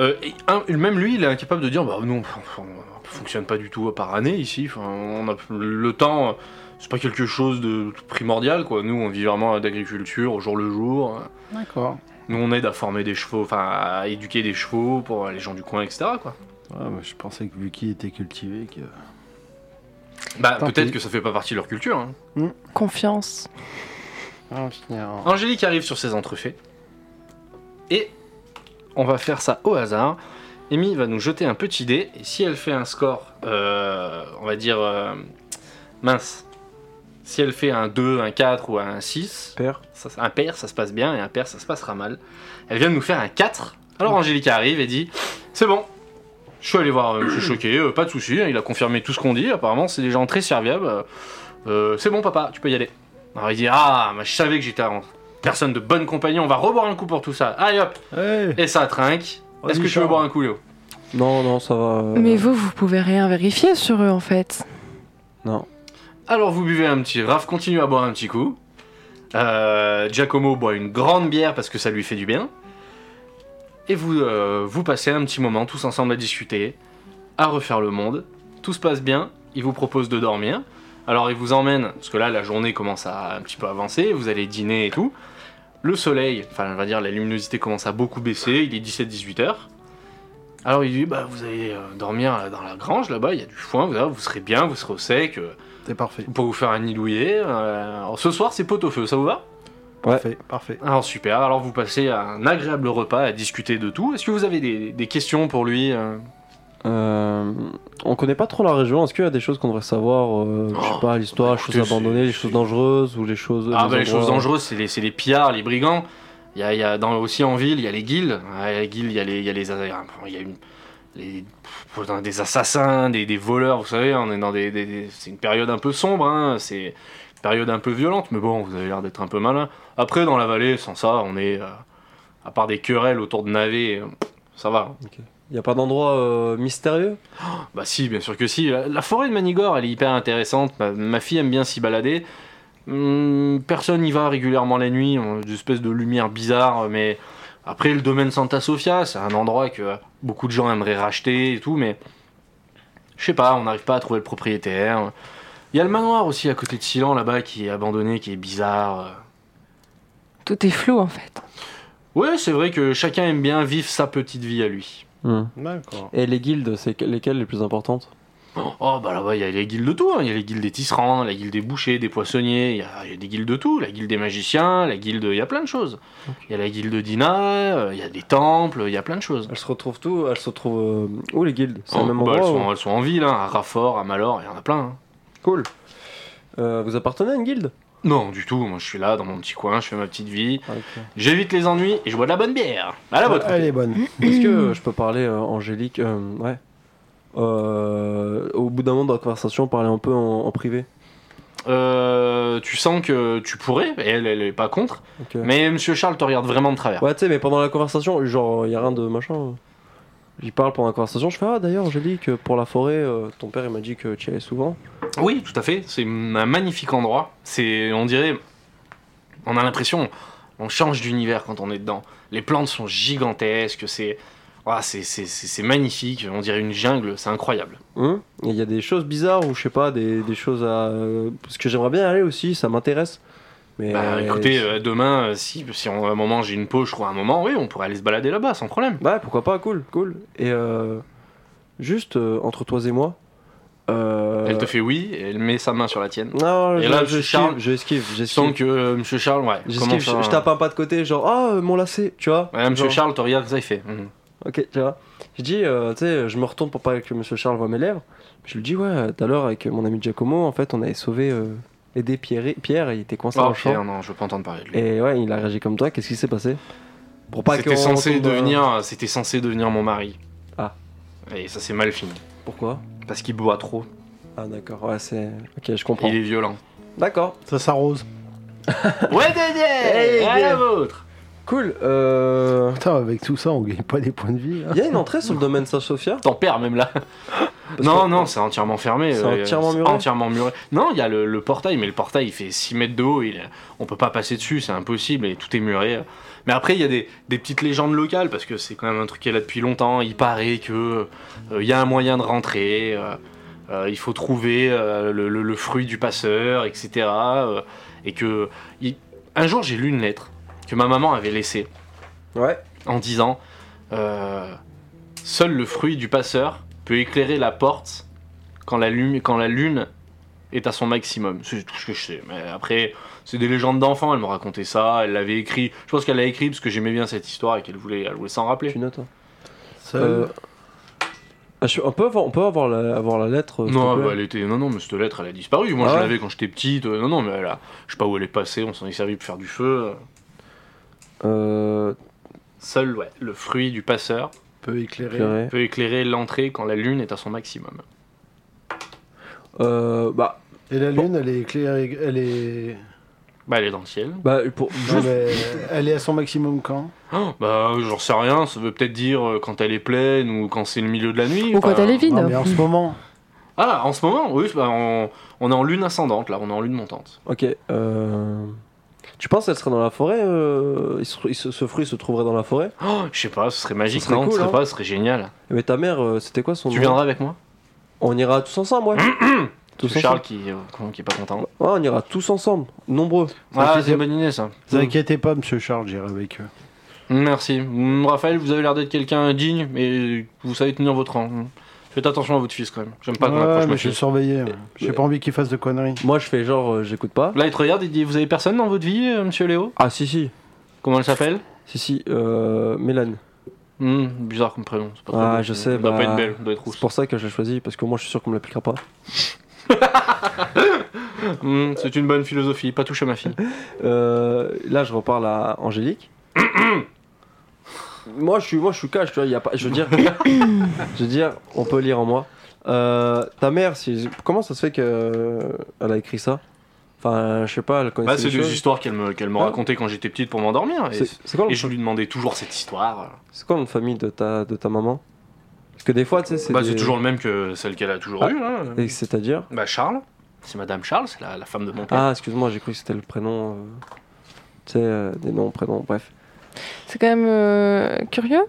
Euh, et un- même lui, il est incapable de dire bah non, on, on fonctionne pas du tout par année ici. Enfin, on a, le temps, euh, c'est pas quelque chose de primordial quoi. Nous, on vit vraiment d'agriculture au jour le jour. D'accord. Nous, on aide à former des chevaux, enfin à éduquer des chevaux pour euh, les gens du coin, etc. Quoi. Ah, bah, je pensais que vu qu'il était cultivé, que. Bah Tant peut-être pis. que ça fait pas partie de leur culture. hein. Confiance. Ah, Angélique arrive sur ses entrefaits. Et on va faire ça au hasard. Amy va nous jeter un petit dé. Et si elle fait un score, euh, on va dire euh, mince. Si elle fait un 2, un 4 ou un 6, Père ça- un pair ça se passe bien et un pair ça se passera mal. Elle vient de nous faire un 4. Alors Angélique arrive et dit C'est bon, je suis allé voir, euh, je suis choqué, euh, pas de souci, il a confirmé tout ce qu'on dit. Apparemment, c'est des gens très serviables. euh, euh, c'est bon, papa, tu peux y aller. Alors il dit Ah, mais je savais que j'étais en personne de bonne compagnie, on va reboire un coup pour tout ça. Allez hop Eh, Et ça trinque. Est-ce que tu veux boire un coup, Léo Non, non, ça va. euh, Mais vous, vous pouvez rien vérifier sur eux en fait. Non. Alors vous buvez un petit. Raph continue à boire un petit coup. Euh, Giacomo boit une grande bière parce que ça lui fait du bien. Et vous, euh, vous passez un petit moment tous ensemble à discuter, à refaire le monde. Tout se passe bien. Il vous propose de dormir. Alors il vous emmène, parce que là la journée commence à un petit peu avancer, vous allez dîner et tout. Le soleil, enfin on va dire la luminosité commence à beaucoup baisser, il est 17-18 heures. Alors il dit bah vous allez euh, dormir euh, dans la grange là-bas, il y a du foin, vous, vous serez bien, vous serez au sec, euh, C'est parfait. pour vous faire un nid douillet. euh, alors, ce soir, c'est pot au feu, ça vous va Parfait, parfait. Alors super, alors vous passez à un agréable repas à discuter de tout. Est-ce que vous avez des, des questions pour lui euh Euh, on connaît pas trop la région. Est-ce qu'il y a des choses qu'on devrait savoir euh, Je Oh, sais pas, l'histoire, les écoutez, choses abandonnées, les c'est- choses dangereuses ou les choses. Ah bah les endroits- euh, choses dangereuses, c'est les, c'est les pillards, les brigands. Il y a, il y a dans, aussi en ville, il y a les guildes. Ah, les guildes, il y a les, il y a les, il y a une, les- pff, dans des assassins, des, des voleurs. Vous savez, on est dans des, des- des- c'est une période un peu sombre. hein, c'est une période un peu violente, mais bon, vous avez l'air d'être un peu malin. Après, dans la vallée, sans ça, on est euh, à part des querelles autour de navets, euh, ça va. Il y a pas d'endroit euh, mystérieux Bah si, bien sûr que si. La, la forêt de Manigore, elle est hyper intéressante. Ma, ma fille aime bien s'y balader. Hum, personne n'y va régulièrement la nuit. On a Des espèces de lumières bizarres, mais... Après, le domaine Santa Sofia, c'est un endroit que beaucoup de gens aimeraient racheter et tout, mais... Je sais pas, on n'arrive pas à trouver le propriétaire. Il y a le manoir aussi à côté de Silan, là-bas, qui est abandonné, qui est bizarre. Tout est flou en fait. Ouais, c'est vrai que chacun aime bien vivre sa petite vie à lui. D'accord. Et les guildes, c'est que- lesquelles les plus importantes Oh bah là-bas il y a les guildes de tout, hein. il y a les guildes des tisserands, la guilde des bouchers, des poissonniers, il y, a, il y a des guildes de tout, la guilde des magiciens, la guilde, il y a plein de choses. Il y a la guilde d'Ina, euh, il y a des temples, il y a plein de choses. Elles se retrouvent tout Elles se retrouvent euh, où les guildes C'est Oh, au même bah, endroit elles, ou- sont, elles sont en ville, hein, à Raffort, à Malor, il y en a plein. hein. Cool. Euh, vous appartenez à une guilde Non du tout, moi je suis là dans mon petit coin, je fais ma petite vie, j'évite les ennuis et je bois de la bonne bière. À la vôtre. Elle est bonne. Est-ce que euh, je peux parler euh, Angélique euh, Ouais. Euh, au bout d'un moment dans la conversation, parler un peu en, en privé. Euh, tu sens que tu pourrais, et elle, elle est pas contre, Ok. mais Monsieur Charles te regarde vraiment de travers. Ouais, tu sais, mais pendant la conversation, genre, y a rien de machin. J'y parle pendant la conversation. Je fais Ah, d'ailleurs, Angélique, euh, pour la forêt, euh, ton père il m'a dit que tu y allais souvent. Oui, tout à fait. C'est un magnifique endroit. C'est, on dirait, on a l'impression, on change d'univers quand on est dedans. Les plantes sont gigantesques. C'est, ah, c'est, c'est, c'est- c'est magnifique. On dirait une jungle. C'est incroyable. Hum Et Il y a des choses bizarres ou je sais pas, des, des choses à. euh, parce que j'aimerais bien aller aussi, ça m'intéresse. Mais. Bah, écoutez, euh, demain, euh, si, si on- à un moment j'ai une poche je trouve un moment, oui, on pourrait aller se balader là-bas sans Bah, problème. Ouais, pourquoi pas, cool, cool. Et euh, juste euh, entre toi et moi, euh, euh, Elle te fait oui, et elle met sa main sur la tienne. Non, Et je, là, je, Charles- esquive, je esquive, Je sens j'esquive. que euh, Monsieur Charles, ouais, J'esquive, commence je, à- je tape un pas de côté, genre, ah, euh, mon lacet, tu vois. Ouais, Monsieur Genre, Charles te regarde, ça il fait. Mhm. Ok, tu vois. Je dis, euh, tu sais, je me retourne pour pas que Monsieur Charles voit mes lèvres. Je lui dis, ouais, euh, tout à l'heure avec mon ami Giacomo, en fait, on avait sauvé, euh, aidé Pierre, Pierre, il était coincé Oh, dans le champ. Pierre, non, je veux pas entendre parler de lui. Et ouais, il a réagi comme toi, qu'est-ce qui s'est passé Pour pas C'était qu'on censé tombe dans- devenir, c'était censé devenir mon mari. Ah. Et ça c'est mal fini. Pourquoi Parce qu'il boit trop. Ah, d'accord, ouais, c'est. Ok, je comprends. Il est violent. D'accord, Ça s'arrose. ouais, Dédé Hey, À la bien. vôtre cool. Euh. Putain, avec tout ça, on gagne pas des points de vie. hein. là. Il y a une entrée sur le domaine Saint-Sophia T'en perds même là. Parce Non, que- non, c'est entièrement fermé. C'est euh, entièrement muré entièrement muré. Non, il y a le, le portail, mais le portail il fait 6 mètres de haut. Il, est- on peut pas passer dessus, c'est impossible et tout est muré. Mais après, il y a des, des petites légendes locales parce que c'est quand même un truc qui est là depuis longtemps. Il paraît que euh, il y a un moyen de rentrer. euh, euh, il faut trouver euh, le, le- le fruit du passeur, etc. euh, et que il- un jour, j'ai lu une lettre que ma maman avait laissée Ouais. en disant euh, Seul le fruit du passeur peut éclairer la porte quand la, lumi- quand la lune est à son maximum. C'est tout ce que je sais. Mais après, c'est des légendes d'enfants. Elle me racontait ça. Elle l'avait écrit. Je pense qu'elle l'a écrit parce que j'aimais bien cette histoire et qu'elle voulait, elle voulait s'en rappeler. Tu notes, hein. Seul- Euh, ah, je- on peut avoir, on peut avoir la, avoir la lettre euh, s'il Non, te plaît bah, elle était... non, non, mais cette lettre, elle a disparu. Moi, Ah je ouais l'avais quand j'étais petite. Euh, Non, non, mais elle a... je sais pas où elle est passée. On s'en est servi pour faire du feu. Euh, Seul, ouais, le fruit du passeur peut éclairer. purée. peut éclairer l'entrée quand la lune est à son maximum. Euh, bah, Et la lune, elle est éclairée. Elle est. Bah, elle est dans le ciel. bah, pour, Non, mais elle est à son maximum quand Oh, Bah, j'en sais rien, ça veut peut-être dire euh, quand elle est pleine ou quand c'est le milieu de la nuit. Ou enfin. quand elle est vide. Non, mais en ce moment. Ah, en ce moment, oui, bah, on, on est en lune ascendante, là, on est en lune montante. ok. euh, tu penses qu'elle serait dans la forêt euh, il se- il se- Ce fruit se trouverait dans la forêt Oh, je sais pas, ce serait magique, Ce serait non cool, Ce serait hein. pas, ce serait génial. Mais ta mère, euh, c'était quoi son Tu nom viendras avec moi On ira tous ensemble, ouais. tous C'est ensemble. Charles qui, euh, comment, qui est pas content. Ouais, on ira tous ensemble, nombreux. Ah, c'est une bonne idée, ça. Ne vous inquiétez pas, monsieur Charles, j'irai avec eux. Merci. Mm, Raphaël, vous avez l'air d'être quelqu'un digne, mais vous savez tenir votre rang. Mm. Faites attention à votre fils, quand même. J'aime pas qu'on Ouais, approche mais ma je suis fille. surveillé. ouais. J'ai pas envie qu'il fasse de conneries. Moi, je fais genre, euh, j'écoute pas. Là, il te regarde, il dit, vous avez personne dans votre vie, euh, monsieur Léo Ah, si, si, Comment elle s'appelle si, si, euh, Mélanie. Mm, Bizarre comme prénom. c'est pas très Ah, beau. je sais, Elle doit bah, pas être belle, elle doit être rousse. C'est pour ça que je l'ai choisi, parce que moi, je suis sûr qu'on me l'appliquera pas. Hmm, c'est une bonne philosophie, pas toucher ma fille. Euh, là, je reparle à Angélique. moi, je suis, moi, je suis cash, tu vois. Il y a pas, je veux dire, je veux dire, on peut lire en moi. Euh, ta mère, si, comment ça se fait que euh, elle a écrit ça Enfin, je sais pas, elle connaissait Bah, c'est des des choses. histoires qu'elle me, qu'elle me Ah. racontait quand j'étais petite pour m'endormir. Et, C'est c'est quoi, et le- je lui demandais toujours cette histoire. c'est quoi le nom de famille de ta, de ta maman Parce que des fois, tu sais, c'est. Bah, des- c'est toujours le même que celle qu'elle a toujours Ah. eue. hein. Et c'est-à-dire Bah, Charles, c'est Madame Charles, c'est la, la femme de mon père. Ah, excuse-moi, j'ai cru que c'était le prénom. euh, Tu sais, euh, des noms, prénoms, bref. C'est quand même euh, curieux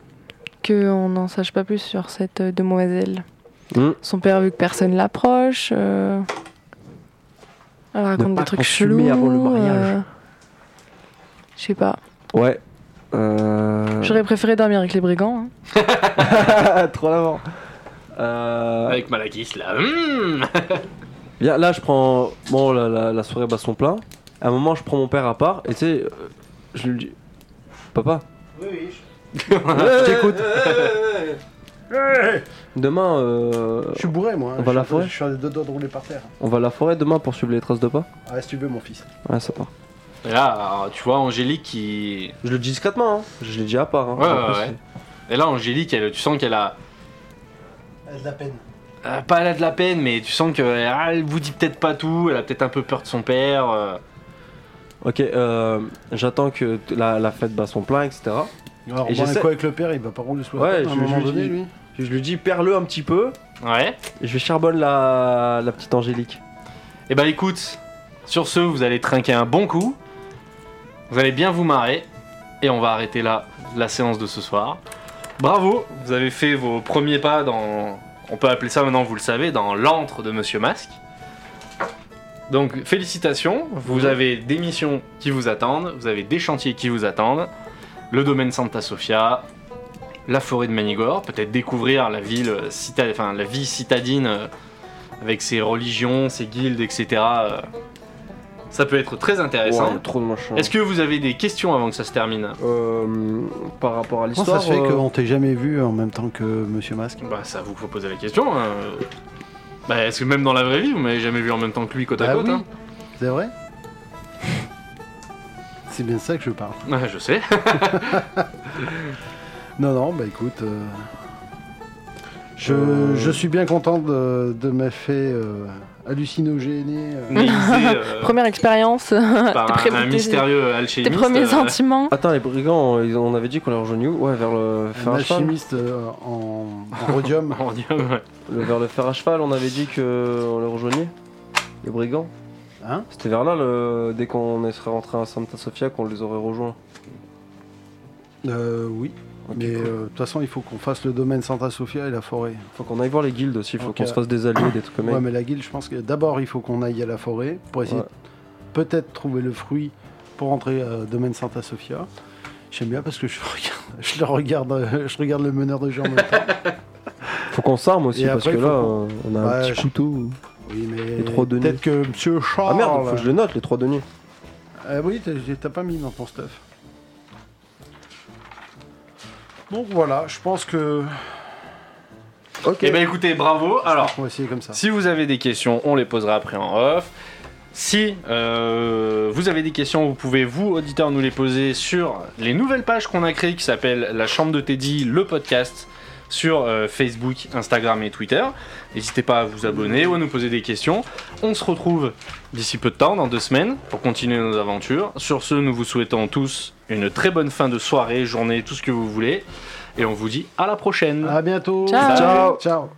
qu'on n'en sache pas plus sur cette euh, demoiselle. Hmm. Son père, vu que personne l'approche, euh, elle raconte pas des trucs consumer chelous. avant le mariage. euh, Je sais pas. Ouais. Euh... J'aurais préféré dormir avec les brigands. hein. Trop l'avant. Euh... Avec Malakis, là. Hmm. Bien, là, je prends. Bon, la, la, la soirée bat son plein. À un moment, je prends mon père à part et tu sais, euh, je lui dis Papa Je t'écoute Demain, euh, Je suis bourré, moi. hein. On va à Je- la forêt Je suis à deux doigts de rouler par terre. on va à la forêt demain pour suivre les traces de pas Ah, si tu veux, mon fils. Ouais, ça part. Et là, alors, tu vois, Angélique qui. Je le dis discrètement, hein. je l'ai dit à part. Hein. Ouais, En ouais, plus, ouais. Et là, Angélique, elle- tu sens qu'elle a. Elle a de la peine. euh, pas elle a de la peine, mais tu sens qu'elle elle vous dit peut-être pas tout, elle a peut-être un peu peur de son père. euh. c'est- Ok, euh, j'attends que t- la, la fête bat son plein, etc. Alors, Et on un j'essaie- coup avec le père, il va pas rouler sous la Ouais, tête à je- un moment je- donné, je- lui. Je lui dis Perds-le un petit peu Ouais. et je vais charbonne la, la petite Angélique. Eh ben écoute, sur ce, vous allez trinquer un bon coup. Vous allez bien vous marrer. Et on va arrêter là la séance de ce soir. Bravo, vous avez fait vos premiers pas dans. On peut appeler ça maintenant, vous le savez, dans l'antre de Monsieur Masque. Donc félicitations, vous avez des missions qui vous attendent, vous avez des chantiers qui vous attendent. Le domaine Santa Sofia, la forêt de Manigore, peut-être découvrir la ville, euh, cita- enfin, la vie citadine euh, avec ses religions, ses guildes, etc. euh, Ça peut être très intéressant. Ouais, trop de machin. Est-ce que vous avez des questions avant que ça se termine Euh, par rapport à Comment l'histoire ça se fait euh, qu'on t'ait jamais vu en même temps que Monsieur Masque Bah ça vous faut poser la question. hein. Bah est-ce que même dans la vraie vie vous m'avez jamais vu en même temps que lui côte à Bah côte oui. hein C'est vrai C'est bien de ça que je parle. Ouais, Je sais. Non, non, bah écoute. euh, Je, Euh. je suis bien content de, de mes faits euh, hallucinogénés. euh. Mais il euh, Première expérience, par t'es un, pré- un t'es- mystérieux tes alchimiste. premiers euh, sentiments. Attends, les brigands, euh, ils- on avait dit qu'on les rejoignait où Ouais, vers le un fer à cheval. alchimiste euh, en, en rhodium. on dit, ouais. Le- vers le fer à cheval, on avait dit qu'on les rejoignait Les brigands Hein C'était vers là, le... dès qu'on serait rentré à Santa Sofia, qu'on les aurait rejoints. Euh, oui, Ok, mais euh, de cool. toute façon, il faut qu'on fasse le domaine Santa Sofia et la forêt. Faut qu'on aille voir les guildes aussi, faut Ok. qu'on se fasse des alliés, des trucs comme Ouais, ça. mais la guilde, je pense que d'abord, il faut qu'on aille à la forêt pour essayer Ouais. de peut-être trouver le fruit pour entrer euh, au domaine Santa Sofia. J'aime bien parce que je regarde, je le regarde, euh, je regarde le meneur de jeu en même temps. Faut qu'on s'arme aussi, Et parce après, que là, faut euh, on a un Bah, petit je- couteau. Oui, mais Les trois deniers. peut-être que Monsieur Charles. Ah merde, faut que je le note, les trois deniers. Euh, oui, t'as- t'as pas mis dans ton stuff. Donc voilà, je pense que. Ok. Eh ben écoutez, bravo. Alors, on va essayer comme ça. Si vous avez des questions, on les posera après en off. Si euh, vous avez des questions, vous pouvez, vous, auditeurs, nous les poser sur les nouvelles pages qu'on a créées qui s'appellent La Chambre de Teddy, le podcast, sur euh, Facebook, Instagram et Twitter. N'hésitez pas à vous abonner ou à nous poser des questions. On se retrouve d'ici peu de temps, dans deux semaines, pour continuer nos aventures. Sur ce, nous vous souhaitons tous une très bonne fin de soirée, journée, tout ce que vous voulez. Et on vous dit à la prochaine. À bientôt. Ciao. Ciao.